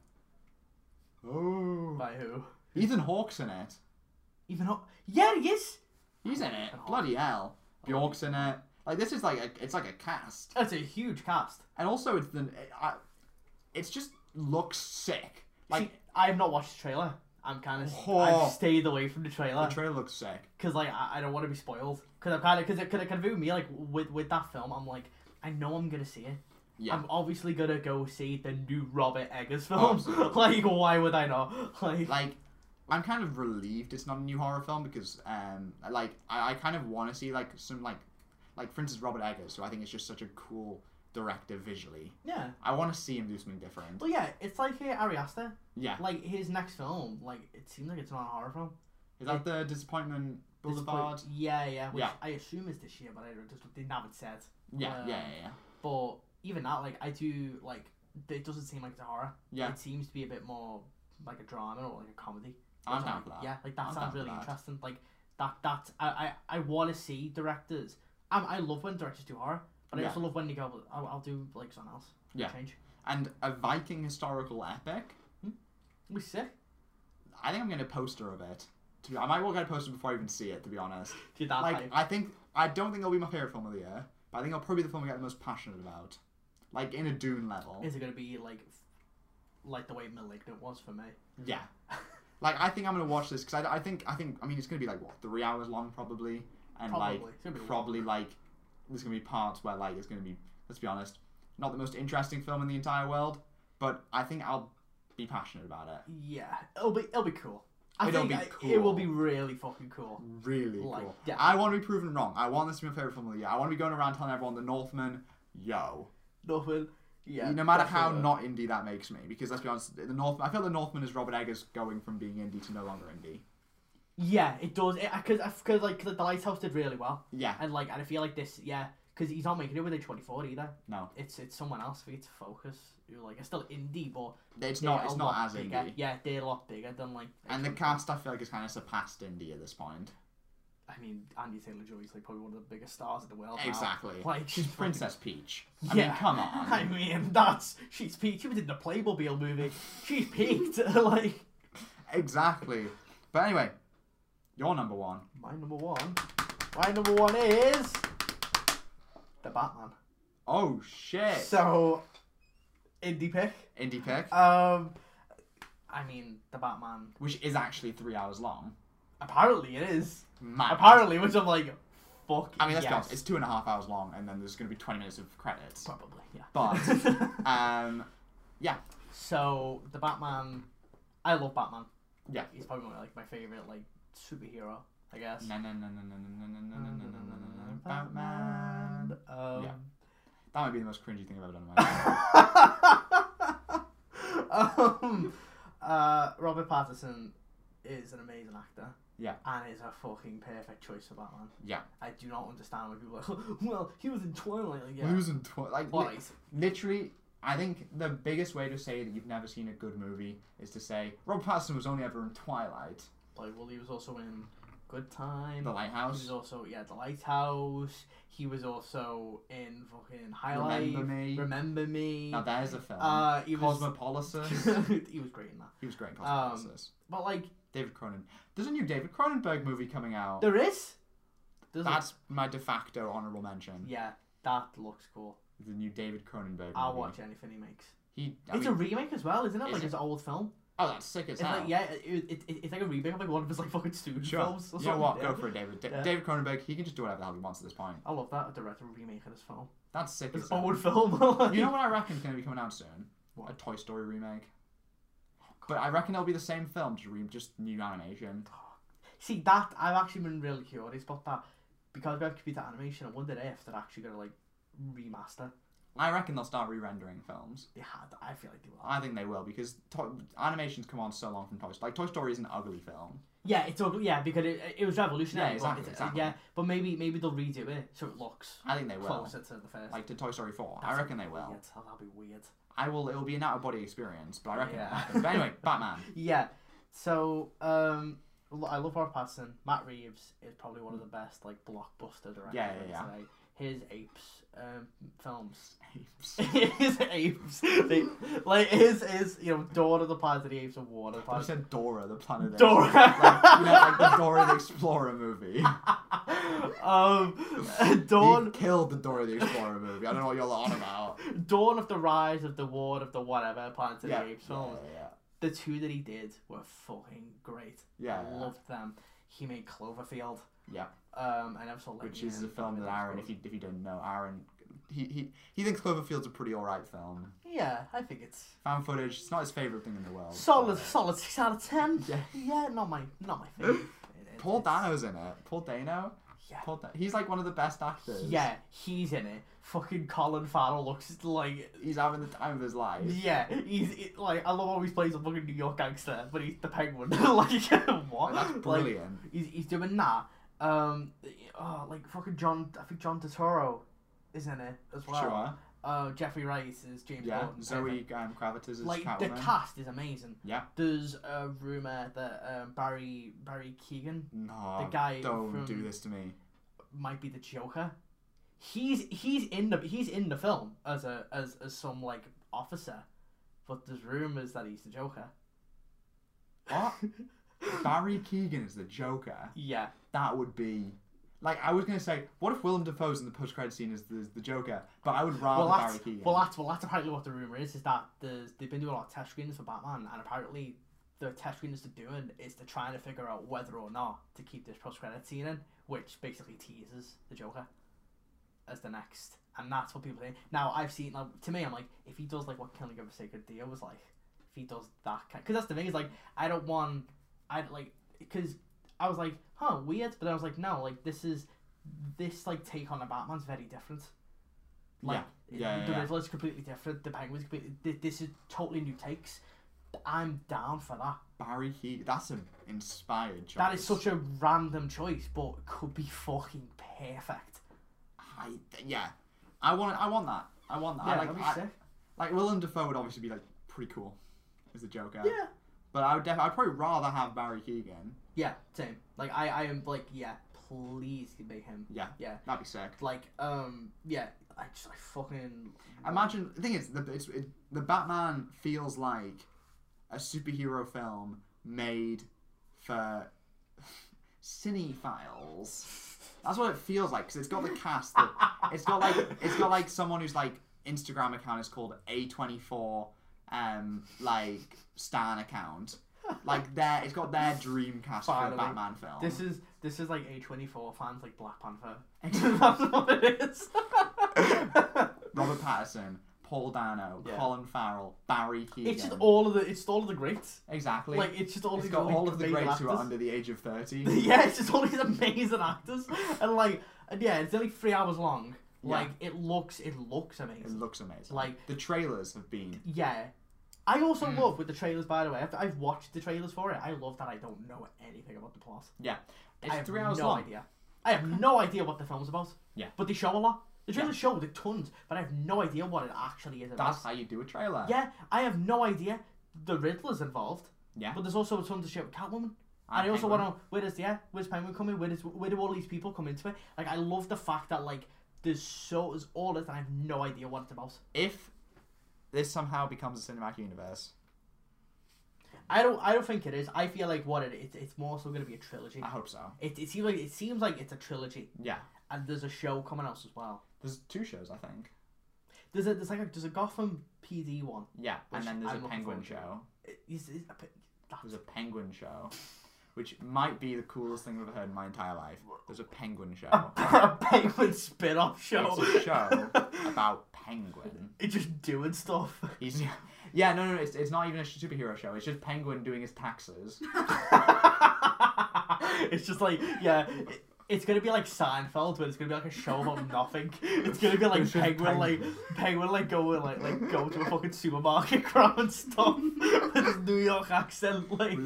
[SPEAKER 1] Oh,
[SPEAKER 2] By who?
[SPEAKER 1] Ethan Hawke's in it.
[SPEAKER 2] Even up? Yeah, he is.
[SPEAKER 1] He's in it.
[SPEAKER 2] Ethan Hawke.
[SPEAKER 1] Bloody hell. Bjork's in it. Like this is like a, it's like a cast,
[SPEAKER 2] That's a huge cast.
[SPEAKER 1] and also it's the, it, I, it's just looks sick. Like
[SPEAKER 2] See, I have not watched the trailer. I'm kind of
[SPEAKER 1] Oh.
[SPEAKER 2] I've stayed away from the
[SPEAKER 1] the
[SPEAKER 2] trailer
[SPEAKER 1] trailer looks sick.
[SPEAKER 2] because like I, I don't want to be spoiled because I'm kind of because it could have been me like with with that film I'm like I know I'm gonna see it.
[SPEAKER 1] Yeah.
[SPEAKER 2] I'm obviously gonna go see the new Robert Eggers
[SPEAKER 1] Oh,
[SPEAKER 2] film.
[SPEAKER 1] absolutely.
[SPEAKER 2] like why would I not? Like,
[SPEAKER 1] Like I'm kind of relieved it's not a new horror film because um like I, I kind of want to see like some like like for instance Robert Eggers who I think is just such a cool director visually.
[SPEAKER 2] yeah.
[SPEAKER 1] I want to see him do something different.
[SPEAKER 2] Well, yeah, it's like uh, Ari Aster.
[SPEAKER 1] Yeah.
[SPEAKER 2] Like his next film, like it seems like it's not a horror film.
[SPEAKER 1] Is that the Disappointment
[SPEAKER 2] This
[SPEAKER 1] Boulevard?
[SPEAKER 2] point- Yeah, yeah. Which
[SPEAKER 1] Yeah.
[SPEAKER 2] I assume is this year, but I don't just they haven't said.
[SPEAKER 1] Yeah,
[SPEAKER 2] um,
[SPEAKER 1] yeah, yeah, yeah.
[SPEAKER 2] But even that, like, I do like it doesn't seem like it's a horror.
[SPEAKER 1] Yeah.
[SPEAKER 2] It seems to be a bit more like a drama or like a comedy.
[SPEAKER 1] I'm
[SPEAKER 2] Which
[SPEAKER 1] down
[SPEAKER 2] I'm
[SPEAKER 1] for
[SPEAKER 2] like,
[SPEAKER 1] that.
[SPEAKER 2] Yeah, like that
[SPEAKER 1] I'm down
[SPEAKER 2] sounds
[SPEAKER 1] for
[SPEAKER 2] really
[SPEAKER 1] that.
[SPEAKER 2] interesting. Like that that I I, I want to see directors. Um, I love when directors do horror, but I
[SPEAKER 1] Yeah.
[SPEAKER 2] also love when they go, I'll, I'll do like something else.
[SPEAKER 1] Yeah.
[SPEAKER 2] Change.
[SPEAKER 1] And a Viking historical epic.
[SPEAKER 2] We sick.
[SPEAKER 1] I think I'm gonna poster of it. To be, I might well get a poster before I even see it. To be honest,
[SPEAKER 2] Did that
[SPEAKER 1] like
[SPEAKER 2] hype.
[SPEAKER 1] I think I don't think it'll be my favorite film of the year, but I think it'll probably be the film I get the most passionate about, like in a Dune level.
[SPEAKER 2] Is it gonna be like f- like the way Malignant was for me?
[SPEAKER 1] Yeah, like I think I'm gonna watch this because I, I think I think I mean it's gonna be like what three hours long probably, and
[SPEAKER 2] Probably. It's
[SPEAKER 1] like
[SPEAKER 2] gonna be long.
[SPEAKER 1] probably like there's gonna be parts where like it's gonna be let's be honest, not the most interesting film in the entire world, but I think I'll be passionate about it.
[SPEAKER 2] Yeah, it'll be it'll be cool. I
[SPEAKER 1] It'll
[SPEAKER 2] think
[SPEAKER 1] be
[SPEAKER 2] I- it will be
[SPEAKER 1] cool.
[SPEAKER 2] really fucking cool.
[SPEAKER 1] really
[SPEAKER 2] Like,
[SPEAKER 1] cool.
[SPEAKER 2] yeah.
[SPEAKER 1] I want to be proven wrong. I want this to be my favorite film of the year. I want to be going around telling everyone the Northman, yo.
[SPEAKER 2] Nothing. Yeah.
[SPEAKER 1] no matter how
[SPEAKER 2] definitely.
[SPEAKER 1] not indie that makes me, because let's be honest, the Northman. I feel the Northman is Robert Eggers going from being indie to no longer indie.
[SPEAKER 2] Yeah, it does. It because because like 'cause the lighthouse did really well,
[SPEAKER 1] Yeah,
[SPEAKER 2] and like and I feel like this, yeah, because he's not making it with a twenty four either.
[SPEAKER 1] no,
[SPEAKER 2] It's it's someone else for you to focus. Who like are still indie, but
[SPEAKER 1] it's
[SPEAKER 2] they're
[SPEAKER 1] not. It's
[SPEAKER 2] a
[SPEAKER 1] not
[SPEAKER 2] lot
[SPEAKER 1] as
[SPEAKER 2] bigger.
[SPEAKER 1] indie.
[SPEAKER 2] Yeah, they're a lot bigger than like. a
[SPEAKER 1] And the
[SPEAKER 2] 24.
[SPEAKER 1] cast, I feel like, has kind of surpassed indie at this point.
[SPEAKER 2] I mean, Andy Taylor Joy is like probably one of the biggest stars in the world. now.
[SPEAKER 1] Exactly.
[SPEAKER 2] Like
[SPEAKER 1] She's Princess Peach. I
[SPEAKER 2] yeah.
[SPEAKER 1] mean, come on.
[SPEAKER 2] I mean, that's she's peaked. She was in the Playmobil movie. She's peaked. like
[SPEAKER 1] Exactly. But anyway, your number one.
[SPEAKER 2] my number one. My number one is the Batman.
[SPEAKER 1] Oh shit.
[SPEAKER 2] So indie pick.
[SPEAKER 1] indie pick,
[SPEAKER 2] Um, I mean, the Batman.
[SPEAKER 1] which is actually three hours long.
[SPEAKER 2] Apparently, it is.
[SPEAKER 1] Mad.
[SPEAKER 2] Apparently, which I'm like, fuck.
[SPEAKER 1] I mean, let's
[SPEAKER 2] yes.
[SPEAKER 1] be honest. It's two and a half hours long, and then there's going to be twenty minutes of credits.
[SPEAKER 2] Probably, yeah.
[SPEAKER 1] But- Um, yeah,
[SPEAKER 2] so the Batman, I love Batman.
[SPEAKER 1] yeah.
[SPEAKER 2] He's probably my, like my favorite like superhero, I guess.
[SPEAKER 1] Na- na- na- na- na- na- na- na- na- na- na- na- na- na- Batman.
[SPEAKER 2] Um,
[SPEAKER 1] Yeah. That might be the most cringy thing I've ever done in my life.
[SPEAKER 2] um, uh, Robert Patterson is an amazing actor.
[SPEAKER 1] Yeah.
[SPEAKER 2] And is a fucking perfect choice for Batman.
[SPEAKER 1] Yeah.
[SPEAKER 2] I do not understand when people are like, well, he was in Twilight. Like, yeah.
[SPEAKER 1] Losing tw- like li-
[SPEAKER 2] Twilight.
[SPEAKER 1] literally. I think the biggest way to say that you've never seen a good movie is to say Rob Patterson was only ever in Twilight,
[SPEAKER 2] Like, well, he was also in Good Time.
[SPEAKER 1] The
[SPEAKER 2] He was
[SPEAKER 1] Lighthouse,
[SPEAKER 2] also yeah, the lighthouse. He was also in fucking Highlight.
[SPEAKER 1] Remember Me.
[SPEAKER 2] Remember me.
[SPEAKER 1] Now there's a film.
[SPEAKER 2] uh, he was Um,
[SPEAKER 1] Cosmopolitan.
[SPEAKER 2] he was great in that.
[SPEAKER 1] he was great in Cosmopolitan.
[SPEAKER 2] But like,
[SPEAKER 1] David Cronin. There's a new David Cronenberg movie coming out.
[SPEAKER 2] there is. There's a-
[SPEAKER 1] That's my de facto honorable mention.
[SPEAKER 2] yeah, that looks cool.
[SPEAKER 1] The new David Cronenberg movie.
[SPEAKER 2] I'll watch anything he makes.
[SPEAKER 1] He. I
[SPEAKER 2] It's a
[SPEAKER 1] mean-
[SPEAKER 2] remake as well, isn't it?
[SPEAKER 1] Is
[SPEAKER 2] like
[SPEAKER 1] it?
[SPEAKER 2] it's an old film.
[SPEAKER 1] oh, that's sick as
[SPEAKER 2] It's
[SPEAKER 1] hell.
[SPEAKER 2] like yeah, it, it, it, it's like a remake of like one of his like fucking student
[SPEAKER 1] Sure.
[SPEAKER 2] films. Or
[SPEAKER 1] You know
[SPEAKER 2] something.
[SPEAKER 1] what?
[SPEAKER 2] yeah.
[SPEAKER 1] Go for it, David. Da-
[SPEAKER 2] Yeah.
[SPEAKER 1] David Cronenberg. He can just do whatever the hell he wants at this point.
[SPEAKER 2] I love that a director remake of this film.
[SPEAKER 1] That's sick
[SPEAKER 2] It's
[SPEAKER 1] as hell.
[SPEAKER 2] old film. like-
[SPEAKER 1] You know what I reckon's going to be coming out soon?
[SPEAKER 2] What? Oh,
[SPEAKER 1] A Toy Story remake. But I reckon it'll be the same film, just, re- just new animation.
[SPEAKER 2] See that I've actually been really curious about that because we have computer animation. I wonder if they're actually gonna like remaster.
[SPEAKER 1] I reckon they'll start re-rendering films.
[SPEAKER 2] They had. I feel like they will.
[SPEAKER 1] I think they will because to- animations come on so long from Toy Story. Like Toy Story is an ugly film.
[SPEAKER 2] Yeah, it's ugly. Yeah, because it, it was revolutionary.
[SPEAKER 1] Yeah, exactly,
[SPEAKER 2] But it's-
[SPEAKER 1] exactly.
[SPEAKER 2] Yeah, but maybe maybe they'll redo it so it looks
[SPEAKER 1] I think they will.
[SPEAKER 2] closer to the first.
[SPEAKER 1] Like to Toy Story Four. I
[SPEAKER 2] That's
[SPEAKER 1] reckon they will.
[SPEAKER 2] Weird, that'll be weird.
[SPEAKER 1] I will. It will be an out of body experience, but I reckon.
[SPEAKER 2] Yeah.
[SPEAKER 1] It'll happen. But anyway, Batman.
[SPEAKER 2] Yeah. So um, lo- I love Robert Pattinson. Matt Reeves is probably one of the best like blockbuster directors
[SPEAKER 1] Yeah, yeah, yeah.
[SPEAKER 2] today. His apes um, films
[SPEAKER 1] Apes.
[SPEAKER 2] his apes. They, like his is you know Dawn of the Planet of the Apes and War of the
[SPEAKER 1] I
[SPEAKER 2] Planet.
[SPEAKER 1] said Dora the Planet. of the
[SPEAKER 2] Dora.
[SPEAKER 1] Apes. like, you know, like the Dora the Explorer movie.
[SPEAKER 2] um,
[SPEAKER 1] He
[SPEAKER 2] Dawn,
[SPEAKER 1] killed the Dora the Explorer movie. I don't know what you're on about.
[SPEAKER 2] Dawn of the Rise of the War of the whatever Planet of
[SPEAKER 1] Yeah.
[SPEAKER 2] the Apes
[SPEAKER 1] Yeah,
[SPEAKER 2] films.
[SPEAKER 1] yeah,
[SPEAKER 2] The two that he did were fucking great.
[SPEAKER 1] yeah.
[SPEAKER 2] I
[SPEAKER 1] Yeah,
[SPEAKER 2] loved them. He made Cloverfield.
[SPEAKER 1] Yeah.
[SPEAKER 2] Um, I never saw.
[SPEAKER 1] Which
[SPEAKER 2] Lightning
[SPEAKER 1] is a
[SPEAKER 2] and
[SPEAKER 1] film that
[SPEAKER 2] Thunderbolts
[SPEAKER 1] Aaron,
[SPEAKER 2] was-
[SPEAKER 1] if you if you don't know, Aaron, he he, he thinks Cloverfield's a pretty alright film.
[SPEAKER 2] Yeah, I think it's
[SPEAKER 1] Found footage. It's not his favorite thing in the world.
[SPEAKER 2] solid.
[SPEAKER 1] but-
[SPEAKER 2] Solid six out of ten.
[SPEAKER 1] Oh, Yeah.
[SPEAKER 2] Yeah, not my not my favorite.
[SPEAKER 1] Paul Dano's in it. Paul Dano.
[SPEAKER 2] Yeah.
[SPEAKER 1] Paul da- he's like one of the best actors.
[SPEAKER 2] Yeah, he's in it. Fucking Colin Farrell looks like.
[SPEAKER 1] He's having the time of his life.
[SPEAKER 2] Yeah, he's it, like I love how he plays a fucking New York gangster, but he's the penguin. like what?
[SPEAKER 1] Like, that's
[SPEAKER 2] Like,
[SPEAKER 1] brilliant.
[SPEAKER 2] he's, he's doing that. Um, oh, like fucking John. I think John Turturro is in it as well.
[SPEAKER 1] sure.
[SPEAKER 2] Uh, Jeffrey Rice is James
[SPEAKER 1] Yeah.
[SPEAKER 2] Gordon.
[SPEAKER 1] Zoe um, Kravitz is
[SPEAKER 2] Like the
[SPEAKER 1] Catwoman.
[SPEAKER 2] cast is amazing.
[SPEAKER 1] Yeah.
[SPEAKER 2] There's a rumor that um, Barry Barry Keegan
[SPEAKER 1] no.
[SPEAKER 2] the guy
[SPEAKER 1] Oh, don't
[SPEAKER 2] from-
[SPEAKER 1] do this to me.
[SPEAKER 2] might be the Joker. He's he's in the he's in the film as a as, as some like officer, but there's rumors that he's the Joker.
[SPEAKER 1] What? Barry Keegan is the Joker.
[SPEAKER 2] Yeah,
[SPEAKER 1] That would be. Like I was gonna say, what if Willem Dafoe's in the post-credit scene is the, the Joker? But I would rather
[SPEAKER 2] well
[SPEAKER 1] Barry
[SPEAKER 2] that's
[SPEAKER 1] Keegan.
[SPEAKER 2] well that's well that's apparently what the rumor is is that there's they've been doing a lot of test screenings for Batman and apparently the test screenings they're doing is they're trying to figure out whether or not to keep this post credit scene in, which basically teases the Joker as the next, and that's what people think. Now I've seen like to me I'm like if he does like what Killing of a Sacred Deer was like if he does that kind because that's the thing is like I don't want I like because I was like huh weird but then I was like no like this is this like take on the Batman's very different. Like
[SPEAKER 1] Yeah. Yeah, yeah,
[SPEAKER 2] the
[SPEAKER 1] yeah.
[SPEAKER 2] Riddler's completely different. The Penguin's completely. th- This is totally new takes. I'm down for that.
[SPEAKER 1] Barry Keoghan. That's an inspired choice.
[SPEAKER 2] That is such a random choice, but it could be fucking perfect.
[SPEAKER 1] I, yeah, I want. I want that. I want that. I like, I, like Willem Dafoe would obviously be like pretty cool as a Joker.
[SPEAKER 2] Yeah.
[SPEAKER 1] But I would def- I'd probably rather have Barry Keegan.
[SPEAKER 2] Yeah, same. Like I, I am like, yeah, please make him.
[SPEAKER 1] Yeah.
[SPEAKER 2] Yeah.
[SPEAKER 1] That'd be sick.
[SPEAKER 2] Like, um, yeah, I just I fucking
[SPEAKER 1] Imagine the thing is the it's, it, the Batman feels like a superhero film made for cinephiles. That's what it feels like because it's got the cast. That, it's got like it's got like someone who's like Instagram account is called A twenty four um like Stan account. Like their it's got their dream cast for
[SPEAKER 2] Finally.
[SPEAKER 1] a Batman film.
[SPEAKER 2] This is this is like A twenty four fans like Black Panther. That's what it is.
[SPEAKER 1] Robert Patterson, Paul Dano,
[SPEAKER 2] Yeah.
[SPEAKER 1] Colin Farrell, Barry Keegan.
[SPEAKER 2] it's just all of the it's all of the greats.
[SPEAKER 1] exactly.
[SPEAKER 2] Like it's just all
[SPEAKER 1] it's
[SPEAKER 2] these
[SPEAKER 1] got
[SPEAKER 2] really
[SPEAKER 1] all of the
[SPEAKER 2] amazing
[SPEAKER 1] greats who are
[SPEAKER 2] actors.
[SPEAKER 1] under the age of thirty.
[SPEAKER 2] yeah, it's just all these amazing actors, and like, and yeah, it's only three hours long.
[SPEAKER 1] Yeah.
[SPEAKER 2] Like, it looks, it looks
[SPEAKER 1] It
[SPEAKER 2] amazing.
[SPEAKER 1] looks amazing.
[SPEAKER 2] Like-
[SPEAKER 1] the trailers have been.
[SPEAKER 2] Yeah, I also
[SPEAKER 1] Hmm.
[SPEAKER 2] love with the trailers. By the way, I've, I've watched the trailers for it. I love that I don't know anything about the plot.
[SPEAKER 1] Yeah,
[SPEAKER 2] I
[SPEAKER 1] it's
[SPEAKER 2] have
[SPEAKER 1] three hours
[SPEAKER 2] no
[SPEAKER 1] long.
[SPEAKER 2] idea. I have no idea what the film's about.
[SPEAKER 1] Yeah.
[SPEAKER 2] but they show a lot. The trailers show the tons, but I have no idea what it actually is about.
[SPEAKER 1] That's how you do a trailer.
[SPEAKER 2] yeah, I have no idea. The Riddler's involved,
[SPEAKER 1] yeah.
[SPEAKER 2] but there's also a ton of shit with
[SPEAKER 1] And
[SPEAKER 2] Catwoman. And I also
[SPEAKER 1] Penguin.
[SPEAKER 2] want to where does yeah where's Penguin coming? Where does where do all these people come into it? Like I love the fact that like there's so there's all this and I have no idea what it's about.
[SPEAKER 1] If this somehow becomes a cinematic universe,
[SPEAKER 2] I don't I don't think it is. I feel like what it it's it's more so gonna be a trilogy.
[SPEAKER 1] I hope so.
[SPEAKER 2] It, it seems like it seems like it's a trilogy
[SPEAKER 1] Yeah,
[SPEAKER 2] and there's a show coming out as well.
[SPEAKER 1] there's two shows I think.
[SPEAKER 2] There's a there's like a there's a Gotham PD one.
[SPEAKER 1] Yeah,
[SPEAKER 2] Which
[SPEAKER 1] and then there's
[SPEAKER 2] I'm
[SPEAKER 1] a
[SPEAKER 2] looking
[SPEAKER 1] penguin
[SPEAKER 2] forward to.
[SPEAKER 1] show.
[SPEAKER 2] It- it's- it's a bit-
[SPEAKER 1] There's
[SPEAKER 2] that's-
[SPEAKER 1] a penguin show, which might be the coolest thing I've ever heard in my entire life. There's a penguin show.
[SPEAKER 2] a penguin spin-off show.
[SPEAKER 1] It's a show about penguin.
[SPEAKER 2] It's just doing stuff.
[SPEAKER 1] He's yeah, no, no, no, it's it's not even a superhero show. It's just penguin doing his taxes.
[SPEAKER 2] it's just like yeah. it- it's gonna be like Seinfeld, but it's gonna be like a show about nothing. It's gonna be like
[SPEAKER 1] It's just
[SPEAKER 2] penguin, like penguin, like go like like go to a fucking supermarket, grab and stuff with his New York accent, like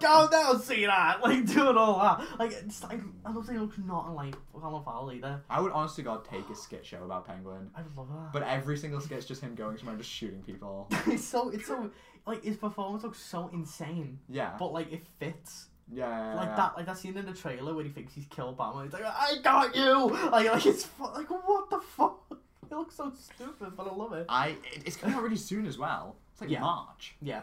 [SPEAKER 2] go down, see that, like doing all that. Like it's like I love that he looks not like Colin Farrell either.
[SPEAKER 1] I would honestly God take a skit show about penguin.
[SPEAKER 2] I love that.
[SPEAKER 1] But every single sketch just him going somewhere and just shooting people.
[SPEAKER 2] it's so it's so like his performance looks so insane,
[SPEAKER 1] Yeah.
[SPEAKER 2] but like it fits.
[SPEAKER 1] yeah. yeah,
[SPEAKER 2] Like
[SPEAKER 1] yeah.
[SPEAKER 2] that, like that scene in the trailer where he thinks he's killed Batman. He's like, "I got you!" Like, like it's fu- like, what the fuck? It looks so stupid, but I love it.
[SPEAKER 1] I it, it's coming out really soon as well. It's like
[SPEAKER 2] Yeah.
[SPEAKER 1] March.
[SPEAKER 2] Yeah,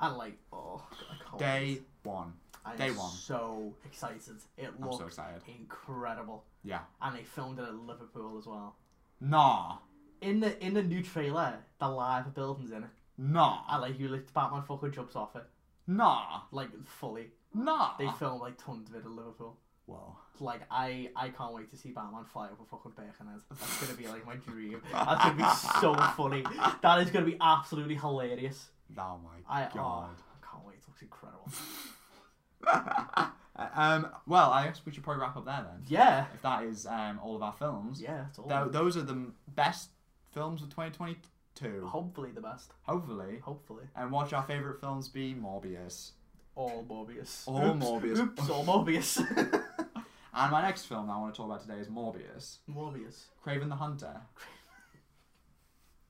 [SPEAKER 2] and like, oh, I can't
[SPEAKER 1] Day
[SPEAKER 2] wait.
[SPEAKER 1] one.
[SPEAKER 2] I
[SPEAKER 1] day
[SPEAKER 2] am
[SPEAKER 1] one.
[SPEAKER 2] So excited! It
[SPEAKER 1] I'm
[SPEAKER 2] looks
[SPEAKER 1] so excited.
[SPEAKER 2] incredible,
[SPEAKER 1] Yeah.
[SPEAKER 2] and they filmed it in Liverpool as well.
[SPEAKER 1] Nah.
[SPEAKER 2] In the in the new trailer, the live buildings in it,
[SPEAKER 1] Nah.
[SPEAKER 2] and like you like Batman fucking jumps off it,
[SPEAKER 1] Nah.
[SPEAKER 2] like fully.
[SPEAKER 1] Nah. Ah.
[SPEAKER 2] They filmed like tons of it in Liverpool.
[SPEAKER 1] Whoa.
[SPEAKER 2] Like I, I can't wait to see Batman fly over fucking Birkenhead. That's gonna be like my dream. That's gonna be so funny. That is gonna be absolutely hilarious.
[SPEAKER 1] Oh my
[SPEAKER 2] I, oh,
[SPEAKER 1] god.
[SPEAKER 2] I can't wait. It looks incredible.
[SPEAKER 1] um. Well, I guess we should probably wrap up there then.
[SPEAKER 2] Yeah,
[SPEAKER 1] If that is um all of our films.
[SPEAKER 2] yeah. That's all.
[SPEAKER 1] Tho- those are the m- best films of 2022.
[SPEAKER 2] Hopefully the best.
[SPEAKER 1] Hopefully.
[SPEAKER 2] Hopefully
[SPEAKER 1] And watch our favorite films be Morbius.
[SPEAKER 2] all Morbius.
[SPEAKER 1] All
[SPEAKER 2] Oops,
[SPEAKER 1] Morbius.
[SPEAKER 2] Oops, all Morbius.
[SPEAKER 1] And my next film I want to talk about today is Morbius.
[SPEAKER 2] Morbius.
[SPEAKER 1] Craven the Hunter.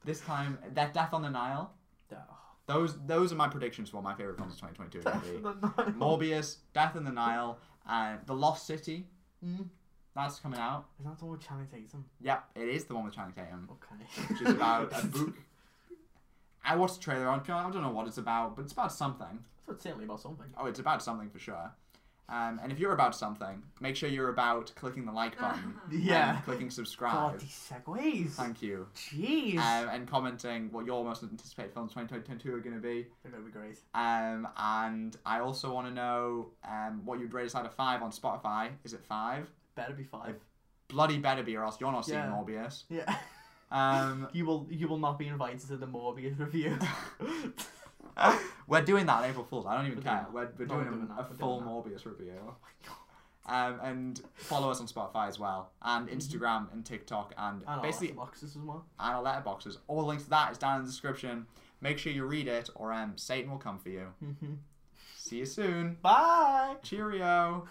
[SPEAKER 1] This time, that Death on the Nile.
[SPEAKER 2] Oh.
[SPEAKER 1] Those those are my predictions for what my favorite films of 2022 are going to be.
[SPEAKER 2] Morbius.
[SPEAKER 1] Morbius, Death on the Nile, and The Lost City.
[SPEAKER 2] Mm.
[SPEAKER 1] That's coming out.
[SPEAKER 2] Is that the one with Channing Tatum?
[SPEAKER 1] Yep, it is the one with Channing Tatum,
[SPEAKER 2] Okay.
[SPEAKER 1] which is about a book. I watched the trailer. I don't I don't know what it's about, but it's about something.
[SPEAKER 2] So it's certainly about something.
[SPEAKER 1] Oh, it's about something for sure. Um, and if you're about something, make sure you're about clicking the like button.
[SPEAKER 2] Yeah.
[SPEAKER 1] And clicking
[SPEAKER 2] God,
[SPEAKER 1] subscribe.
[SPEAKER 2] these segues.
[SPEAKER 1] Thank you.
[SPEAKER 2] Jeez.
[SPEAKER 1] um, and commenting what your most anticipated films 2022 are going to be.
[SPEAKER 2] They're gonna be great.
[SPEAKER 1] Um, and I also want to know um, what you'd rate us out of five on Spotify. Is it five?
[SPEAKER 2] Better be five.
[SPEAKER 1] Bloody better be, or else you're not seeing
[SPEAKER 2] Yeah.
[SPEAKER 1] Morbius.
[SPEAKER 2] Yeah.
[SPEAKER 1] Um,
[SPEAKER 2] You will you will not be invited to the Morbius review. Oh
[SPEAKER 1] we're doing that on April Fool's. I don't even
[SPEAKER 2] We're doing
[SPEAKER 1] care.
[SPEAKER 2] that.
[SPEAKER 1] We're, we're
[SPEAKER 2] No,
[SPEAKER 1] doing,
[SPEAKER 2] we're doing
[SPEAKER 1] a,
[SPEAKER 2] that.
[SPEAKER 1] a
[SPEAKER 2] We're doing
[SPEAKER 1] full
[SPEAKER 2] that.
[SPEAKER 1] Morbius review. Um, and follow us on Spotify as well, and
[SPEAKER 2] Mm-hmm.
[SPEAKER 1] Instagram and TikTok, and
[SPEAKER 2] and
[SPEAKER 1] basically
[SPEAKER 2] basically boxes as well.
[SPEAKER 1] and our letterboxes. All the links to that is down in the description. Make sure you read it, or um, Satan will come for you.
[SPEAKER 2] Mhm.
[SPEAKER 1] See you soon.
[SPEAKER 2] Mm-hmm. Bye.
[SPEAKER 1] Cheerio.